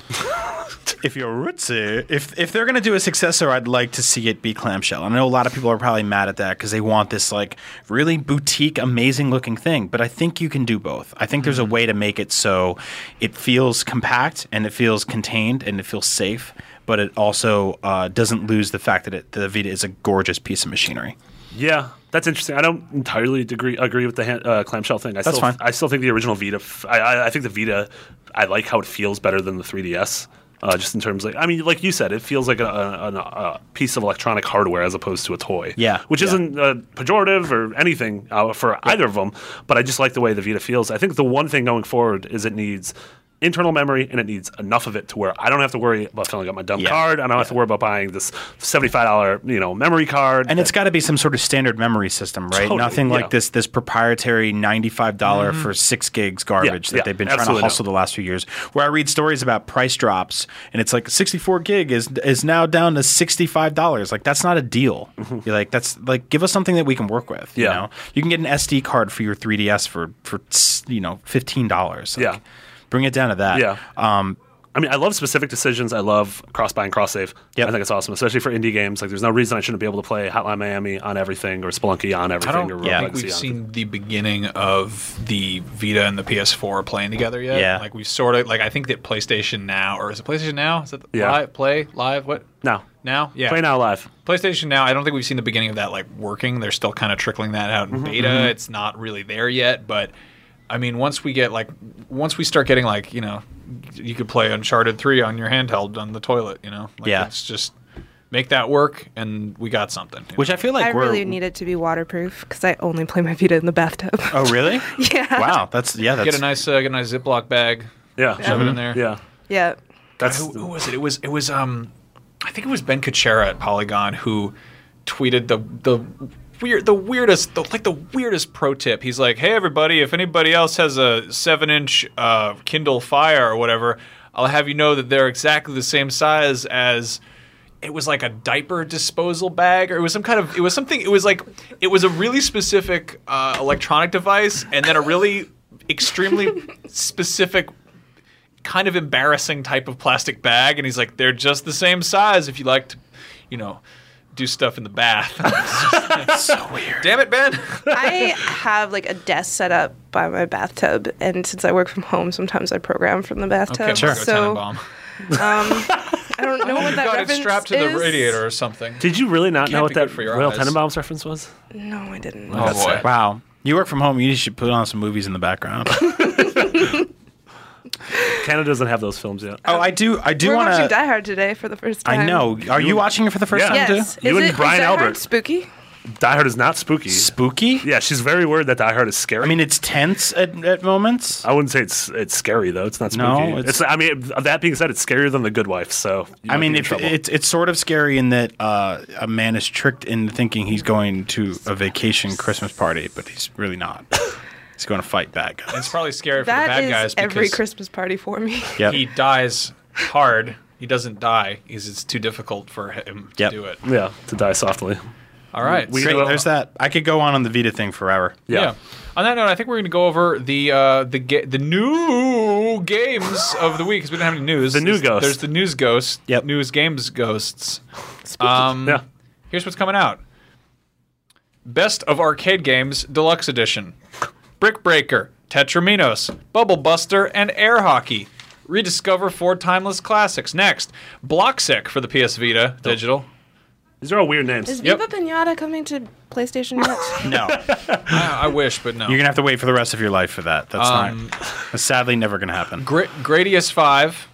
[SPEAKER 5] if you're rootsy, if if they're gonna do a successor, I'd like to see it be clamshell. I know a lot of people are probably mad at that because they want this like really boutique, amazing looking thing. But I think you can do both. I think there's a way to make it so it feels compact and it feels contained and it feels safe, but it also uh, doesn't lose the fact that it, the Vita is a gorgeous piece of machinery.
[SPEAKER 4] yeah, that's interesting. I don't entirely degree, agree with the hand, uh, clamshell thing. I
[SPEAKER 5] That's
[SPEAKER 4] still,
[SPEAKER 5] fine.
[SPEAKER 4] I still think the original Vita. f- I, I- I think the Vita. I like how it feels better than the 3DS. Uh, just in terms, like I mean, like you said, it feels like a, a, a, a piece of electronic hardware as opposed to a toy.
[SPEAKER 5] Yeah,
[SPEAKER 4] which
[SPEAKER 5] yeah.
[SPEAKER 4] isn't uh, pejorative or anything uh, for either of them. But I just like the way the Vita feels. I think the one thing going forward is it needs internal memory and it needs enough of it to where I don't have to worry about filling up my dumb
[SPEAKER 5] Yeah.
[SPEAKER 4] card. I don't have to worry about buying this seventy-five dollar you know memory card.
[SPEAKER 5] And it's got to be some sort of standard memory system, right?
[SPEAKER 4] Totally,
[SPEAKER 5] Nothing
[SPEAKER 4] yeah. Mm-hmm.
[SPEAKER 5] like this this proprietary ninety five dollar for six gigs garbage that
[SPEAKER 4] yeah,
[SPEAKER 5] they've been trying
[SPEAKER 4] absolutely
[SPEAKER 5] to hustle
[SPEAKER 4] not.
[SPEAKER 5] the last few years. Where I read stories about price drops, and it's like sixty four gig is is now down to sixty five dollars. Like that's not a deal. You're like that's like give us something that we can work with. You
[SPEAKER 4] Mm-hmm. Yeah.
[SPEAKER 5] know, you can get an SD card for your 3ds for for you know fifteen dollars.
[SPEAKER 4] Yeah.
[SPEAKER 5] bring it down to that.
[SPEAKER 4] Yeah.
[SPEAKER 5] Um,
[SPEAKER 4] I mean, I love specific decisions. I love cross buy and cross save.
[SPEAKER 5] Yep.
[SPEAKER 4] I think it's awesome, especially for indie games. Like, there's no reason I shouldn't be able to play Hotline Miami on everything or Spelunky on
[SPEAKER 1] I
[SPEAKER 4] everything.
[SPEAKER 1] don't
[SPEAKER 4] or Rogue
[SPEAKER 1] think
[SPEAKER 4] Legacy
[SPEAKER 1] we've
[SPEAKER 4] on
[SPEAKER 1] seen the beginning of the Vita and the PS4 playing together yet.
[SPEAKER 5] Yeah.
[SPEAKER 1] like we've sort of like I think that PlayStation Now or is it PlayStation Now? Is it
[SPEAKER 4] Yeah.
[SPEAKER 1] live, play live? What
[SPEAKER 4] Now.
[SPEAKER 1] now? Yeah,
[SPEAKER 4] Play now live.
[SPEAKER 1] PlayStation Now. I don't think we've seen the
[SPEAKER 5] Mm-hmm,
[SPEAKER 1] beginning of that like working. They're still kind of trickling that out in beta. It's not really there yet, but. I mean, once we get like, once we start getting like, you know, you could play Uncharted Three on your handheld on the toilet. You know, like,
[SPEAKER 5] Yeah.
[SPEAKER 1] It's just make that work, and we got something. you
[SPEAKER 5] Which I feel like
[SPEAKER 3] I
[SPEAKER 5] we're.
[SPEAKER 3] really need it to be waterproof because I only play my Vita in the bathtub.
[SPEAKER 5] oh, really?
[SPEAKER 3] yeah.
[SPEAKER 5] Wow, that's yeah.
[SPEAKER 1] know?
[SPEAKER 5] That's Mm-hmm.
[SPEAKER 1] get a nice, uh, get a nice Ziploc bag,
[SPEAKER 4] Yeah.
[SPEAKER 1] shove it in there.
[SPEAKER 4] Yeah.
[SPEAKER 3] Yeah.
[SPEAKER 4] That's
[SPEAKER 1] who, who was it? It was it was um, I think it was Ben Kuchera at Polygon who tweeted the the weird the weirdest the, like the weirdest pro tip. He's like, hey everybody, if anybody else has a seven inch uh, Kindle Fire or whatever, I'll have you know that they're exactly the same size as. It was like a diaper disposal bag, or it was some kind of. It was something. It was like, it was a really specific uh, electronic device, and then a really extremely specific kind of embarrassing type of plastic bag, and he's like, they're just the same size. If you like to, you know, do stuff in the bath. That's so weird. Damn it, Ben.
[SPEAKER 3] I have like a desk set up by my bathtub, and since I work from home, sometimes I program from the bathtub.
[SPEAKER 1] okay, sure.
[SPEAKER 3] So um,
[SPEAKER 1] Tenenbaum.
[SPEAKER 3] I don't know what
[SPEAKER 1] You've
[SPEAKER 3] that
[SPEAKER 1] got it
[SPEAKER 3] reference
[SPEAKER 1] strapped to the
[SPEAKER 3] is.
[SPEAKER 1] radiator or something.
[SPEAKER 4] Did you really not
[SPEAKER 1] Can't
[SPEAKER 4] know
[SPEAKER 1] be
[SPEAKER 4] what
[SPEAKER 1] good
[SPEAKER 4] that
[SPEAKER 1] for your
[SPEAKER 4] Royal
[SPEAKER 1] eyes.
[SPEAKER 4] Tenenbaums reference was?
[SPEAKER 3] No, I didn't.
[SPEAKER 1] Oh boy.
[SPEAKER 5] wow. You work from home. You should put on some movies in the background. oh,
[SPEAKER 4] Canada doesn't have those films yet.
[SPEAKER 5] Oh, I do. I do
[SPEAKER 3] We're
[SPEAKER 5] want
[SPEAKER 3] watching
[SPEAKER 5] to.
[SPEAKER 3] Die Hard today for the first time.
[SPEAKER 5] I know. Are you watching it for the first
[SPEAKER 4] Yeah.
[SPEAKER 5] time too?
[SPEAKER 3] Yes.
[SPEAKER 4] You
[SPEAKER 3] is
[SPEAKER 4] and
[SPEAKER 3] it, is
[SPEAKER 4] Brian
[SPEAKER 3] Die Hard
[SPEAKER 4] Albert.
[SPEAKER 3] Spooky.
[SPEAKER 4] Die Hard is not spooky.
[SPEAKER 5] Spooky.
[SPEAKER 4] yeah, she's very worried that Die Hard is scary.
[SPEAKER 5] I mean, it's tense at, at moments.
[SPEAKER 4] I wouldn't say it's it's scary though. It's not spooky.
[SPEAKER 5] No,
[SPEAKER 4] it's,
[SPEAKER 5] it's-
[SPEAKER 4] I mean, that being said, it's scarier than The Good Wife. So you
[SPEAKER 5] I
[SPEAKER 4] might
[SPEAKER 5] mean,
[SPEAKER 4] be in
[SPEAKER 5] if
[SPEAKER 4] trouble.
[SPEAKER 5] it's it's sort of scary in that uh, a man is tricked into thinking he's going to a vacation Christmas party, but he's really not. he's going to fight bad guys.
[SPEAKER 1] It's probably scary for the
[SPEAKER 3] That
[SPEAKER 1] bad
[SPEAKER 3] is
[SPEAKER 1] guys because
[SPEAKER 3] every Christmas party for me.
[SPEAKER 5] Yep.
[SPEAKER 1] he dies hard. He doesn't die because it's too difficult for him
[SPEAKER 5] Yep.
[SPEAKER 1] to do it.
[SPEAKER 4] yeah, to die softly.
[SPEAKER 1] All right.
[SPEAKER 4] We-
[SPEAKER 5] Great,
[SPEAKER 4] Well-
[SPEAKER 5] there's that. I could go on on the Vita thing forever.
[SPEAKER 4] Yeah.
[SPEAKER 1] On that note, I think we're going to go over the uh, the ga- the new games of the week because we don't have any news.
[SPEAKER 4] The new
[SPEAKER 1] There's-
[SPEAKER 4] ghost.
[SPEAKER 1] There's the news ghost.
[SPEAKER 5] Yep.
[SPEAKER 1] News games ghosts. Um,
[SPEAKER 4] Yeah.
[SPEAKER 1] Here's what's coming out. Best of Arcade Games Deluxe Edition. Brick Breaker, Tetraminos, Bubble Buster, and Air Hockey. Rediscover four timeless classics. Next, Bloxic for the PS Vita digital.
[SPEAKER 4] These are all weird names.
[SPEAKER 3] Is
[SPEAKER 1] Yep.
[SPEAKER 3] Viva Pinata coming to PlayStation yet?
[SPEAKER 5] No,
[SPEAKER 1] I, I wish, but no.
[SPEAKER 5] you're gonna have to wait for the rest of your life for that. That's not. That's sadly never gonna happen.
[SPEAKER 1] Gra- Gradius 5.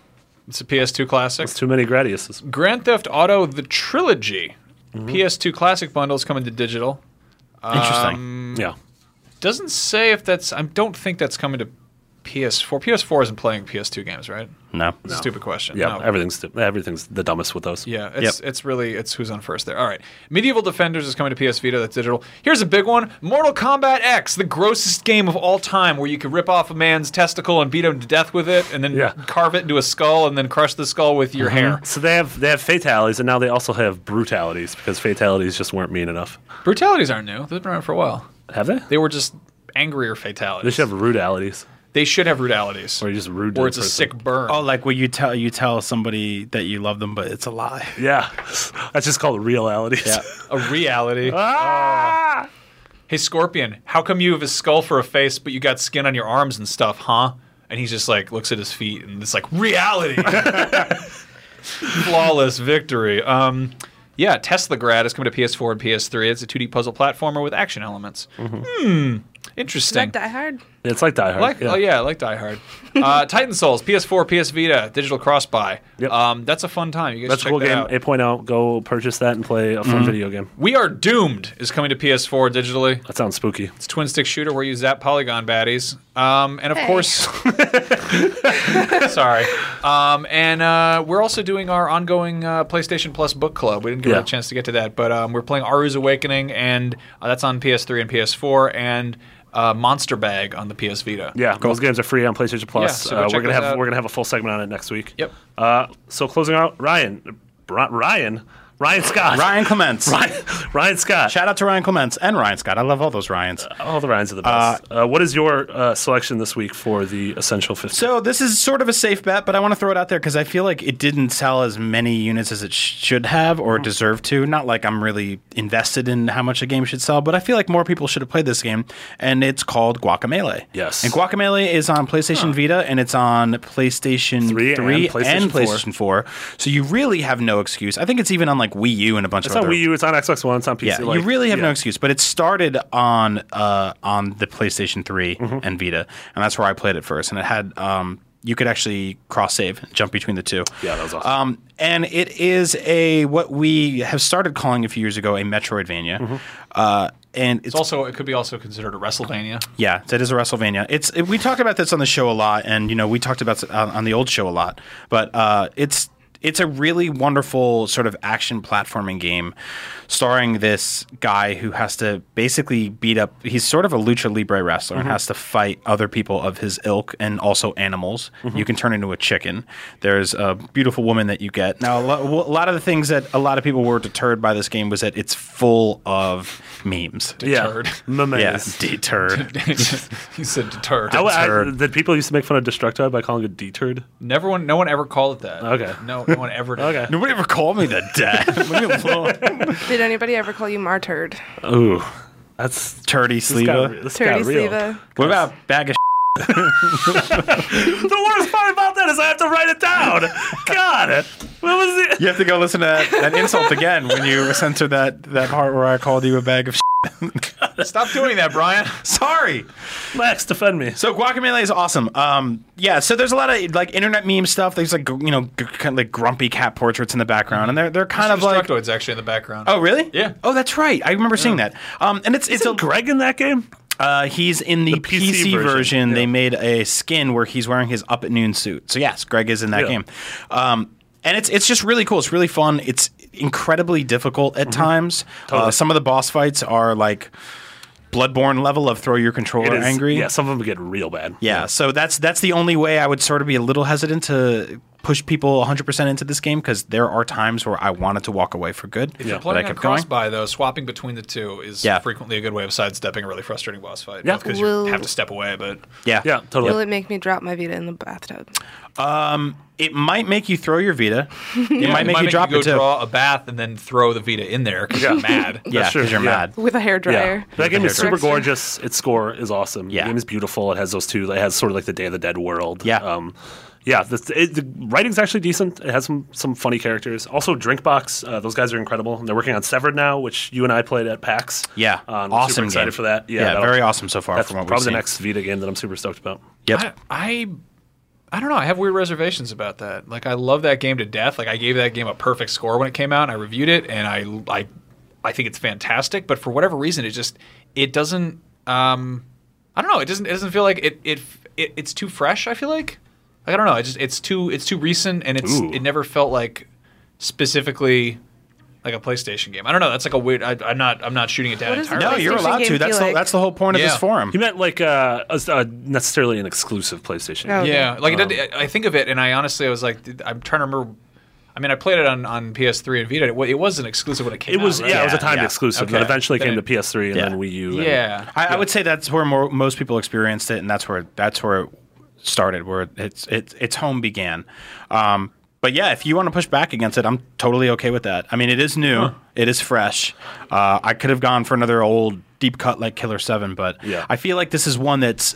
[SPEAKER 1] It's a PS2 classic.
[SPEAKER 4] Too many Gradiuses.
[SPEAKER 1] Grand Theft Auto the trilogy. PS2 classic bundles coming to digital.
[SPEAKER 5] Interesting.
[SPEAKER 1] Mm,
[SPEAKER 4] Yeah.
[SPEAKER 1] Doesn't say if that's. I don't think that's coming to PS4. PS4 isn't playing PS2 games, right?
[SPEAKER 5] no.
[SPEAKER 1] Stupid question.
[SPEAKER 4] Yeah.
[SPEAKER 1] No.
[SPEAKER 4] Everything's stu- everything's the dumbest with those.
[SPEAKER 1] Yeah, it's it's really it's who's on first there. All right, Medieval Defenders is coming to PS Vita. That's digital. Here's a big one: Mortal Kombat X, the grossest game of all time, where you can rip off a man's testicle and beat him to death with it, and then
[SPEAKER 4] Yeah. Mm-hmm.
[SPEAKER 1] carve it into a skull, and then crush the skull with your hair.
[SPEAKER 4] So they have they have fatalities and now they also have brutalities because fatalities just weren't mean enough.
[SPEAKER 1] Brutalities aren't new; they've been around for a while.
[SPEAKER 4] Have they?
[SPEAKER 1] They were just angrier fatalities.
[SPEAKER 4] They should have rudalities.
[SPEAKER 1] They should have rudalities.
[SPEAKER 4] Or you just rude to
[SPEAKER 1] Or
[SPEAKER 4] the
[SPEAKER 1] it's a
[SPEAKER 4] person.
[SPEAKER 1] sick burn.
[SPEAKER 5] Oh, like where you tell you tell somebody that you love them, but it's a lie.
[SPEAKER 4] Yeah. That's just called realities.
[SPEAKER 5] Yeah.
[SPEAKER 1] a reality. Oh. Hey, Scorpion, how come you have a skull for a face, but you got skin on your arms and stuff, huh? And he's just like, looks at his feet and it's like, reality! Flawless victory. Um, yeah, Tesla Grad is coming to PS4 and PS3. It's a 2D puzzle platformer with action elements. Hmm.
[SPEAKER 4] Mm-hmm.
[SPEAKER 1] Interesting.
[SPEAKER 3] Like Die Hard.
[SPEAKER 4] It's like Die Hard.
[SPEAKER 1] Like, Oh yeah, I like Die Hard. Uh, Titan Souls, PS4, PS Vita, digital cross buy.
[SPEAKER 4] Yep.
[SPEAKER 1] Um, that's a fun time. You guys
[SPEAKER 4] That's
[SPEAKER 1] should
[SPEAKER 4] a
[SPEAKER 1] check
[SPEAKER 4] cool
[SPEAKER 1] that
[SPEAKER 4] game.
[SPEAKER 1] out.
[SPEAKER 4] 8.0. Go purchase that and play a fun video game.
[SPEAKER 1] we Are Doomed is coming to PS4 digitally.
[SPEAKER 4] That sounds spooky.
[SPEAKER 1] It's a twin stick shooter where you zap polygon baddies. Um, and of course, sorry. Um, and uh, we're also doing our ongoing uh, PlayStation Plus book club. We didn't get
[SPEAKER 4] Yeah.
[SPEAKER 1] a chance to get to that, but um, we're playing Aru's Awakening, and uh, that's on PS3 and PS4, and uh, Monster Bag on the PS Vita.
[SPEAKER 4] Yeah, those games are free on PlayStation Plus.
[SPEAKER 1] so go
[SPEAKER 4] uh,
[SPEAKER 1] check
[SPEAKER 4] we're gonna
[SPEAKER 1] those
[SPEAKER 4] have
[SPEAKER 1] out.
[SPEAKER 4] we're gonna have a full segment on it next week.
[SPEAKER 1] Yep.
[SPEAKER 4] Uh, so closing out, Ryan, Bri- Ryan, Ryan Scott,
[SPEAKER 5] Ryan Clements.
[SPEAKER 4] Ryan, Ryan Scott.
[SPEAKER 5] Shout out to Ryan Clements and Ryan Scott. I love all those Ryans.
[SPEAKER 4] All the Ryans are the best. Uh, what is your uh, selection this week for the Essential 15?
[SPEAKER 5] So this is sort of a safe bet, but I want to throw it out there because I feel like it didn't sell as many units as it sh- should have
[SPEAKER 4] Mm.
[SPEAKER 5] or deserved to. Not like I'm really invested in how much a game should sell, but I feel like more people should have played this game. And it's called Guacamele.
[SPEAKER 4] Yes.
[SPEAKER 5] And Guacamele is on PlayStation Vita and it's on PlayStation
[SPEAKER 4] Three
[SPEAKER 5] 3
[SPEAKER 4] and PlayStation
[SPEAKER 5] and PlayStation 4. So you really have no excuse. I think it's even on like like Wii U and a bunch
[SPEAKER 4] It's
[SPEAKER 5] of
[SPEAKER 4] on
[SPEAKER 5] other.
[SPEAKER 4] Wii U. It's on Xbox One. It's on PC.
[SPEAKER 5] Yeah,
[SPEAKER 4] like,
[SPEAKER 5] you really have
[SPEAKER 4] yeah.
[SPEAKER 5] no excuse. But it started on uh, on the PlayStation 3
[SPEAKER 4] Mm-hmm.
[SPEAKER 5] and Vita, and that's where I played it first. And it had um, you could actually cross save, jump between the two.
[SPEAKER 4] Yeah, that was awesome.
[SPEAKER 5] Um, and it is a what we have started calling a few years ago a Metroidvania,
[SPEAKER 4] Mm-hmm.
[SPEAKER 5] uh, and it's
[SPEAKER 1] It's also it could be also considered a WrestleMania.
[SPEAKER 5] yeah, that is a WrestleMania. It's it, we talked about this on the show a lot, and you know we talked about it on, on the old show a lot. But uh, it's it's a really wonderful sort of action platforming game, starring this guy who has to basically beat up. He's sort of a lucha libre wrestler and has to fight other people of his ilk and also animals. You can turn into a chicken. There's a beautiful woman that you get. Now a, lo- a lot of the things that a lot of people were deterred by this game was that it's full of memes.
[SPEAKER 4] Yeah.
[SPEAKER 1] Turd.
[SPEAKER 4] Memes.
[SPEAKER 5] Yeah, deterred.
[SPEAKER 1] he said deterred.
[SPEAKER 4] I, I,
[SPEAKER 5] Turd.
[SPEAKER 4] did people used to make fun of Destructoid by calling it deterred?
[SPEAKER 1] Never one. No one ever called it that.
[SPEAKER 4] Okay.
[SPEAKER 1] No, no one ever did.
[SPEAKER 4] Okay.
[SPEAKER 5] Nobody ever called me the dad. Leave me alone.
[SPEAKER 3] Did anybody ever call you martyred?
[SPEAKER 4] Ooh, that's
[SPEAKER 5] Turdy
[SPEAKER 4] this got,
[SPEAKER 5] Sleva.
[SPEAKER 4] this
[SPEAKER 3] Turdy
[SPEAKER 4] got real.
[SPEAKER 3] Sleva.
[SPEAKER 5] What about bag of
[SPEAKER 4] The worst part about that is I have to write it down. God, what was the?
[SPEAKER 5] You have to go listen to that, that insult again when you censor that, that part where I called you a bag of
[SPEAKER 1] Stop doing that, Brian.
[SPEAKER 5] Sorry.
[SPEAKER 4] Max, defend me.
[SPEAKER 5] So Guacamole is awesome. Um, yeah. So there's a lot of like internet meme stuff. There's like you know g- kind of like grumpy cat portraits in the background, and they're they're kind of like.
[SPEAKER 1] Destructoid's actually in the background.
[SPEAKER 5] Oh really?
[SPEAKER 1] Yeah.
[SPEAKER 5] Oh, that's right. I remember seeing that. Um, and it's it's
[SPEAKER 4] Isn't
[SPEAKER 5] a
[SPEAKER 4] Greg in that game?
[SPEAKER 5] Uh, he's in the,
[SPEAKER 4] The
[SPEAKER 5] PC,
[SPEAKER 4] PC
[SPEAKER 5] version.
[SPEAKER 4] version,
[SPEAKER 5] They
[SPEAKER 4] yeah.
[SPEAKER 5] made a skin where he's wearing his up at noon suit. So yes, Greg is in that
[SPEAKER 4] Yeah.
[SPEAKER 5] game, um, and it's it's just really cool. It's really fun. It's incredibly difficult at times. Uh,
[SPEAKER 4] Mm-hmm. Totally.
[SPEAKER 5] some of the boss fights are like Bloodborne level of throw your controller
[SPEAKER 4] It is-
[SPEAKER 5] angry.
[SPEAKER 4] Yeah, some of them get real bad.
[SPEAKER 5] Yeah, so that's that's the only way I would sort of be a little hesitant to push people 100% into this game because there are times where I wanted to walk away for good,
[SPEAKER 1] If you're
[SPEAKER 5] but I
[SPEAKER 1] playing on
[SPEAKER 5] kept going.
[SPEAKER 1] cross by though, swapping between the two is
[SPEAKER 5] Yeah.
[SPEAKER 1] frequently a good way of sidestepping a really frustrating boss fight.
[SPEAKER 4] Yeah.
[SPEAKER 1] because
[SPEAKER 3] Will-
[SPEAKER 1] you have to step away, but
[SPEAKER 5] Yeah,
[SPEAKER 4] yeah, totally.
[SPEAKER 3] Will it make me drop my Vita in the bathtub?
[SPEAKER 5] It might make you throw your Vita. It might make you drop
[SPEAKER 1] go
[SPEAKER 5] it too.
[SPEAKER 1] draw a bath and then throw the Vita in there because you're mad.
[SPEAKER 5] yeah,
[SPEAKER 4] That's true,
[SPEAKER 5] because you're
[SPEAKER 4] yeah.
[SPEAKER 5] mad.
[SPEAKER 3] With a hairdryer.
[SPEAKER 4] That game is super
[SPEAKER 3] Extra.
[SPEAKER 4] gorgeous. Its score is awesome.
[SPEAKER 5] Yeah.
[SPEAKER 4] The game is beautiful. It has those two. It has sort of like the Day of the Dead world.
[SPEAKER 5] Yeah.
[SPEAKER 4] Um, yeah. The, it, the writing's actually decent. It has some some funny characters. Also, Drinkbox. Uh, those guys are incredible. And they're working on Severed now, which you and I played at PAX.
[SPEAKER 5] Yeah,
[SPEAKER 4] Uh, and we're
[SPEAKER 5] awesome.
[SPEAKER 4] Super excited
[SPEAKER 5] game.
[SPEAKER 4] for that. Yeah.
[SPEAKER 5] Yeah,
[SPEAKER 4] that'll-
[SPEAKER 5] very awesome so far.
[SPEAKER 4] That's
[SPEAKER 5] from what
[SPEAKER 4] probably
[SPEAKER 5] we've
[SPEAKER 4] the
[SPEAKER 5] seen.
[SPEAKER 4] next Vita game that I'm super stoked about.
[SPEAKER 5] Yep.
[SPEAKER 1] I, I, I don't know. I have weird reservations about that. Like, I love that game to death. Like, I gave that game a perfect score when it came out. And I reviewed it, and I, I, I think it's fantastic. But for whatever reason, it just, it doesn't. Um, I don't know. It doesn't. It doesn't feel like it. It. it it's too fresh. I feel like. Like I don't know. It just. It's too. It's too recent, and it's.
[SPEAKER 4] Ooh.
[SPEAKER 1] It never felt like, specifically. Like a PlayStation game, I don't know. That's like a weird. I, I'm not. I'm not shooting it down
[SPEAKER 3] What is the
[SPEAKER 1] entirely.
[SPEAKER 5] no, you're
[SPEAKER 3] PlayStation
[SPEAKER 5] allowed
[SPEAKER 3] game
[SPEAKER 5] to.
[SPEAKER 3] feel
[SPEAKER 5] That's the,
[SPEAKER 3] like-
[SPEAKER 5] that's the whole point of
[SPEAKER 1] Yeah.
[SPEAKER 5] this forum.
[SPEAKER 4] You meant like uh, a, a necessarily an exclusive PlayStation. game.
[SPEAKER 3] Oh. Okay.
[SPEAKER 1] Yeah, like it did, I think of it, and I honestly I was like, th- I'm trying to remember. I mean, I played it on, on PS3 and Vita. It, wa- it was an exclusive when it came
[SPEAKER 4] It
[SPEAKER 1] out.
[SPEAKER 4] was yeah,
[SPEAKER 1] right?
[SPEAKER 4] it was a timed
[SPEAKER 5] yeah.
[SPEAKER 4] exclusive.
[SPEAKER 1] Okay.
[SPEAKER 4] That eventually
[SPEAKER 1] Then
[SPEAKER 4] came
[SPEAKER 1] it-
[SPEAKER 4] to PS3 and
[SPEAKER 5] Yeah.
[SPEAKER 4] then Wii U. and-
[SPEAKER 1] yeah.
[SPEAKER 5] I, I would say that's where more, most people experienced it, and that's where that's where it started, where its its its home began. Um, but yeah, if you want to push back against it, I'm totally okay with that. I mean, it is new, it is fresh. Uh, I could have gone for another old deep cut like Killer Seven, but
[SPEAKER 4] Yeah.
[SPEAKER 5] I feel like this is one that's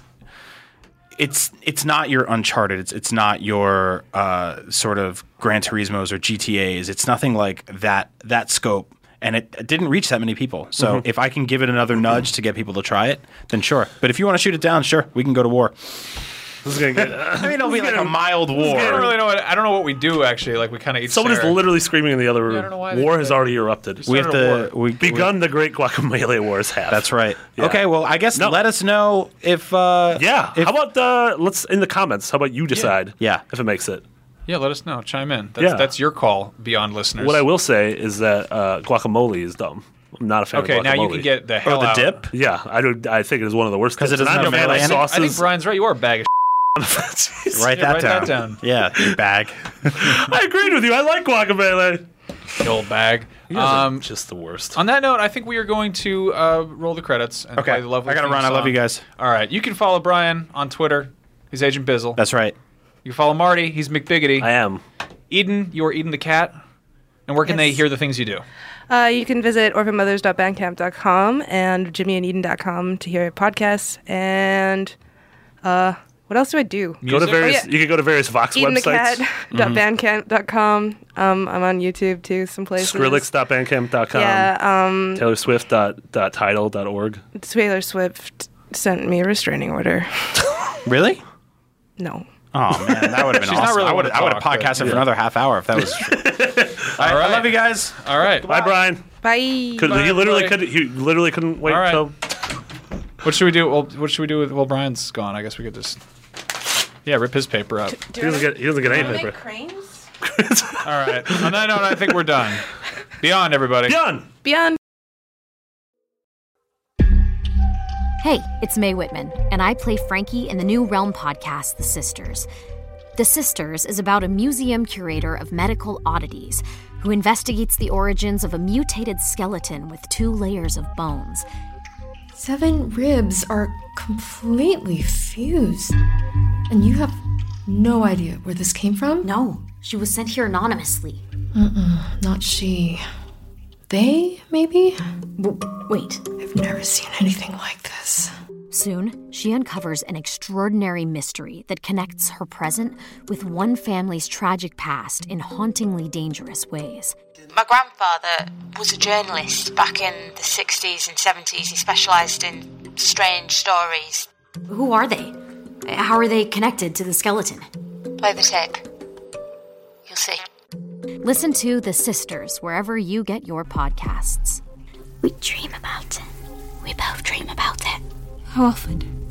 [SPEAKER 5] it's it's not your Uncharted. It's it's not your uh, sort of Gran Turismo's or GTA's. It's nothing like that that scope. And it it didn't reach that many people. So
[SPEAKER 4] Mm-hmm.
[SPEAKER 5] if I can give it another nudge to get people to try it, then sure. But if you want to shoot it down, sure, we can go to war.
[SPEAKER 4] This is gonna get.
[SPEAKER 5] I mean, it'll be like a mild war.
[SPEAKER 1] I don't really know. What, I don't know what we do actually. Like we kind of
[SPEAKER 4] Someone is literally screaming in the other
[SPEAKER 1] I don't
[SPEAKER 4] room.
[SPEAKER 1] know why they
[SPEAKER 4] War
[SPEAKER 1] did
[SPEAKER 4] has
[SPEAKER 1] that.
[SPEAKER 4] already erupted.
[SPEAKER 5] we have to we,
[SPEAKER 4] begun
[SPEAKER 5] we-
[SPEAKER 4] the great guacamole wars have.
[SPEAKER 5] that's right.
[SPEAKER 4] Yeah.
[SPEAKER 5] Okay, well, I guess
[SPEAKER 4] No.
[SPEAKER 5] let us know if uh,
[SPEAKER 4] Yeah.
[SPEAKER 5] if-
[SPEAKER 4] how about uh, let's in the comments? How about you decide?
[SPEAKER 5] Yeah.
[SPEAKER 4] If it makes it.
[SPEAKER 1] Yeah, let us know. Chime in. That's,
[SPEAKER 4] Yeah.
[SPEAKER 1] that's your call, Beyond listeners.
[SPEAKER 4] What I will say is that uh, guacamole is dumb. I'm not a fan.
[SPEAKER 1] okay,
[SPEAKER 4] of
[SPEAKER 1] now
[SPEAKER 4] guacamole.
[SPEAKER 1] you can get the
[SPEAKER 5] or
[SPEAKER 1] hell
[SPEAKER 5] the
[SPEAKER 1] out.
[SPEAKER 5] dip.
[SPEAKER 4] Yeah, I do. I think it is one of the worst
[SPEAKER 5] 'Cause it
[SPEAKER 4] dips, and
[SPEAKER 5] doesn't
[SPEAKER 4] I
[SPEAKER 5] have
[SPEAKER 4] don't
[SPEAKER 5] mayonnaise?
[SPEAKER 4] know
[SPEAKER 1] I think
[SPEAKER 4] sauces.
[SPEAKER 1] Brian's right. You are a bag of.
[SPEAKER 5] Write,
[SPEAKER 1] Yeah,
[SPEAKER 5] that,
[SPEAKER 1] write
[SPEAKER 5] down.
[SPEAKER 1] that down.
[SPEAKER 5] Yeah, you bag.
[SPEAKER 4] I agreed with you. I like guacamole.
[SPEAKER 1] shit, old bag. Um,
[SPEAKER 4] just the worst.
[SPEAKER 1] On that note, I think we are going to uh, roll the credits and
[SPEAKER 5] Okay.
[SPEAKER 1] play the lovely.
[SPEAKER 5] I gotta
[SPEAKER 1] theme
[SPEAKER 5] run. I love
[SPEAKER 1] song.
[SPEAKER 5] you guys.
[SPEAKER 1] All right, you can follow Brian on Twitter. He's Agent Bizzle.
[SPEAKER 5] That's right.
[SPEAKER 1] you can follow Marty. He's McBiggity.
[SPEAKER 4] I am.
[SPEAKER 1] Eden, you are Eden the cat. And where can they
[SPEAKER 3] Yes.
[SPEAKER 1] hear the things you do?
[SPEAKER 3] Uh, you can visit orphanmothers.bandcamp.com and jimmyandeden.com to hear podcasts. And uh, What else do I do?
[SPEAKER 4] Go to
[SPEAKER 1] Music?
[SPEAKER 4] various.
[SPEAKER 3] Oh, yeah.
[SPEAKER 4] You can go to various Vox websites.
[SPEAKER 3] EdenTheCat.bandcamp.com. Um, I'm on YouTube too, some places.
[SPEAKER 4] Skrillex.bandcamp.com.
[SPEAKER 3] Yeah. Um,
[SPEAKER 4] TaylorSwift.tidal.org.
[SPEAKER 3] Taylor Swift sent me a restraining order.
[SPEAKER 5] Really?
[SPEAKER 3] No.
[SPEAKER 5] Oh man, that would have been
[SPEAKER 1] She's not
[SPEAKER 5] awesome.
[SPEAKER 1] really
[SPEAKER 5] I would
[SPEAKER 1] one to
[SPEAKER 5] I would have
[SPEAKER 1] talk, but-
[SPEAKER 5] podcasted for another half hour if that was true. All right,
[SPEAKER 1] right.
[SPEAKER 5] I love you guys.
[SPEAKER 1] All right.
[SPEAKER 4] Bye, Brian.
[SPEAKER 3] Bye.
[SPEAKER 4] Could,
[SPEAKER 1] Bye,
[SPEAKER 4] he literally
[SPEAKER 1] Brian.
[SPEAKER 4] could. He literally couldn't wait
[SPEAKER 1] All right.
[SPEAKER 4] till
[SPEAKER 1] What should we do? Well, what should we do with? Well, Brian's gone. I guess we could just. Yeah, rip his paper up.
[SPEAKER 4] he doesn't get. He doesn't get any paper.
[SPEAKER 3] cranes?
[SPEAKER 1] All right. On that note, I think we're done. Beyond everybody.
[SPEAKER 4] Done.
[SPEAKER 3] Beyond
[SPEAKER 6] Hey, it's Mae Whitman, and I play Frankie in the new Realm podcast, The Sisters. The Sisters is about a museum curator of medical oddities who investigates the origins of a mutated skeleton with two layers of bones.
[SPEAKER 7] Seven ribs are completely fused. And you have no idea where this came from?
[SPEAKER 6] No, she was sent here anonymously.
[SPEAKER 7] Not she. They, maybe?
[SPEAKER 6] W- wait.
[SPEAKER 7] I've never seen anything like this.
[SPEAKER 6] Soon, she uncovers an extraordinary mystery that connects her present with one family's tragic past in hauntingly dangerous ways.
[SPEAKER 8] My grandfather was a journalist back in the 60s and 70s. He specialised in strange stories.
[SPEAKER 6] Who are they? How are they connected to the skeleton?
[SPEAKER 8] Play the tape. You'll see.
[SPEAKER 6] Listen to The Sisters wherever you get your podcasts. We dream about it. We both dream about it. How often?